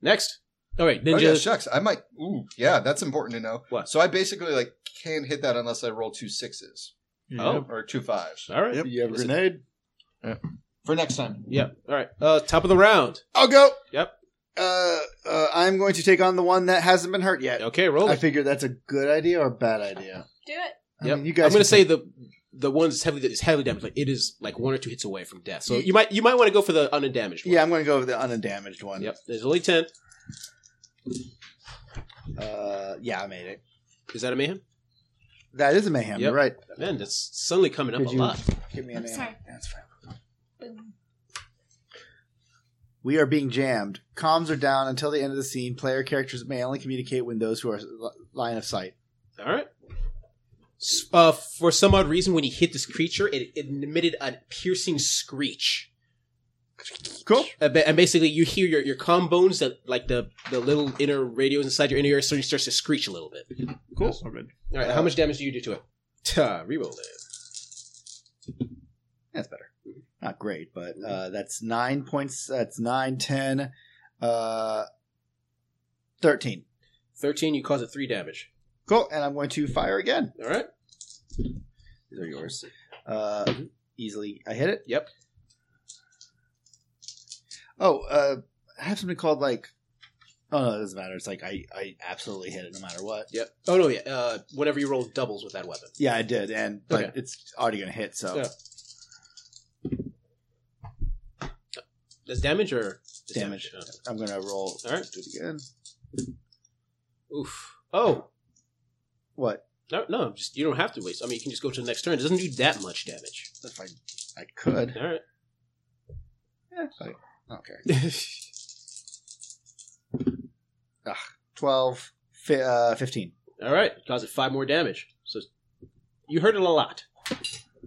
Speaker 3: Next. All right,
Speaker 7: Oh,
Speaker 3: ninja.
Speaker 7: yeah, shucks. I might. Ooh, yeah, that's important to know.
Speaker 3: What?
Speaker 7: So I basically, like, can't hit that unless I roll two sixes
Speaker 3: Oh.
Speaker 7: or two fives.
Speaker 3: All right.
Speaker 5: Yep.
Speaker 8: you have a grenade.
Speaker 7: For next time.
Speaker 3: Yep. All right. Uh, top of the round.
Speaker 8: I'll go.
Speaker 3: Yep.
Speaker 8: Uh, uh, I'm going to take on the one that hasn't been hurt yet.
Speaker 3: Okay, roll
Speaker 8: I
Speaker 3: it.
Speaker 8: figure that's a good idea or a bad idea.
Speaker 6: Do it.
Speaker 8: I
Speaker 3: Yep.
Speaker 8: mean, you
Speaker 3: I'm
Speaker 8: guys.
Speaker 3: gonna
Speaker 8: can-
Speaker 3: say the the one that's heavily that's heavily damaged. Like it is like one or two hits away from death. So you might you might want to go for the unendamaged one.
Speaker 8: Yeah, I'm going to go with the unendamaged one.
Speaker 3: Yep. There's only ten.
Speaker 8: Uh, yeah, I made it.
Speaker 3: Is that a mayhem?
Speaker 8: That is a
Speaker 3: Yep.
Speaker 8: mayhem. You're right.
Speaker 3: Man, that's suddenly coming up
Speaker 8: Did
Speaker 3: a
Speaker 8: you-
Speaker 3: lot.
Speaker 8: Give me a
Speaker 6: I'm
Speaker 8: mayhem.
Speaker 6: sorry.
Speaker 8: That's fine.
Speaker 6: Boom.
Speaker 8: We are being jammed. Comms are down until the end of the scene. Player characters may only communicate when those who are li- line of sight.
Speaker 3: All right. S- Uh, for some odd reason, when he hit this creature, it, it emitted a piercing screech.
Speaker 8: Cool.
Speaker 3: Uh, ba- And basically, you hear your, your comm bones that like the, the little inner radios inside your inner ear starting starts to screech a little bit.
Speaker 5: Cool.
Speaker 3: All
Speaker 8: Uh,
Speaker 3: right, how much damage do you do to it? Tuh, reroll it.
Speaker 8: That's better. Not great, but uh, that's nine points. That's nine, ten, uh, thirteen.
Speaker 3: Thirteen. You cause it three damage.
Speaker 8: Cool. And I'm going to fire again.
Speaker 3: All right.
Speaker 8: These are yours. Uh, easily, I hit it.
Speaker 3: Mm-hmm. Yep.
Speaker 8: Oh, uh, I have something called like. Oh no, it doesn't matter. It's like I, I absolutely hit it no matter what.
Speaker 3: Yep. Oh no, yeah. Uh, whenever you roll doubles with that weapon.
Speaker 8: Yeah, I did, and but
Speaker 3: Okay.
Speaker 8: it's already gonna hit. So
Speaker 3: Yeah. That's damage or it's
Speaker 8: Damage. I'm gonna roll.
Speaker 3: All right.
Speaker 8: Do it again.
Speaker 3: Oh. Oof. Oh
Speaker 8: What?
Speaker 3: no, no, just you don't have to waste. I mean, you can just go to the next turn. It doesn't do that much damage.
Speaker 8: If I, I could.
Speaker 3: All right.
Speaker 8: Okay.
Speaker 3: All
Speaker 8: Twelve. Fi- uh, Fifteen.
Speaker 3: right. Cause it five more damage. So you hurt it a lot.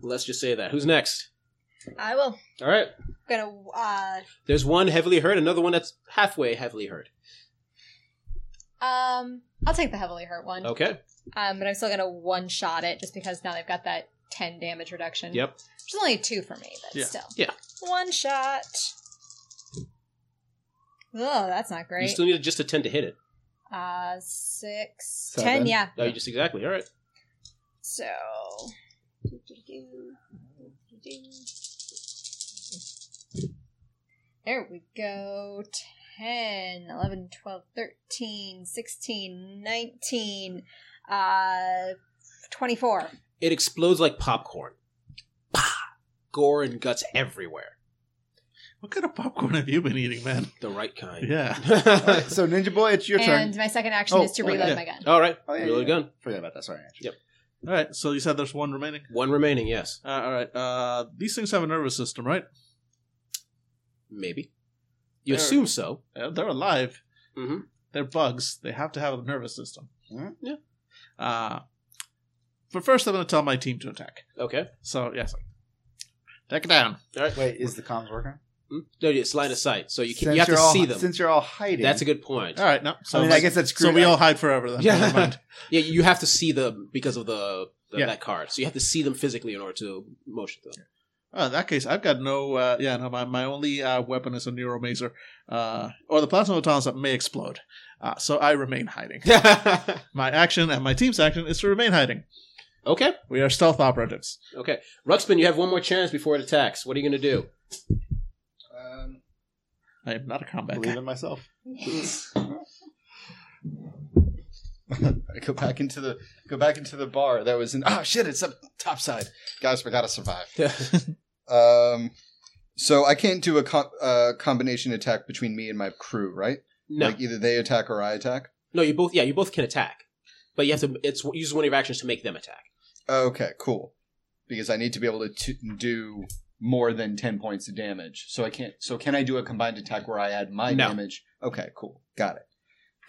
Speaker 3: Let's just say that. Who's next?
Speaker 6: I will.
Speaker 3: All right.
Speaker 6: gonna uh
Speaker 3: There's one heavily hurt. Another one that's halfway heavily hurt.
Speaker 6: um I'll take the heavily hurt one.
Speaker 3: Okay.
Speaker 6: Um but I'm still gonna one shot it just because now they've got that ten damage reduction.
Speaker 3: Yep.
Speaker 6: Which is only two for me, but
Speaker 5: Yeah.
Speaker 6: still.
Speaker 3: Yeah.
Speaker 6: One shot. Oh, that's not
Speaker 3: You
Speaker 6: great.
Speaker 3: still need to just attempt to hit it.
Speaker 6: uh six ten,
Speaker 8: Seven.
Speaker 6: yeah.
Speaker 3: No, you just exactly. All right.
Speaker 6: So there we go. 10, 11, 12, 13, 16, 19, Uh, 24.
Speaker 3: It explodes like popcorn. Pah! Gore and guts everywhere.
Speaker 5: What kind of popcorn have you been eating, man?
Speaker 3: The right kind.
Speaker 5: Yeah.
Speaker 8: All right, so Ninja Boy, it's your
Speaker 6: and
Speaker 8: turn.
Speaker 6: my second action
Speaker 8: Oh,
Speaker 6: is to
Speaker 8: oh,
Speaker 6: reload
Speaker 5: yeah.
Speaker 6: my gun.
Speaker 3: All right.
Speaker 8: Oh, yeah,
Speaker 3: Reload
Speaker 8: yeah.
Speaker 3: gun.
Speaker 8: Forget about that. Sorry. Andrew.
Speaker 5: All right. So you said there's one remaining.
Speaker 3: One remaining. Yes.
Speaker 5: Uh, all right. Uh, these things have a nervous system, right?
Speaker 3: Maybe. You
Speaker 5: There.
Speaker 3: assume so.
Speaker 5: Uh, they're alive.
Speaker 8: Mm-hmm.
Speaker 3: Mhm.
Speaker 5: They're bugs. They have to have a nervous system.
Speaker 8: Mhm.
Speaker 3: Yeah.
Speaker 5: Uh, but first, I'm going to tell my team to attack.
Speaker 3: Okay.
Speaker 5: So yes, take it down.
Speaker 8: Wait, is the comms working?
Speaker 3: Hmm? No, it's line of sight, so you can,
Speaker 8: Since
Speaker 3: you have to
Speaker 8: you're all-
Speaker 3: see them.
Speaker 8: Since Ah. you're all hiding.
Speaker 3: That's a good point.
Speaker 5: All right. No. So
Speaker 8: I mean, I guess that's
Speaker 5: so
Speaker 8: screwed.
Speaker 5: we
Speaker 8: I-
Speaker 5: all hide forever then.
Speaker 3: Yeah.
Speaker 5: Never mind.
Speaker 3: Yeah, you have to see them because of the, the
Speaker 5: Yeah.
Speaker 3: that card. So you have to see them physically in order to motion them.
Speaker 5: Oh, in that case, I've got no. Uh, yeah, no. My, my only uh, weapon is a neuromacer, uh, or the plasma batons that may explode. Uh, so I remain hiding. my action and my team's action is to remain hiding.
Speaker 3: Okay.
Speaker 5: We are stealth operatives.
Speaker 3: Okay. Ruxpin, you have one more chance before it attacks. What are you going to do?
Speaker 1: Um,
Speaker 5: I am not a combat
Speaker 8: believe
Speaker 5: guy.
Speaker 8: in myself.
Speaker 1: I go back into the go back into the bar. That was an ah shit. It's up top side, guys. We gotta survive. Um, so I can't do a co- uh, combination attack between me and my crew, right?
Speaker 3: no.
Speaker 1: Like either they attack or I attack.
Speaker 3: no, you both, yeah, you both can attack. But you have to, it's use one of your actions to make them attack.
Speaker 1: Okay, cool. Because I need to be able to t- do more than ten points of damage. So I can't. So can I do a combined attack where I add my
Speaker 3: No.
Speaker 1: damage? Okay, cool. Got it.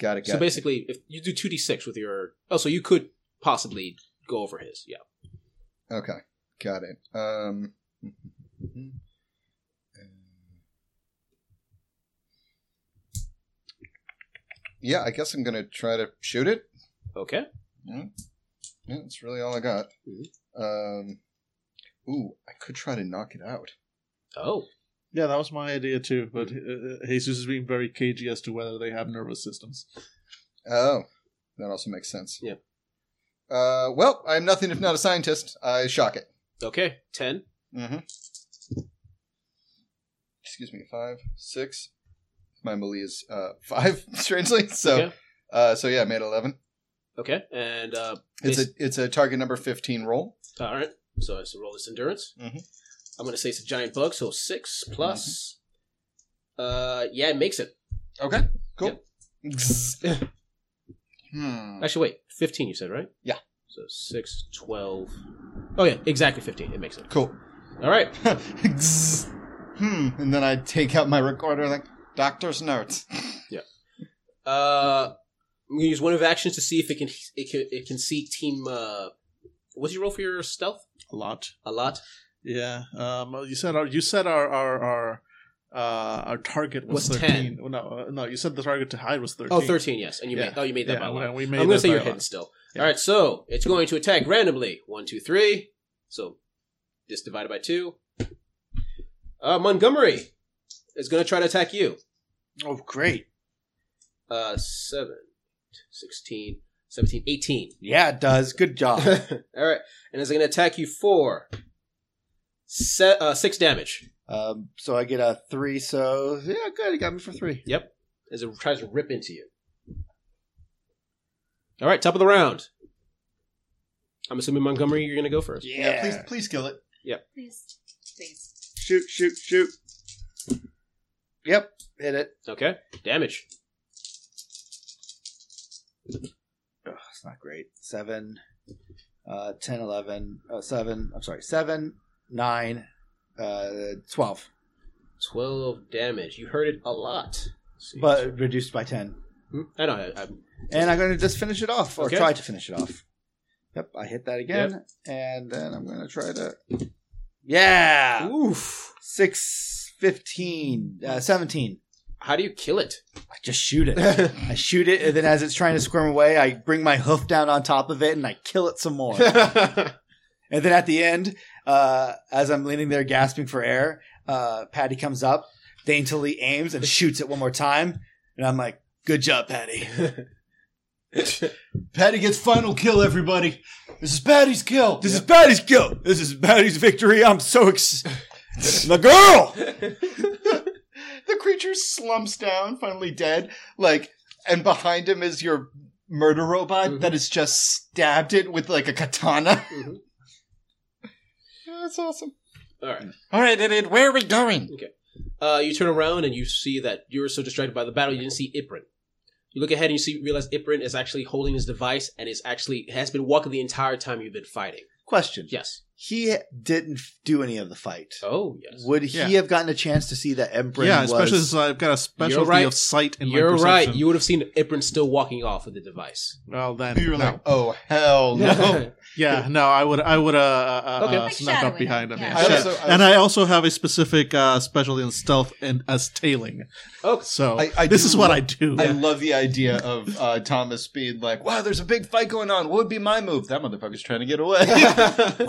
Speaker 1: Got it. Got
Speaker 3: so
Speaker 1: it.
Speaker 3: basically, if you do 2d6 with your, oh, so you could possibly go over his. Yeah.
Speaker 1: Okay, got it. Um, mm-hmm, yeah, I guess I'm gonna try to shoot it.
Speaker 3: Okay.
Speaker 1: Yeah, that's really all I got.
Speaker 3: Mhm.
Speaker 1: Um, ooh, I could try to knock it out.
Speaker 3: Oh.
Speaker 5: Yeah, that was my idea too. But
Speaker 7: Mm-hmm.
Speaker 5: uh, Jesus is being very cagey as to whether they have nervous systems.
Speaker 1: Oh, that also makes sense.
Speaker 3: Yeah.
Speaker 1: Uh, well, I'm nothing if not a scientist. I shock it.
Speaker 3: Okay. 10.
Speaker 1: Mm-hmm. Excuse me, five, six. My melee is uh, five, strangely. So,
Speaker 3: Okay.
Speaker 1: uh, so yeah, I made eleven.
Speaker 3: Okay. And, uh,
Speaker 1: It's a
Speaker 3: Bas-
Speaker 1: it's a target number fifteen roll.
Speaker 3: all right. So it's a roll this endurance.
Speaker 1: Mhm.
Speaker 3: I'm going to say it's a giant bug, so 6 plus.
Speaker 1: Mm-hmm.
Speaker 3: Uh, yeah, it makes it.
Speaker 1: Okay, cool. hmm.
Speaker 3: Actually, wait. 15, you said, right?
Speaker 1: Yeah.
Speaker 3: So 6, 12. Oh, yeah, exactly 15. It makes it.
Speaker 1: Cool.
Speaker 3: All right.
Speaker 1: hmm. And then I take out my recorder, like doctor's notes.
Speaker 3: Uh, I'm going to use one of actions to see if it can it can, it can see team. Uh, what's your roll for your stealth?
Speaker 5: A lot.
Speaker 3: A lot.
Speaker 5: Yeah. Um. You said our. You said our. Our. our uh, our target was,
Speaker 3: Was
Speaker 5: 13. Well, No, uh, no, you said the target to hide was 13.
Speaker 3: Oh, 13, yes. And you
Speaker 5: Yeah.
Speaker 3: made oh you made that by
Speaker 5: Yeah,
Speaker 3: a
Speaker 5: well,
Speaker 3: lot.
Speaker 5: we made
Speaker 3: I'm going to
Speaker 5: that
Speaker 3: say
Speaker 5: by
Speaker 3: you're
Speaker 5: a
Speaker 3: hidden
Speaker 5: lot.
Speaker 3: still.
Speaker 5: Yeah.
Speaker 3: All right, so it's going to attack randomly. One, two, three. So just divided by 2. Uh, Montgomery is going to try to attack you.
Speaker 8: Oh, great.
Speaker 3: Uh, 7, 16, 17, 18.
Speaker 8: Yeah, it does. Good job.
Speaker 3: All right, and it's going to attack you for se- uh, six damage.
Speaker 8: um, so I get a three. So yeah, good. You got me for three.
Speaker 3: As it tries to rip into you. All right, top of the round. I'm assuming Montgomery, you're going to go first.
Speaker 8: Yeah.
Speaker 1: please, please kill it.
Speaker 6: Please. Please.
Speaker 8: Shoot! Shoot! Shoot! Yep. Hit it.
Speaker 3: Okay, damage.
Speaker 8: Ugh, it's not great. Seven, uh, 10, 11, uh, seven. I'm sorry. Seven, nine, uh, 12,
Speaker 3: Twelve damage. You heard it a lot. Let's see.
Speaker 8: but reduced by 10.
Speaker 3: Hmm? I know. I, I'm,
Speaker 8: And I'm going to just finish it off, or
Speaker 3: Okay.
Speaker 8: try to finish it off. Yep, I hit that again, and then I'm going to try to. Yeah!
Speaker 3: oof.
Speaker 8: Six, 15, uh, 17.
Speaker 3: How do you kill it?
Speaker 8: I just shoot it. I shoot it, and then as it's trying to squirm away, I bring my hoof down on top of it and I kill it some more. and then at the end, uh, as I'm leaning there gasping for air, uh, Patty comes up, daintily aims, and shoots it one more time. And I'm like, good job, Patty.
Speaker 1: Patty gets final kill. Everybody, this is Patty's kill.
Speaker 11: This is Patty's kill. This is Patty's victory. I'm so ex. the girl.
Speaker 1: the creature slumps down, finally dead. Like, and behind him is your
Speaker 7: murder robot
Speaker 3: Mhm.
Speaker 5: Mm-hmm.
Speaker 7: that has just stabbed it with like a katana.
Speaker 3: Mhm.
Speaker 7: That's awesome.
Speaker 3: All right.
Speaker 7: All right, Edit, where are we going?
Speaker 3: Uh, you turn around and you see that you were so distracted by the battle you didn't see Iprin. You look ahead and you see realize Iprin is actually holding his device and is actually has been walking the entire time you've been fighting.
Speaker 8: Question.
Speaker 3: Yes.
Speaker 8: He didn't f- do any of the fight.
Speaker 3: Oh yes.
Speaker 8: Would
Speaker 5: Yeah.
Speaker 8: he have gotten a chance to see that Emperor?
Speaker 5: yeah,
Speaker 8: was,
Speaker 5: especially since I've got a specialty
Speaker 3: right.
Speaker 5: of sight in
Speaker 3: You're
Speaker 5: my
Speaker 3: right.
Speaker 5: perception.
Speaker 3: You would have seen Iprin still walking off with the device.
Speaker 5: well then
Speaker 7: You were
Speaker 5: no.
Speaker 7: like, oh hell no.
Speaker 5: yeah, no, I would, I would, uh, uh,
Speaker 3: Okay.
Speaker 5: uh
Speaker 6: Like
Speaker 5: snuck
Speaker 6: shadowing
Speaker 5: up behind him.
Speaker 6: him,
Speaker 5: Yeah.
Speaker 6: yeah.
Speaker 5: Sha-
Speaker 7: I also- I
Speaker 5: and I also have a specific uh, specialty in stealth and as tailing.
Speaker 3: Okay.
Speaker 5: So
Speaker 7: I- I
Speaker 5: this
Speaker 7: do
Speaker 5: is what
Speaker 7: lo-
Speaker 5: I do.
Speaker 7: I love the idea of uh, Thomas being like, "Wow, there's a big fight going on. What would be my move? That motherfucker's trying to get away."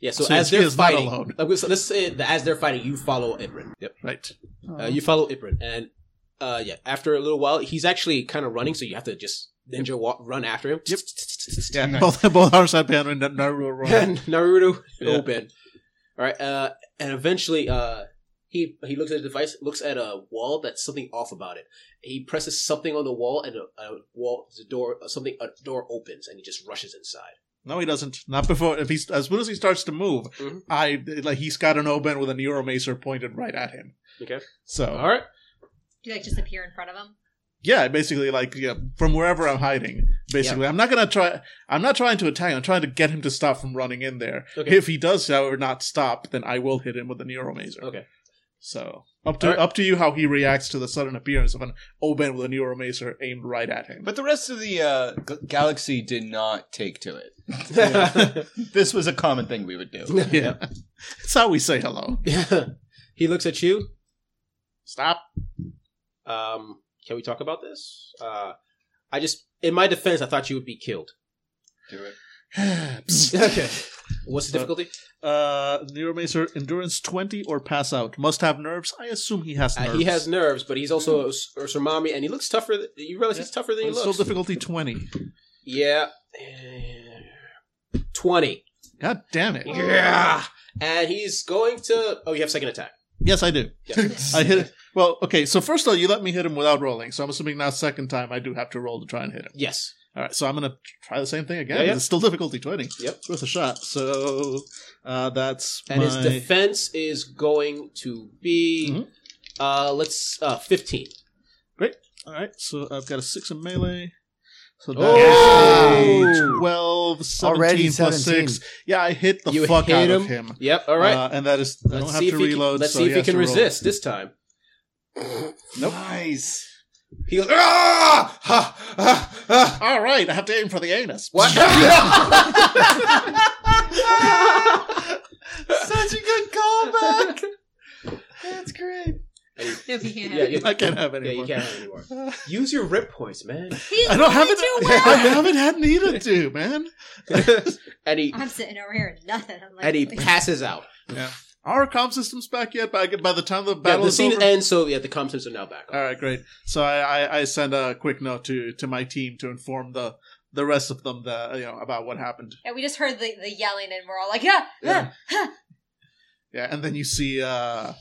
Speaker 3: Yeah. So,
Speaker 5: So
Speaker 3: as
Speaker 5: he
Speaker 3: they're
Speaker 5: is not
Speaker 3: fighting,
Speaker 5: alone.
Speaker 3: Okay, so let's say that as they're fighting, you follow Iprin. Yep.
Speaker 5: right.
Speaker 3: Uh, you follow Iprin, and uh, yeah, after a little while, he's actually kind of running, so you have to just ninja walk, run after him. Yep.
Speaker 5: Yeah. Both both arms are bent and Naruto run.
Speaker 3: and Naruto
Speaker 5: Yeah.
Speaker 3: open. All right, uh, and eventually, uh, he he looks at the device, looks at a wall that's something off about it. He presses something on the wall, and a, a wall, the door, something, a door opens, and he just rushes inside.
Speaker 5: No, he doesn't. Not before. If he's as soon as he starts to move,
Speaker 3: Mhm.
Speaker 5: I like he's got an open with a neuromancer pointed right at him.
Speaker 3: Okay.
Speaker 5: So
Speaker 3: All right.
Speaker 6: Do you like just appear in front of him?
Speaker 5: yeah, basically like yeah, from wherever I'm hiding. Basically, I'm not gonna try. I'm not trying to attack. I'm trying to get him to stop from running in there.
Speaker 3: Okay.
Speaker 5: If he does, however, not stop, then I will hit him with a neuromancer.
Speaker 3: Okay.
Speaker 5: So up to
Speaker 3: All right.
Speaker 5: up to you how he reacts to the sudden appearance of an Oben with a neuromancer aimed right at him.
Speaker 7: but the rest of the uh, g- galaxy did not take to it. this was a common thing we would do.
Speaker 5: yeah, it's how we say hello.
Speaker 3: he looks at you.
Speaker 5: Stop.
Speaker 3: Um, can we talk about this? Uh, I just, in my defense, I thought you would be killed.
Speaker 7: Do it.
Speaker 5: Psst.
Speaker 3: Okay. What's the
Speaker 5: So-
Speaker 3: difficulty?
Speaker 5: Uh, Neuromancer endurance twenty or pass out. Must have nerves. I assume he has
Speaker 3: Uh,
Speaker 5: nerves.
Speaker 3: he has nerves, but he's also a, s- a Surmami, and he looks tougher. Th- you realize he's tougher than he
Speaker 5: But it's still
Speaker 3: looks.
Speaker 5: difficulty twenty.
Speaker 3: Yeah. 20.
Speaker 5: God damn it!
Speaker 3: Yeah. And he's going to. Oh, you have second attack.
Speaker 5: Yes, I do.
Speaker 3: Yeah.
Speaker 5: I hit. It. Well, okay. So first of all, you let me hit him without rolling. So I'm assuming now second time I do have to roll to try and hit him.
Speaker 3: yes.
Speaker 5: All right. So I'm gonna try the same thing again.
Speaker 3: Yeah, yeah.
Speaker 5: 'cause It's still difficulty twenty.
Speaker 3: Yep.
Speaker 5: It's worth a shot. So uh, that's
Speaker 3: And his
Speaker 5: my-
Speaker 3: defense is going to be.
Speaker 5: Mhm.
Speaker 3: Uh, let's. Uh, 15.
Speaker 5: all right. So I've got a six in melee. So that's
Speaker 3: Oh!
Speaker 5: 12, 17
Speaker 8: Already
Speaker 5: plus
Speaker 8: 17.
Speaker 5: six. Yeah, I hit the
Speaker 3: You
Speaker 5: fuck
Speaker 3: hit
Speaker 5: out
Speaker 3: him.
Speaker 5: of him.
Speaker 3: Yep. All right.
Speaker 5: Uh, and that is, I don't have
Speaker 3: see
Speaker 5: to
Speaker 3: if he
Speaker 5: reload.
Speaker 3: Can, let's
Speaker 5: so
Speaker 3: see if he
Speaker 5: has
Speaker 3: can
Speaker 5: to roll.
Speaker 3: resist this time.
Speaker 7: Nope. Nice.
Speaker 3: He goes,
Speaker 5: Ah! Ha! Ah! Ah! All right, I have to aim for the anus.
Speaker 3: What?
Speaker 7: Such a good callback. That's great.
Speaker 6: No, he can't.
Speaker 3: yeah, you,
Speaker 5: I can't have
Speaker 3: yeah, you
Speaker 5: anymore.
Speaker 3: can't have it anymore. Use your rip points, man.
Speaker 6: He's
Speaker 5: I don't have
Speaker 6: doing
Speaker 5: it.
Speaker 6: too well.
Speaker 5: I haven't had needed to, man.
Speaker 3: and he
Speaker 6: I'm sitting over here and nothing. I'm like,
Speaker 3: and he passes out.
Speaker 5: Our comm system's back yet? By, by the time the
Speaker 3: Yeah,
Speaker 5: battle
Speaker 3: the
Speaker 5: is
Speaker 3: scene
Speaker 5: over. Uh,
Speaker 3: ends, so yeah, the comms are now back. on.
Speaker 5: All right, great. So I, I, I send a quick note to, to my team to inform the the rest of them that you know about what happened.
Speaker 6: yeah, we just heard the, the yelling and we're all like, yeah, yeah.
Speaker 5: Yeah, and then you see. uh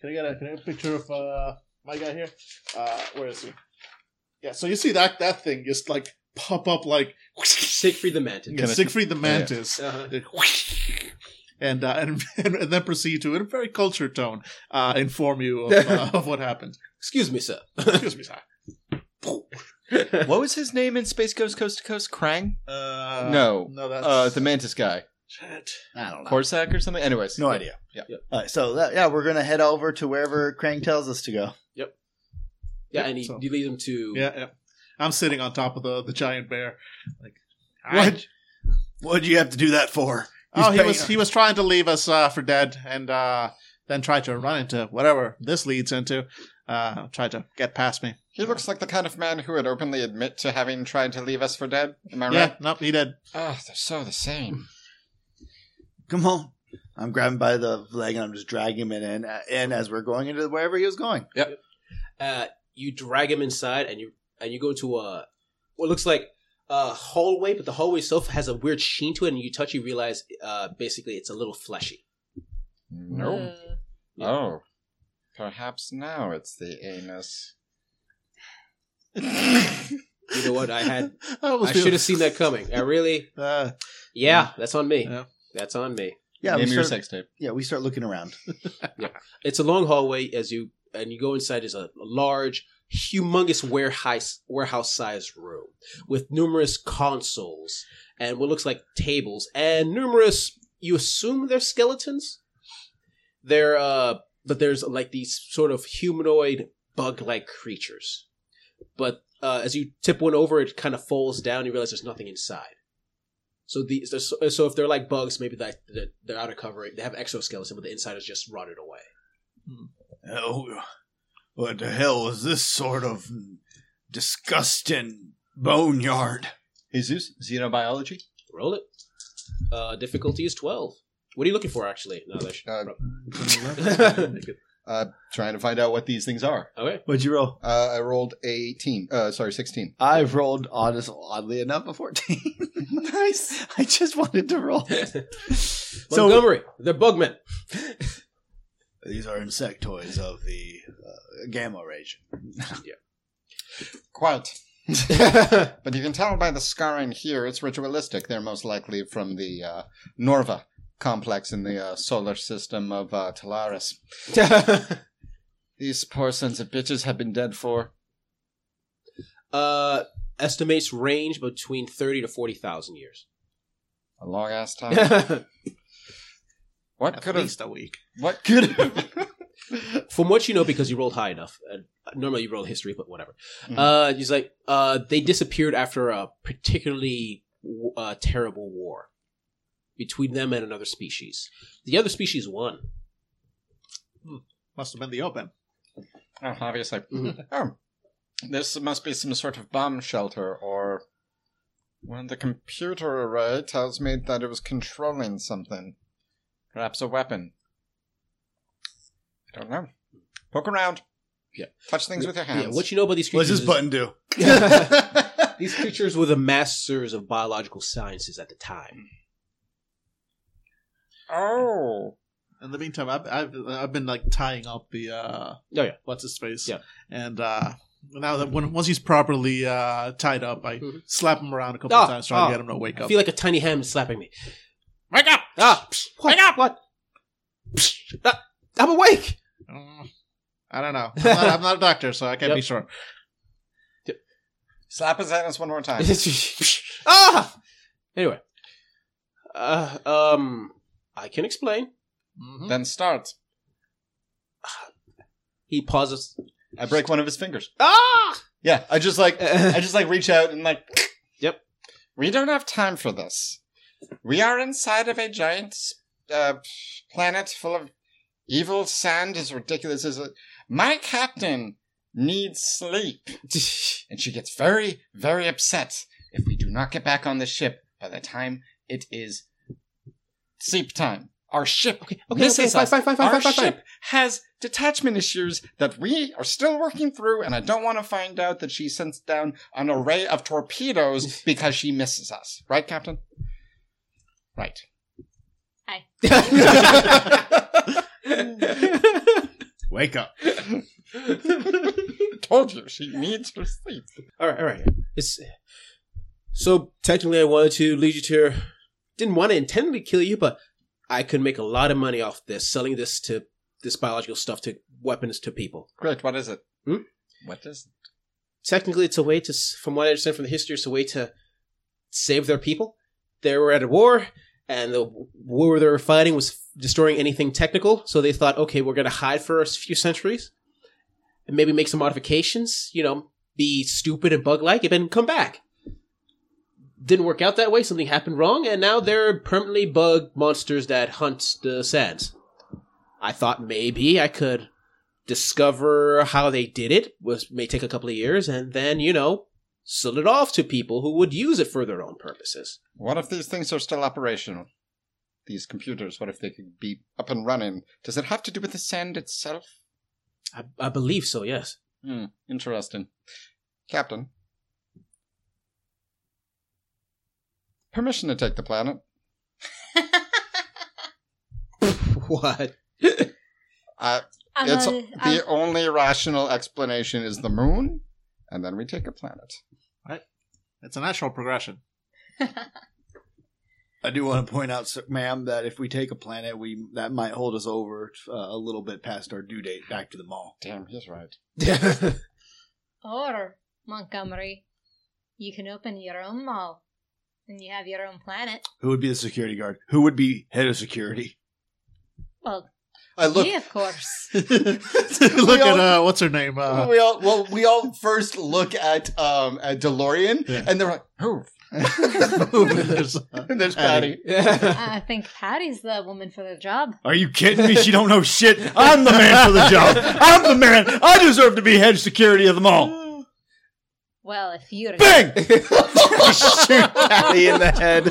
Speaker 5: Can I get a can I get a picture of uh my guy here? Uh Where is he? Yeah, so you see that that thing just like pop up like
Speaker 3: Siegfried the Mantis.
Speaker 5: Yeah, Siegfried the Mantis.
Speaker 3: Uh-huh.
Speaker 5: and, uh, and and then proceed to, in a very cultured tone, uh, inform you of, uh, of what happened.
Speaker 3: Excuse me, sir.
Speaker 5: Excuse me, sir.
Speaker 7: What was his name in Space Ghost Coast to Coast? Krang?
Speaker 5: Uh,
Speaker 7: No.
Speaker 5: no, that's
Speaker 7: Uh, the Mantis guy,
Speaker 5: Shit.
Speaker 8: I don't know.
Speaker 7: Korsak or something. Anyways,
Speaker 8: No idea.
Speaker 7: Yeah.
Speaker 8: All right, so that, yeah, we're gonna head over to wherever Krang tells us to go.
Speaker 3: yeah, and he
Speaker 5: So-
Speaker 3: you lead him to.
Speaker 5: Yeah, yeah. I'm sitting on top of the, the giant bear. Like, I-
Speaker 4: What? What'd you have to do that for?
Speaker 5: oh, he
Speaker 4: paying
Speaker 5: was
Speaker 4: us.
Speaker 5: he was trying to leave us uh, for dead, and uh, then tried to run into whatever this leads into. Uh, tried to get past me.
Speaker 7: He looks like the kind of man who would openly admit to having tried to leave us for dead. Am I
Speaker 5: yeah,
Speaker 7: right?
Speaker 5: nope, he did.
Speaker 7: Ah, they're so the same.
Speaker 8: Come on. I'm grabbing by the leg and I'm just dragging him in, and uh, in as we're going into wherever he was going.
Speaker 3: Uh, you drag him inside, and you and you go into a what looks like a hallway, but the hallway itself has a weird sheen to it, and you touch, you realize uh, basically it's a little fleshy.
Speaker 7: No.
Speaker 6: Mm.
Speaker 7: Oh. Perhaps now it's the anus.
Speaker 3: You know what? I had.
Speaker 5: I,
Speaker 3: I should have seen that coming. I really.
Speaker 5: Uh,
Speaker 3: Yeah, that's on me.
Speaker 5: Yeah.
Speaker 3: That's on me.
Speaker 8: Yeah, we
Speaker 7: Name your
Speaker 8: start,
Speaker 7: sex tape.
Speaker 8: yeah, we start looking around.
Speaker 3: It's a long hallway as you and you go inside is a large, humongous warehouse warehouse sized room with numerous consoles and what looks like tables and numerous you assume they're skeletons. They're uh but there's like these sort of humanoid bug like creatures. But uh, as you tip one over it kind of falls down, you realize there's nothing inside. So the so- so if they're like bugs, maybe that they're, they're outer covering. They have exoskeleton, but the inside is just rotted away.
Speaker 12: Oh, what the hell is this sort of disgusting boneyard?
Speaker 7: Jesus, xenobiology.
Speaker 3: Roll it. Uh, difficulty is 12. What are you looking for, actually? No, there's...
Speaker 7: Uh,
Speaker 3: okay.
Speaker 7: Trying to find out what these things are.
Speaker 8: What'd you roll?
Speaker 7: Uh, I rolled eighteen. Uh, sorry, sixteen.
Speaker 8: I've rolled odd, oddly enough a fourteen. nice. I just wanted to roll.
Speaker 3: Montgomery, they're bugmen.
Speaker 12: These are insectoids of the uh, gamma region.
Speaker 7: Quite. but you can tell by the scarring here, it's ritualistic. They're most likely from the uh, Norva complex in the uh, solar system of uh, Talaris. These poor sons of bitches have been dead for.
Speaker 3: Uh, estimates range between 30 to 40,000 years.
Speaker 7: A long ass time.
Speaker 3: From
Speaker 7: What
Speaker 5: at
Speaker 7: could have?
Speaker 5: least a week.
Speaker 7: What could have?
Speaker 3: what you know, because you rolled high enough, and normally you roll history, but whatever.
Speaker 7: Mhm.
Speaker 3: Uh, he's like, uh, they disappeared after a particularly uh, terrible war between them and another species. The other species won.
Speaker 5: Must have been the open.
Speaker 7: oh, obviously.
Speaker 3: Mhm.
Speaker 7: Oh, this must be some sort of bomb shelter, or. Well, the computer array tells me that it was controlling something. Perhaps a weapon. I don't know. Poke around.
Speaker 3: Yeah.
Speaker 7: Touch things with your hands.
Speaker 3: Yeah, what you know about these
Speaker 12: What's this
Speaker 3: creatures? is-
Speaker 12: button do?
Speaker 3: These creatures were the masters of biological sciences at the time.
Speaker 7: Oh.
Speaker 5: In the meantime, I've, I've I've been like tying up the uh
Speaker 3: Oh yeah.
Speaker 5: what's his face.
Speaker 3: Yeah.
Speaker 5: And uh now that when once he's properly uh tied up, I
Speaker 3: Mhm.
Speaker 5: slap him around a couple
Speaker 3: Ah,
Speaker 5: of times trying
Speaker 3: ah.
Speaker 5: to get him to wake
Speaker 3: I
Speaker 5: up.
Speaker 3: feel like a tiny hand is slapping me. Wake up! Ah, wake up! What? Psh, ah, I'm awake.
Speaker 5: Mm, I don't know. I'm not, I'm not a doctor, so I can't
Speaker 3: Yep.
Speaker 5: be sure.
Speaker 7: Slap his hands one more time.
Speaker 3: Psh, ah. Anyway, uh, um, I can explain.
Speaker 5: Mhm.
Speaker 7: then start.
Speaker 3: He pauses.
Speaker 7: I break one of his fingers.
Speaker 3: Ah!
Speaker 7: Yeah, I just like I just like reach out and like
Speaker 3: Yep.
Speaker 7: We don't have time for this. We are inside of a giant uh, planet full of evil sand as ridiculous as it. My captain needs sleep. and she gets very, very upset if we do not get back on the ship by the time it is sleep time. Our ship
Speaker 3: okay,
Speaker 7: misses
Speaker 3: okay, fine,
Speaker 7: us.
Speaker 3: fine, fine, fine,
Speaker 7: Our
Speaker 3: fine, fine,
Speaker 7: ship has detachment issues that we are still working through, and I don't want to find out that she sends down an array of torpedoes because she misses us. Right, Captain? Right.
Speaker 12: Wake up.
Speaker 7: Told you she needs her sleep.
Speaker 3: All right, all right. It's so technically, I wanted to lead you to. your- Didn't want to intentionally kill you, but I could make a lot of money off this, selling this to this biological stuff to weapons to people.
Speaker 7: Great. What is it?
Speaker 3: Hmm?
Speaker 7: What is?
Speaker 3: Technically, it's a way to, s- from what I understand from the history, it's a way to save their people. They were at a war, and the war they were fighting was destroying anything technical. So they thought, okay, we're going to hide for a few centuries, and maybe make some modifications. You know, be stupid and bug like, and then come back. Didn't work out that way. Something happened wrong, and now they're permanently bug monsters that hunt the sands. I thought maybe I could discover how they did it. Was may take a couple of years, and then you know, sell it off to people who would use it for their own purposes.
Speaker 7: What if these things are still operational? These computers, what if they could be up and running? Does it have to do with the sand itself?
Speaker 3: I, I believe so. Yes.
Speaker 7: Hmm, interesting. Captain. Permission to take the planet.
Speaker 6: Uh,
Speaker 3: what?
Speaker 7: Uh,
Speaker 6: I'm
Speaker 7: it's
Speaker 6: a- I'm-
Speaker 7: the only rational explanation is the moon, and then we take a planet.
Speaker 5: It's a natural progression.
Speaker 8: I do want to point out, sir- ma'am, that if we take a planet, we that might hold us over uh, a little bit past our due date back to the mall.
Speaker 1: Damn, he's right.
Speaker 6: Or, Montgomery, you can open your own mall and you have your own planet.
Speaker 8: Who would be the security guard? Who would be head of security?
Speaker 6: Well,
Speaker 7: I look.
Speaker 6: yeah, of course.
Speaker 5: Look at uh, what's her name? Uh,
Speaker 7: we all well. We all first look at um at DeLorean, and they're like, "Oh,
Speaker 5: there's, uh,
Speaker 7: and there's Patty."
Speaker 6: I think Patty's the woman for the job.
Speaker 8: Are you kidding me? She don't know shit. I'm the man for the job. I'm the man. I deserve to be head of security of the mall.
Speaker 6: Well, if you're
Speaker 8: Bang!
Speaker 4: Shoot Patty in the head.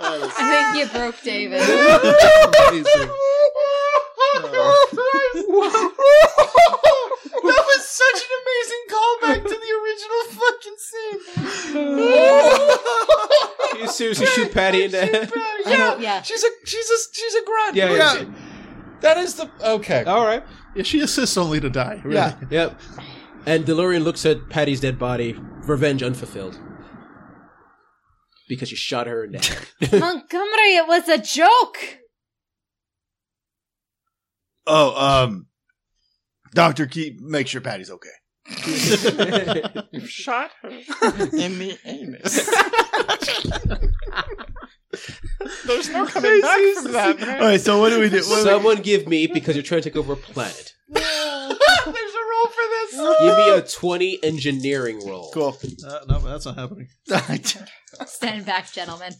Speaker 6: I think you broke David.
Speaker 5: amazing.
Speaker 7: That was such an amazing callback to the original fucking scene.
Speaker 3: you seriously shoot Patty in the head?
Speaker 7: yeah,
Speaker 6: yeah.
Speaker 7: she's a she's a she's a grunt.
Speaker 3: Yeah, yeah,
Speaker 7: that is the okay.
Speaker 3: All right.
Speaker 5: yeah, she assists only to die. Really.
Speaker 7: Yeah.
Speaker 3: Yep. And DeLorean looks at Patty's dead body, revenge unfulfilled. Because you shot her in the head.
Speaker 6: Montgomery, it was a joke.
Speaker 8: Oh, um, Doctor, keep make sure Patty's okay.
Speaker 7: There's no coming back from that.
Speaker 8: All right, so what do we do? What do we-
Speaker 3: Someone give me, because you're trying to take over a planet.
Speaker 7: There's a role for this.
Speaker 3: Give me a 20 engineering roll.
Speaker 8: cool.
Speaker 5: Uh, no, that's not happening.
Speaker 6: Stand back, gentlemen.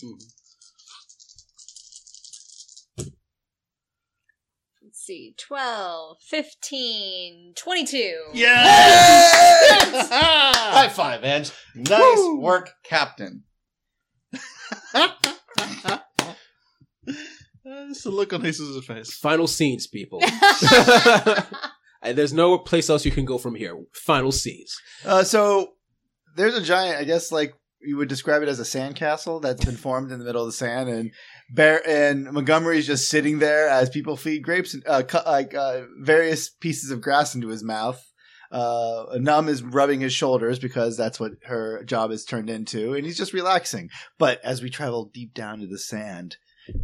Speaker 6: Let's see. 12, 15, 22.
Speaker 7: High five, Ange. Nice work, Captain.
Speaker 5: Uh, Just the look on his face.
Speaker 3: Final scenes, people. And There's no place else you can go from here. Final scenes.
Speaker 8: Uh, so there's a giant, I guess, like you would describe it as a sandcastle that's been formed in the middle of the sand, and Bear and Montgomery's just sitting there as people feed grapes, and uh, cut, like uh, various pieces of grass into his mouth. Uh, Num is rubbing his shoulders because that's what her job is turned into, and he's just relaxing. But as we travel deep down to the sand,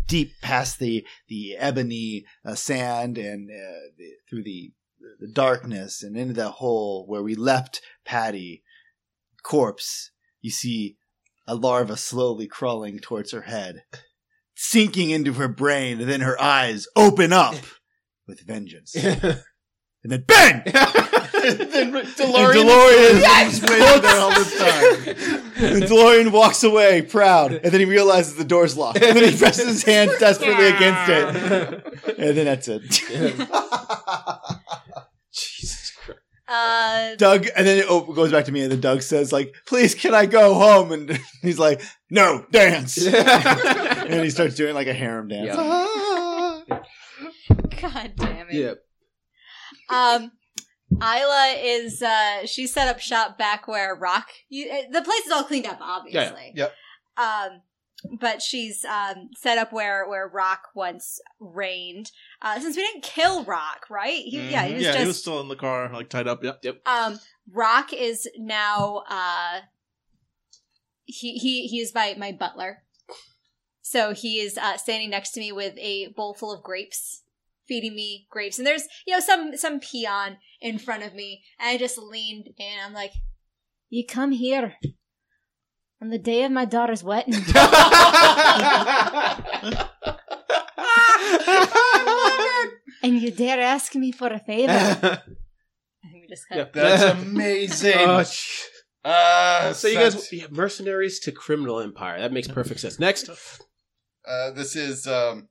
Speaker 8: deep past the the ebony uh, sand and uh, the, through the the darkness and into the hole where we left Patty corpse, you see a larva slowly crawling towards her head, sinking into her brain, and then her eyes open up with vengeance. and then bang!
Speaker 7: then
Speaker 8: And
Speaker 7: DeLorean.
Speaker 8: DeLorean is waiting there all this time. And DeLorean walks away proud, and then he realizes the door's locked. And then he presses his hand desperately against it. And then that's it.
Speaker 3: Jesus Christ.
Speaker 6: Uh,
Speaker 8: Doug, and then it op- goes back to me, and then Doug says, "Like, please, can I go home?" And he's like, "No, dance." and he starts doing like a harem dance.
Speaker 3: Yeah. Uh-huh.
Speaker 6: God damn it.
Speaker 3: Yeah.
Speaker 6: Um, Isla is uh, she set up shop back where Rock. You, uh, the place is all cleaned up, obviously.
Speaker 7: yeah.
Speaker 6: Um, but she's um set up where where Rock once reigned. Uh, since we didn't kill Rock, right? He, Yeah, he
Speaker 5: Mm-hmm. Mm,
Speaker 6: was
Speaker 5: yeah,
Speaker 6: just
Speaker 5: he was still in the car, like tied up. Yep, yep.
Speaker 6: um rock is now uh he he he is my my butler so he is uh standing next to me with a bowl full of grapes feeding me grapes and there's you know some some peon in front of me and i just leaned and i'm like you come here on the day of my daughter's wedding and you dare ask me for a favor i think we just cut
Speaker 3: Yep.
Speaker 7: That's amazing.
Speaker 3: Oh, sh-
Speaker 7: uh,
Speaker 3: so you guys, yeah, mercenaries to criminal empire. That makes perfect sense. Next,
Speaker 7: Uh, this is um,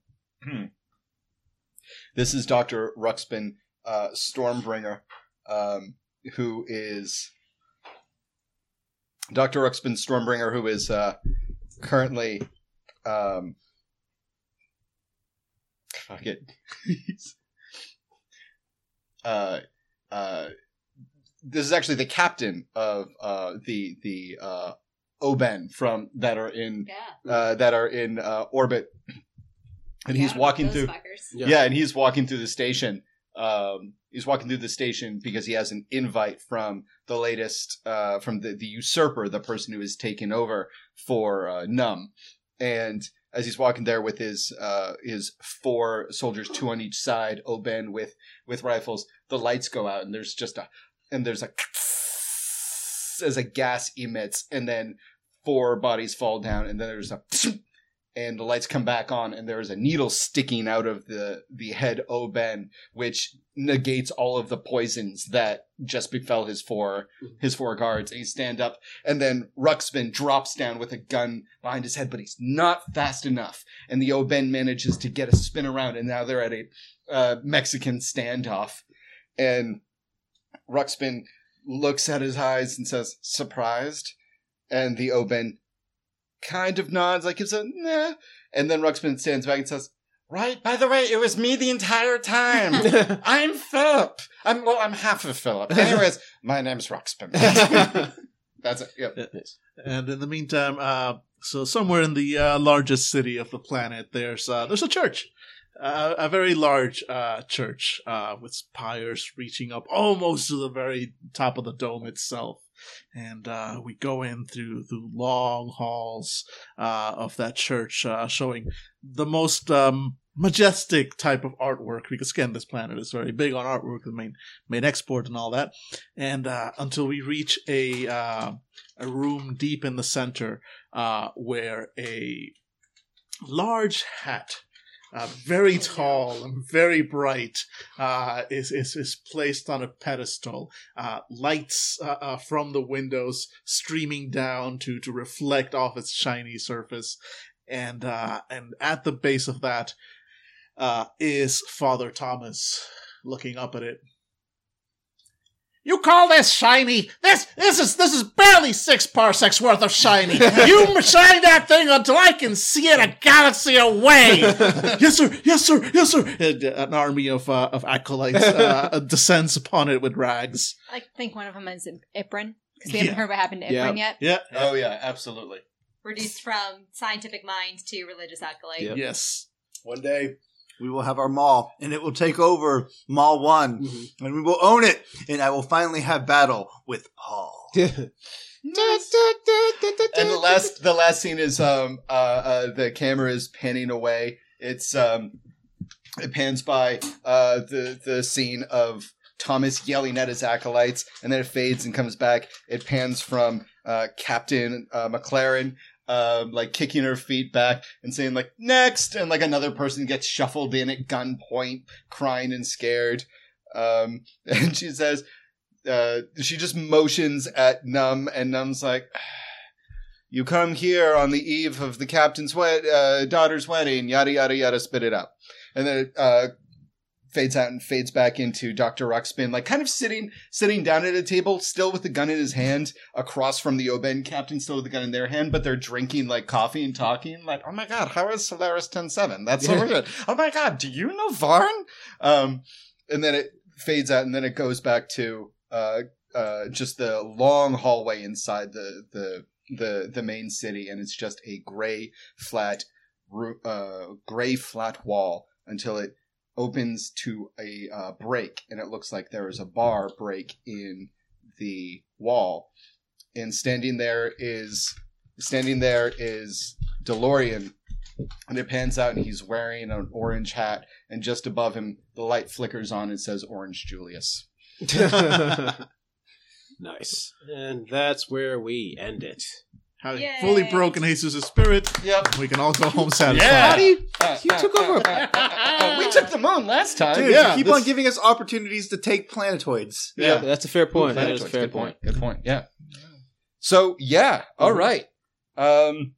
Speaker 7: this is Doctor Ruxpin uh, Stormbringer, um, who is Doctor Ruxpin Stormbringer, who is uh, currently um, fuck it. uh, uh, this is actually the captain of uh, the the uh, Oben from that are in
Speaker 6: yeah
Speaker 7: uh, that are in uh, orbit
Speaker 1: and he's
Speaker 13: Yeah,
Speaker 1: walking
Speaker 13: those
Speaker 1: through.
Speaker 13: fuckers.
Speaker 1: Yeah. and he's walking through the station. Um, he's walking through the station because he has an invite from the latest, uh, from the, the usurper, the person who has taken over for uh, Numb. And as he's walking there with his uh, his four soldiers, two on each side, Oben with with rifles, the lights go out, and there's just a and there's a as a gas emits, and then four bodies fall down, and then there's a and the lights come back on and there is a needle sticking out of the the head oben which negates all of the poisons that just befell his four his four guards and he stand up and then ruxpin drops down with a gun behind his head but he's not fast enough and the oben manages to get a spin around and now they're at a uh, mexican standoff and ruxpin looks at his eyes and says surprised and the oben kind of nods, like gives a nah, and then Ruxpin stands back and says, "Right, by the way, it was me the entire time. I'm Philip. I'm well, I'm half of Philip. Anyways, my name's Ruxpin. That's it. Yep.
Speaker 5: Uh, And in the meantime, uh, so somewhere in the uh, largest city of the planet, there's uh, there's a church, uh, a very large uh, church uh, with spires reaching up almost to the very top of the dome itself. And uh, we go in through the long halls uh, of that church, uh, showing the most um, majestic type of artwork. Because again, this planet is very big on artwork, the main main export and all that. And uh, until we reach a uh, a room deep in the center uh, where a large hat, uh, very tall and very bright, uh, is, is, is placed on a pedestal. Uh, lights uh, uh, from the windows streaming down to, to reflect off its shiny surface. And, uh, and at the base of that uh, is Father Thomas looking up at it. You call this shiny? This this is this is barely six parsecs worth of shiny. You m- shine that thing until I can see it a galaxy away. yes, sir. Yes, sir. Yes, sir. And, uh, an army of uh, of acolytes uh, descends upon it with rags.
Speaker 13: I think one of them is Iprin because we
Speaker 5: Yeah.
Speaker 13: haven't heard what happened to
Speaker 3: Yeah.
Speaker 13: Iprin yet.
Speaker 5: Yeah.
Speaker 1: Oh yeah, absolutely.
Speaker 13: Reduced from scientific mind to religious acolyte.
Speaker 1: Yep.
Speaker 5: Yes.
Speaker 4: One day we will have our mall, and it will take over Mall One,
Speaker 3: Mhm.
Speaker 5: Mm-hmm.
Speaker 4: and we will own it, and I will finally have battle with Paul.
Speaker 1: And the last the last scene is um uh, uh the camera is panning away. It's um it pans by uh the the scene of Thomas yelling at his acolytes, and then it fades and comes back. It pans from uh, Captain uh, McLaren, um, like kicking her feet back and saying like "next," and like another person gets shuffled in at gunpoint, crying and scared. Um, and she says, uh, she just motions at Num, and Num's like, "You come here on the eve of the captain's wed- uh, daughter's wedding, yada yada yada." Spit it out, and then it, uh, fades out and fades back into Doctor Ruxpin, like kind of sitting sitting down at a table, still with the gun in his hand, across from the Oben captain, still with the gun in their hand, but they're drinking like coffee and talking, like, "Oh my god, how is Solaris ten seven? That's so good. Oh my god, do you know Varn?" Um, and then it fades out, and then it goes back to uh, uh, just the long hallway inside the the the the main city, and it's just a gray flat ru- uh, gray flat wall until it opens to a uh, break, and it looks like there is a bar break in the wall, and standing there is standing there is DeLorean. And it pans out, and he's wearing an orange hat. And just above him, the light flickers on and says "Orange Julius."
Speaker 3: nice. And that's where we end it.
Speaker 5: Having
Speaker 13: Yay.
Speaker 5: fully broken Jesus' spirit,
Speaker 1: Yep.
Speaker 5: we can all go home satisfied.
Speaker 1: you took over. Oh, we took the moon last time.
Speaker 4: Dude,
Speaker 5: Yeah,
Speaker 4: you keep
Speaker 5: this-
Speaker 4: on giving us opportunities to take planetoids.
Speaker 3: Yeah, that's a fair point. that is a
Speaker 1: Planetoids,
Speaker 3: fair
Speaker 1: good
Speaker 3: point.
Speaker 1: Good point. Yeah. So yeah, all right. Um,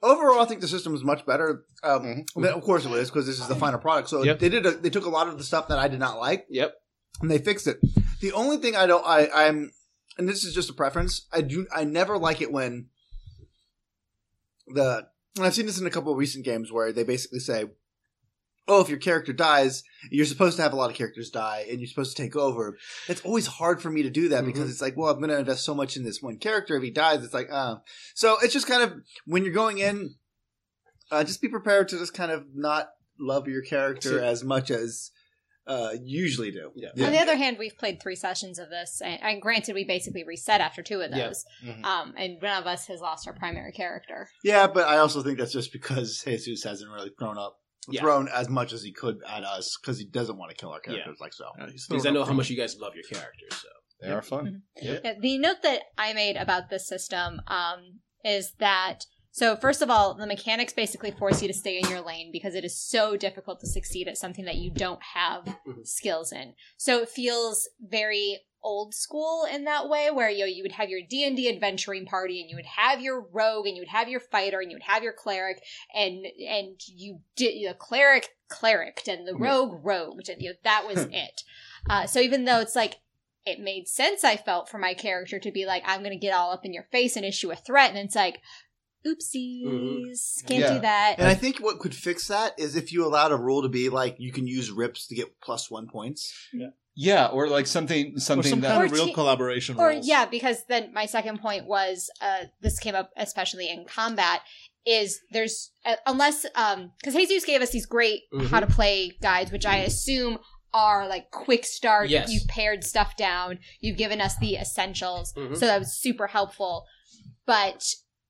Speaker 4: Overall, I think the system is much better. Um,
Speaker 5: Mm-hmm.
Speaker 4: but Of course, it was because this is the final product. So
Speaker 3: Yep.
Speaker 4: they did. A, they took a lot of the stuff that I did not like.
Speaker 3: Yep.
Speaker 4: and they fixed it. The only thing I don't, I, I'm, and this is just a preference. I do, I never like it when the, and I've seen this in a couple of recent games where they basically say, "Oh, if your character dies, you're supposed to have a lot of characters die, and you're supposed to take over." It's always hard for me to do that
Speaker 3: Mm-hmm.
Speaker 4: because it's like, well, I'm going to invest so much in this one character. If he dies, it's like, uh. So it's just kind of when you're going in, uh, just be prepared to just kind of not
Speaker 14: love your character as much as uh, usually do.
Speaker 3: Yeah.
Speaker 6: On the other hand, we've played three sessions of this, and, and granted, we basically reset after two of
Speaker 14: Yeah.
Speaker 6: those.
Speaker 14: Mhm.
Speaker 6: Um, and none of us has lost our primary character.
Speaker 14: Yeah, but I also think that's just because Jesus hasn't really thrown up,
Speaker 3: Yeah.
Speaker 14: thrown as much as he could at us because he doesn't want to kill our characters like so.
Speaker 5: Uh, he's
Speaker 3: Because I
Speaker 5: throwing
Speaker 3: know
Speaker 5: up
Speaker 3: how
Speaker 5: the-
Speaker 3: much you guys love your characters. So
Speaker 1: They are fun.
Speaker 6: Yeah, the note that I made about this system um, is that so first of all, the mechanics basically force you to stay in your lane because it is so difficult to succeed at something that you don't have skills in. So it feels very old school in that way where you know, you would have your D&D adventuring party and you would have your rogue and you would have your fighter and you would have your cleric and and you did the cleric clericed and the rogue rogued and you know, that was it. Uh, so even though it's like it made sense I felt for my character to be like I'm going to get all up in your face and issue a threat and it's like oopsies can't
Speaker 1: Yeah.
Speaker 6: do that.
Speaker 14: And I think what could fix that is if you allowed a rule to be like you can use rips to get plus one points.
Speaker 1: Yeah, or like something
Speaker 5: Or
Speaker 1: something
Speaker 5: some
Speaker 1: that
Speaker 5: kind of
Speaker 6: Or
Speaker 5: real
Speaker 6: t-
Speaker 5: collaboration
Speaker 6: or
Speaker 5: rules.
Speaker 6: yeah because then my second point was uh, this came up especially in combat is there's uh, unless um because jesus gave us these great how to play guides which i assume are like quick start
Speaker 3: Yes.
Speaker 6: you've pared stuff down you've given us the essentials
Speaker 3: Mhm.
Speaker 6: so that was super helpful but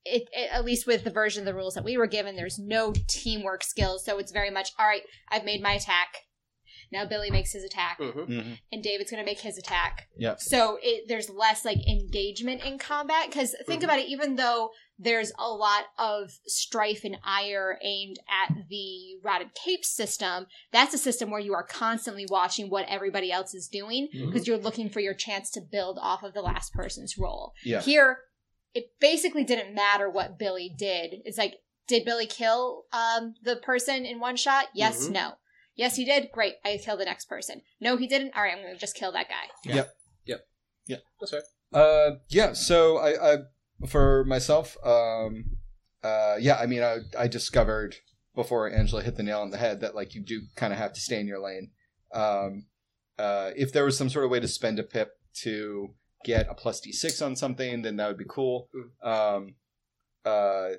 Speaker 6: it, it, at least with the version of the rules that we were given there's no teamwork skills so it's very much all right i've made my attack now billy makes his attack
Speaker 3: Mhm.
Speaker 6: and david's going to make his attack
Speaker 1: Yeah.
Speaker 6: so it, there's less like engagement in combat because think about it even though there's a lot of strife and ire aimed at the rotted cape system that's a system where you are constantly watching what everybody else is doing because you're looking for your chance to build off of the last person's role
Speaker 1: Yeah.
Speaker 6: here it basically didn't matter what billy did it's like did billy kill um, the person in one shot yes
Speaker 3: Mhm.
Speaker 6: no yes he did great i kill the next person no he didn't all right i'm gonna just kill that guy
Speaker 3: that's right.
Speaker 1: Uh, yeah. So I, I for myself, um, uh, yeah. I mean, I, I discovered before Angela hit the nail on the head that like you do kind of have to stay in your lane. Um, uh, if there was some sort of way to spend a pip to get a plus d six on something, then that would be cool. Um, uh,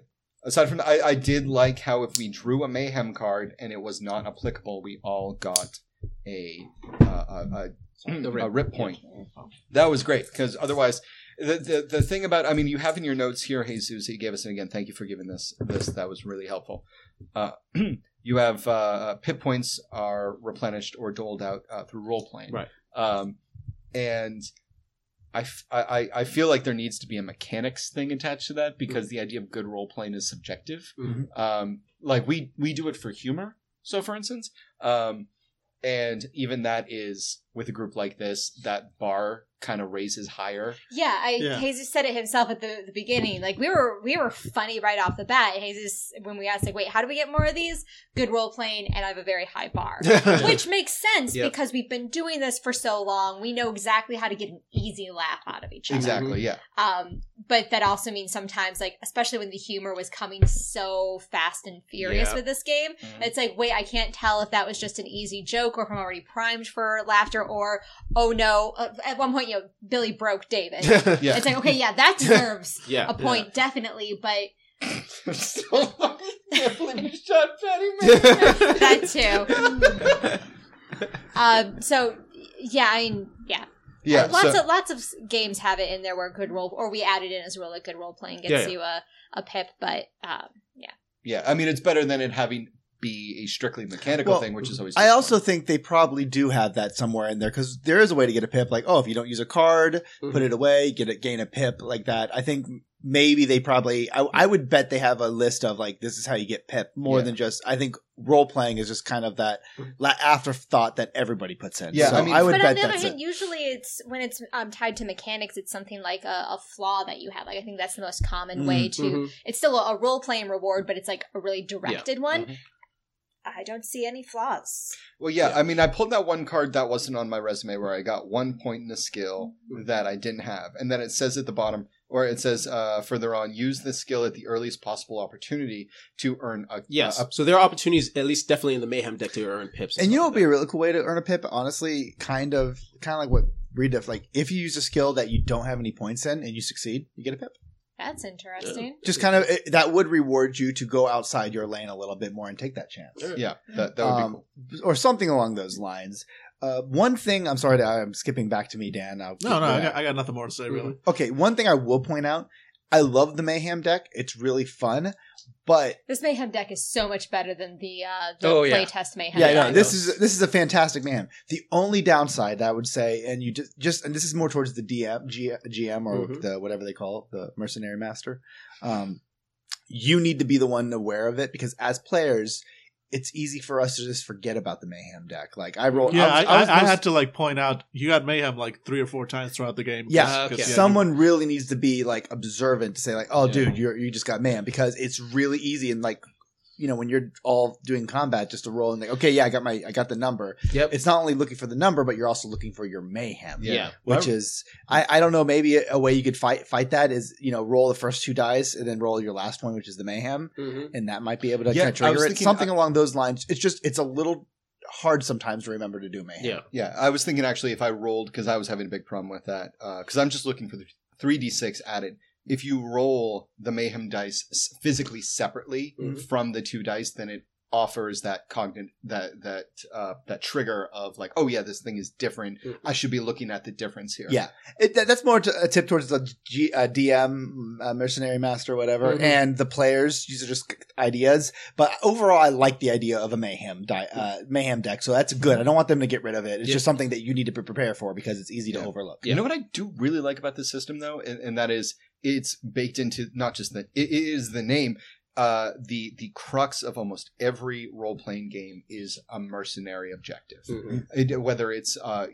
Speaker 1: aside from that, I, I did like how if we drew a mayhem card and it was not applicable, we all got a uh, a, a, a rip point. That was great because otherwise, the, the the thing about I mean, you have in your notes here, Jesus, he gave us, and again, thank you for giving this this. That was really helpful. Uh, you have uh, pit points are replenished or doled out uh, through role playing,
Speaker 5: Right.
Speaker 1: Um, and I, f- I- I- I feel like there needs to be a mechanics thing attached to that because the idea of good role playing is subjective.
Speaker 3: Mhm.
Speaker 1: Um, like we we do it for humor. So, for instance, um, and even that is with a group like this that bar kind of raises higher
Speaker 6: Yeah, I
Speaker 5: Yeah.
Speaker 6: Jesus said it himself at the, the beginning. Like we were we were funny right off the bat. Jesus when we asked like, wait, how do we get more of these? Good role playing and I have a very high bar. Which makes sense
Speaker 3: Yep.
Speaker 6: because we've been doing this for so long. We know exactly how to get an easy laugh out of each other.
Speaker 1: exactly yeah
Speaker 6: Um, but that also means sometimes, like, especially when the humor was coming so fast and furious
Speaker 3: Yeah.
Speaker 6: with this game,
Speaker 1: Mhm.
Speaker 6: it's like, wait, I can't tell if that was just an easy joke or if I'm already primed for laughter or, oh no. Uh, At one point, you know, Billy broke David.
Speaker 1: yeah
Speaker 6: It's like, okay, yeah, that deserves
Speaker 3: Yeah.
Speaker 6: a point, definitely, but that too. um, so, yeah, I mean, yeah.
Speaker 1: yeah
Speaker 6: lots
Speaker 1: so-
Speaker 6: of lots of s- games have it in there where good role, or we added in as well, like good role playing gets
Speaker 5: Yeah, yeah.
Speaker 6: you a, a pip, but um,
Speaker 1: yeah i mean it's better than it having be a strictly mechanical
Speaker 8: Well,
Speaker 1: thing which is always
Speaker 8: I also think they probably do have that somewhere in there because there is a way to get a pip. Like, oh, if you don't use a card, put it away, get it, gain a pip like that. I think maybe they probably. I, I would bet they have a list of like this is how you get pip more
Speaker 1: Yeah.
Speaker 8: than just. I think role playing is just kind of that la- afterthought that everybody puts in.
Speaker 1: Yeah,
Speaker 8: so
Speaker 1: I
Speaker 8: Mm-hmm. I,
Speaker 1: mean-
Speaker 8: would
Speaker 6: but on
Speaker 8: bet
Speaker 6: the other
Speaker 8: that's
Speaker 6: hand,
Speaker 8: it.
Speaker 6: usually it's when it's um, tied to mechanics, it's something like a, a flaw that you have. Like I think that's the most
Speaker 8: Mm,
Speaker 6: common way to.
Speaker 8: mm-hmm.
Speaker 3: Mhm.
Speaker 6: It's still a, a role playing reward, but it's like a really directed one.
Speaker 8: mm-hmm.
Speaker 6: I don't see any flaws.
Speaker 1: well yeah, i mean i pulled that one card that wasn't on my resume where i got one point in a skill that i didn't have and then it says at the bottom or it says uh, further on use this skill at the earliest possible opportunity to earn a
Speaker 3: Yes.
Speaker 1: a-
Speaker 3: so there are opportunities, at least definitely in the Mayhem deck, to earn pips.
Speaker 8: And you know what
Speaker 3: stuff
Speaker 8: would be a
Speaker 3: like
Speaker 8: really cool way to earn a pip? Honestly, kind of, kind of like what Reed did. Like, if you use a skill that you don't have any points in and you succeed, you get a pip.
Speaker 6: That That's interesting.
Speaker 8: Just kind of it, that would reward you to go outside your lane a little bit more and take that chance.
Speaker 1: Yeah, that, that would be
Speaker 8: Um,
Speaker 1: cool.
Speaker 8: or something along those lines. Uh, one thing, I'm sorry, to, I'm skipping back to me, Dan. I'll keep
Speaker 5: No, no, I
Speaker 8: going.
Speaker 5: got, I got nothing more to say, really.
Speaker 8: okay. One thing I will point out, I love the mayhem deck. It's really fun, but
Speaker 6: This mayhem deck is so much better than the uh the
Speaker 3: Oh, yeah.
Speaker 6: playtest mayhem.
Speaker 8: yeah,
Speaker 6: deck.
Speaker 8: no, this is this is a fantastic man. The only downside that I would say, and you just, just and this is more towards the DM, G, GM or
Speaker 5: Mm-hmm.
Speaker 3: Mhm.
Speaker 8: the whatever they call it, the mercenary master. Um, you need to be the one aware of it because as players, it's easy for us to just forget about the mayhem deck. Like I rolled,
Speaker 5: Yeah, I,
Speaker 8: was-
Speaker 5: I, I,
Speaker 8: was most-
Speaker 5: had to like point out you got mayhem like three or four times throughout the game.
Speaker 8: Yeah,
Speaker 5: 'cause- 'cause,
Speaker 3: okay.
Speaker 8: someone really needs to be like observant to say like, "Oh, dude, you you just got man," because it's really easy and like, you know, when you're all doing combat, just to roll and like, okay, yeah, I got my I got the number.
Speaker 3: Yep.
Speaker 8: It's not only looking for the number, but you're also looking for your mayhem,
Speaker 1: Yeah.
Speaker 8: which is I I don't know maybe a, way you could fight fight that is you know roll the first two dice and then roll your last one, which is the mayhem,
Speaker 3: hmm
Speaker 8: and that might be able to
Speaker 1: Yeah,
Speaker 8: kind of
Speaker 1: I was
Speaker 8: trigger it.
Speaker 1: thinking- uh,
Speaker 8: Something along those lines. It's just it's a little hard sometimes to remember to do mayhem.
Speaker 3: Yeah.
Speaker 1: Yeah, I was thinking actually if I rolled because I was having a big problem with that because I'm just looking for the three d six added. If you roll the mayhem dice s- physically separately
Speaker 3: Mhm.
Speaker 1: from the two dice, then it offers that cogn that that uh, that trigger of like, oh yeah, this thing is different.
Speaker 3: Mhm.
Speaker 1: I should be looking at the difference here.
Speaker 8: Yeah. It, that, that's more t- a tip towards the G, uh, DM, uh, mercenary master, whatever,
Speaker 1: Mm-hmm.
Speaker 3: Mhm.
Speaker 8: and the players. These are just ideas, but overall, I like the idea of a mayhem di- uh, mayhem deck. So that's good. I don't want them to get rid of it. It's
Speaker 3: Yeah.
Speaker 8: just something that you need to be prepared for because it's easy
Speaker 1: Yeah.
Speaker 8: to overlook.
Speaker 1: You know what I do really like about this system though, and, and that is it's baked into not just the it it is the name. Uh, the the crux of almost every role playing game is a mercenary objective.
Speaker 3: hmm
Speaker 1: It- whether it's uh,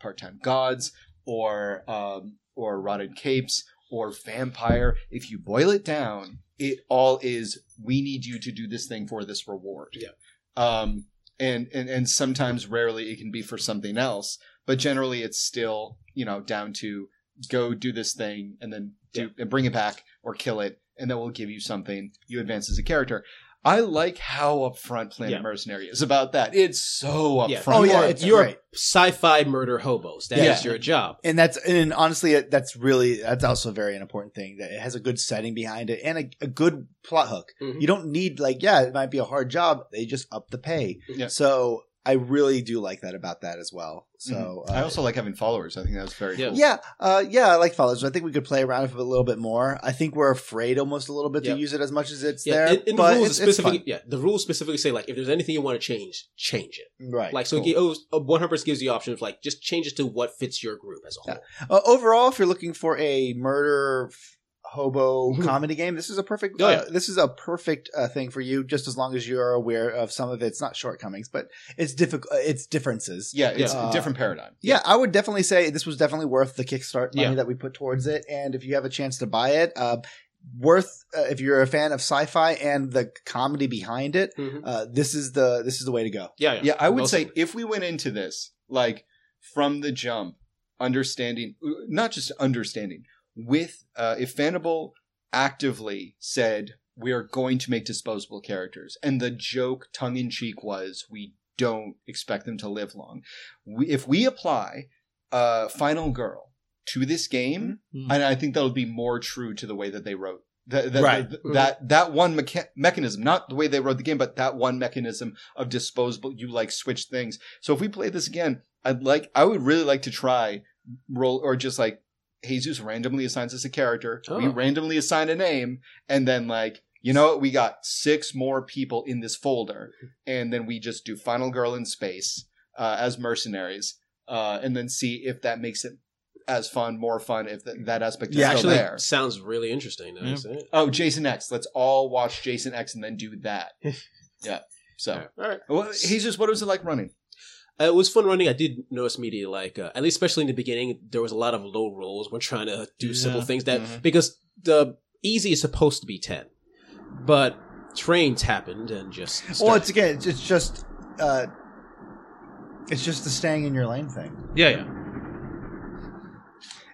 Speaker 1: part time gods or um, or rotted capes or vampire. If you boil it down, it all is we need you to do this thing for this reward.
Speaker 3: Yeah.
Speaker 1: Um, and, and and sometimes rarely it can be for something else, but generally it's still you know down to go do this thing and then do and bring it back or kill it and then we'll give you something you advance as a character. I like how upfront Planet
Speaker 3: Yeah.
Speaker 1: Mercenary is about that. It's so upfront.
Speaker 3: Yeah.
Speaker 8: Oh yeah,
Speaker 3: You're-
Speaker 8: it's
Speaker 3: you're
Speaker 8: right.
Speaker 3: Sci-fi murder hobos. That is
Speaker 1: Yeah.
Speaker 3: your job.
Speaker 8: and that's and honestly, it- that's really that's also very an important thing that it has a good setting behind it and a, a good plot hook.
Speaker 3: Mhm.
Speaker 1: Mm-hmm.
Speaker 8: You don't need like yeah, it might be a hard job. They just up the pay.
Speaker 1: Yeah.
Speaker 8: So I really do like that about that as well. So
Speaker 1: I
Speaker 8: uh,
Speaker 1: also like having followers. I think that was very
Speaker 3: Yeah.
Speaker 1: cool.
Speaker 8: Yeah, uh, yeah, I like follows. I think we could play around with it a little bit more. I think we're afraid almost a little bit
Speaker 3: Yeah.
Speaker 8: to use it as much as it's
Speaker 3: Yeah,
Speaker 8: there.
Speaker 3: in, in the
Speaker 8: but
Speaker 3: rules
Speaker 8: it's, it's
Speaker 3: specifically,
Speaker 8: fun.
Speaker 3: yeah, the rules specifically say like if there's anything you want to change, change it.
Speaker 8: right?
Speaker 3: Like so, it gives, one hundred percent gives you the option of like just change it to what fits your group as a whole.
Speaker 8: Uh, overall, if you're looking for a murder f- hobo comedy game, this is a perfect.
Speaker 3: Mm-hmm. Oh,
Speaker 8: uh,
Speaker 3: yeah.
Speaker 8: This is a perfect uh, thing for you, just as long as you're aware of some of its not shortcomings, but its difficult, its differences.
Speaker 1: Yeah, it's
Speaker 8: Yeah.
Speaker 1: a different paradigm.
Speaker 8: Yeah, I would definitely say this was definitely worth the Kickstart money
Speaker 3: Yeah.
Speaker 8: that we put towards it. And if you have a chance to buy it, uh, worth uh, if you're a fan of sci-fi and the comedy behind it,
Speaker 3: Mhm.
Speaker 8: uh, this is the this is the way to go.
Speaker 3: Yeah, yeah.
Speaker 1: Yeah, I would
Speaker 3: Most
Speaker 1: say
Speaker 3: of it.
Speaker 1: if we went into this like from the jump, understanding uh, not just understanding with uh, if Fanable actively said we are going to make disposable characters, and the joke tongue in cheek was we don't expect them to live long. We, if we apply uh, Final Girl to this game,
Speaker 3: Mm-hmm.
Speaker 5: Mhm.
Speaker 1: and I think that'll be more true to the way that they wrote. That, that,
Speaker 8: Right.
Speaker 1: that, that that one mecha- mechanism, not the way they wrote the game, but that one mechanism of disposable. You like switch things. So if we play this again, I'd like, I would really like to try roll or just like Jesus randomly assigns us a character. We
Speaker 3: Oh.
Speaker 1: randomly assign a name, and then like you know what, we got six more people in this folder, and then we just do Final Girl in space uh, as mercenaries, uh, and then see if that makes it as fun, more fun, if th- that aspect is
Speaker 8: Yeah,
Speaker 1: still
Speaker 3: actually
Speaker 1: there.
Speaker 3: sounds really interesting. now you
Speaker 5: Yeah.
Speaker 3: say it.
Speaker 1: Oh, Jason X. Let's all watch Jason X and then do that. yeah. So,
Speaker 3: All right. Uh,
Speaker 1: well, Jesus, what was it like running?
Speaker 3: It was fun running. I did notice media, like uh, at least especially in the beginning, there was a lot of low rolls. We're trying to do
Speaker 5: Yeah.
Speaker 3: simple things that
Speaker 8: mm-hmm.
Speaker 1: Mhm.
Speaker 3: because the easy is supposed to be ten, but trains happened and just
Speaker 8: Well,
Speaker 3: started-
Speaker 8: it's again, it's, it's just uh, it's just the staying in your lane thing.
Speaker 5: Yeah, yeah.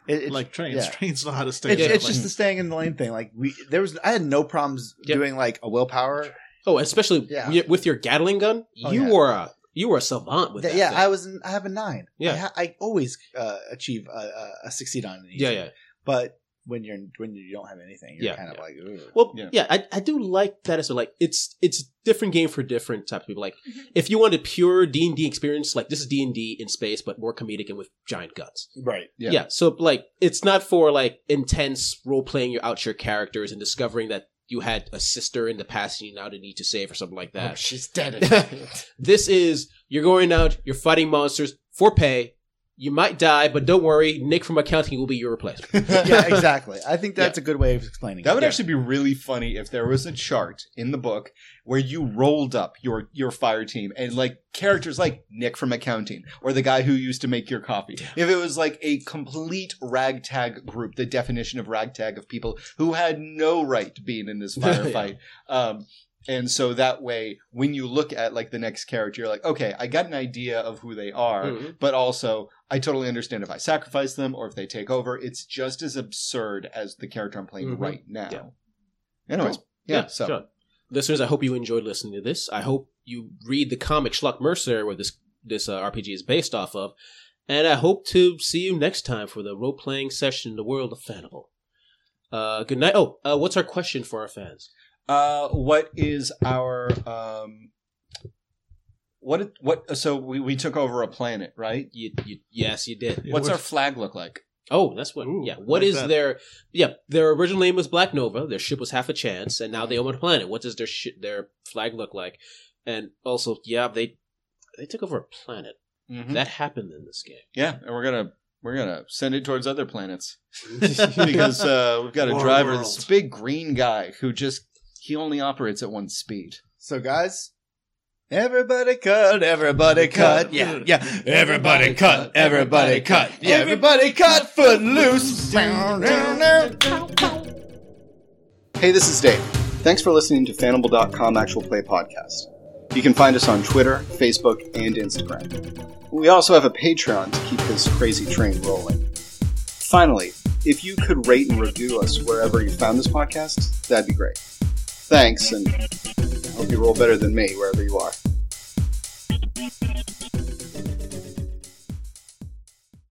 Speaker 8: It, it's,
Speaker 5: like trains.
Speaker 8: yeah.
Speaker 5: Trains know how to stay.
Speaker 8: It's,
Speaker 5: in
Speaker 8: it's
Speaker 5: their
Speaker 8: just the staying in the lane thing. Like we, there was, I had no problems
Speaker 3: Yep.
Speaker 8: doing like a willpower.
Speaker 3: oh, especially
Speaker 8: Yeah.
Speaker 3: wi- with your Gatling gun,
Speaker 8: Oh,
Speaker 3: you
Speaker 8: yeah.
Speaker 3: were a you were a savant with that.
Speaker 8: yeah,
Speaker 3: thing.
Speaker 8: I was. an- I have a nine.
Speaker 3: Yeah.
Speaker 8: I, ha- I always uh, achieve a, a, a succeed on. an easy.
Speaker 3: yeah, yeah.
Speaker 8: but when you're when you don't have anything. You're
Speaker 3: Yeah,
Speaker 8: kind of
Speaker 3: yeah.
Speaker 8: like, "Ugh."
Speaker 3: Well,
Speaker 1: Yeah.
Speaker 3: yeah, I, I do like that. As a, like, it's it's different game for different types of people. Like,
Speaker 8: Mm-hmm.
Speaker 3: if you want a pure D and D experience, like this is D and D in space, but more comedic and with giant guns.
Speaker 8: right.
Speaker 1: Yeah.
Speaker 3: Yeah. So like, it's not for like intense role playing your out your characters and discovering that you had a sister in the past and you now need to save or something like that.
Speaker 7: she's dead.
Speaker 3: this is you're going out, you're fighting monsters for pay. You might die, but don't worry, Nick from accounting will be your replacement.
Speaker 8: yeah, exactly. I think that's a good way of explaining
Speaker 1: That
Speaker 8: it.
Speaker 1: would actually be really funny if there was a chart in the book where you rolled up your your fire team and like characters like Nick from accounting or the guy who used to make your coffee. If it was like a complete ragtag group, the definition of ragtag of people who had no right being in this firefight. um, and so that way, when you look at like the next character, you're like, okay, I got an idea of who they are,
Speaker 3: Mhm.
Speaker 1: but also I totally understand if I sacrifice them or if they take over. It's just as absurd as the character I'm playing
Speaker 3: Mhm.
Speaker 1: right now.
Speaker 3: Yeah.
Speaker 1: Anyways, yeah, so
Speaker 3: sure. listeners, I hope you enjoyed listening to this. I hope you read the comic Schluck Mercer, where this this uh, RPG is based off of, and I hope to see you next time for the role playing session in the world of Fanimal. Uh, good night. Oh, uh, what's our question for our fans?
Speaker 1: uh, what is our um, what what? So we, we took over a planet, right?
Speaker 3: You, you, yes, you did.
Speaker 1: What's our
Speaker 5: what's-
Speaker 1: flag look like?
Speaker 3: Oh, that's what.
Speaker 5: Ooh,
Speaker 3: yeah. What
Speaker 5: like
Speaker 3: is
Speaker 5: that.
Speaker 3: their? Yeah, their original name was Black Nova. Their ship was half a chance, and
Speaker 5: Mm.
Speaker 3: now they own a planet. What does their shi their flag look like? And also, yeah, they they took over a planet.
Speaker 5: Hmm.
Speaker 1: Mhm.
Speaker 3: That happened in this game.
Speaker 1: Yeah, and we're gonna we're gonna send it towards other planets because uh, we've got a
Speaker 5: War
Speaker 1: driver,
Speaker 5: world.
Speaker 1: this big green guy who just he only operates at one speed.
Speaker 8: So, guys, everybody cut, everybody cut, yeah, yeah. Everybody cut, everybody cut, yeah. Everybody cut, foot loose.
Speaker 4: Hey, this is Dave. Thanks for listening to Fanimal.com Actual Play Podcast. You can find us on Twitter, Facebook, and Instagram. We also have a Patreon to keep this crazy train rolling. Finally, if you could rate and review us wherever you found this podcast, that'd be great. Thanks, and I hope you roll better than me wherever you are.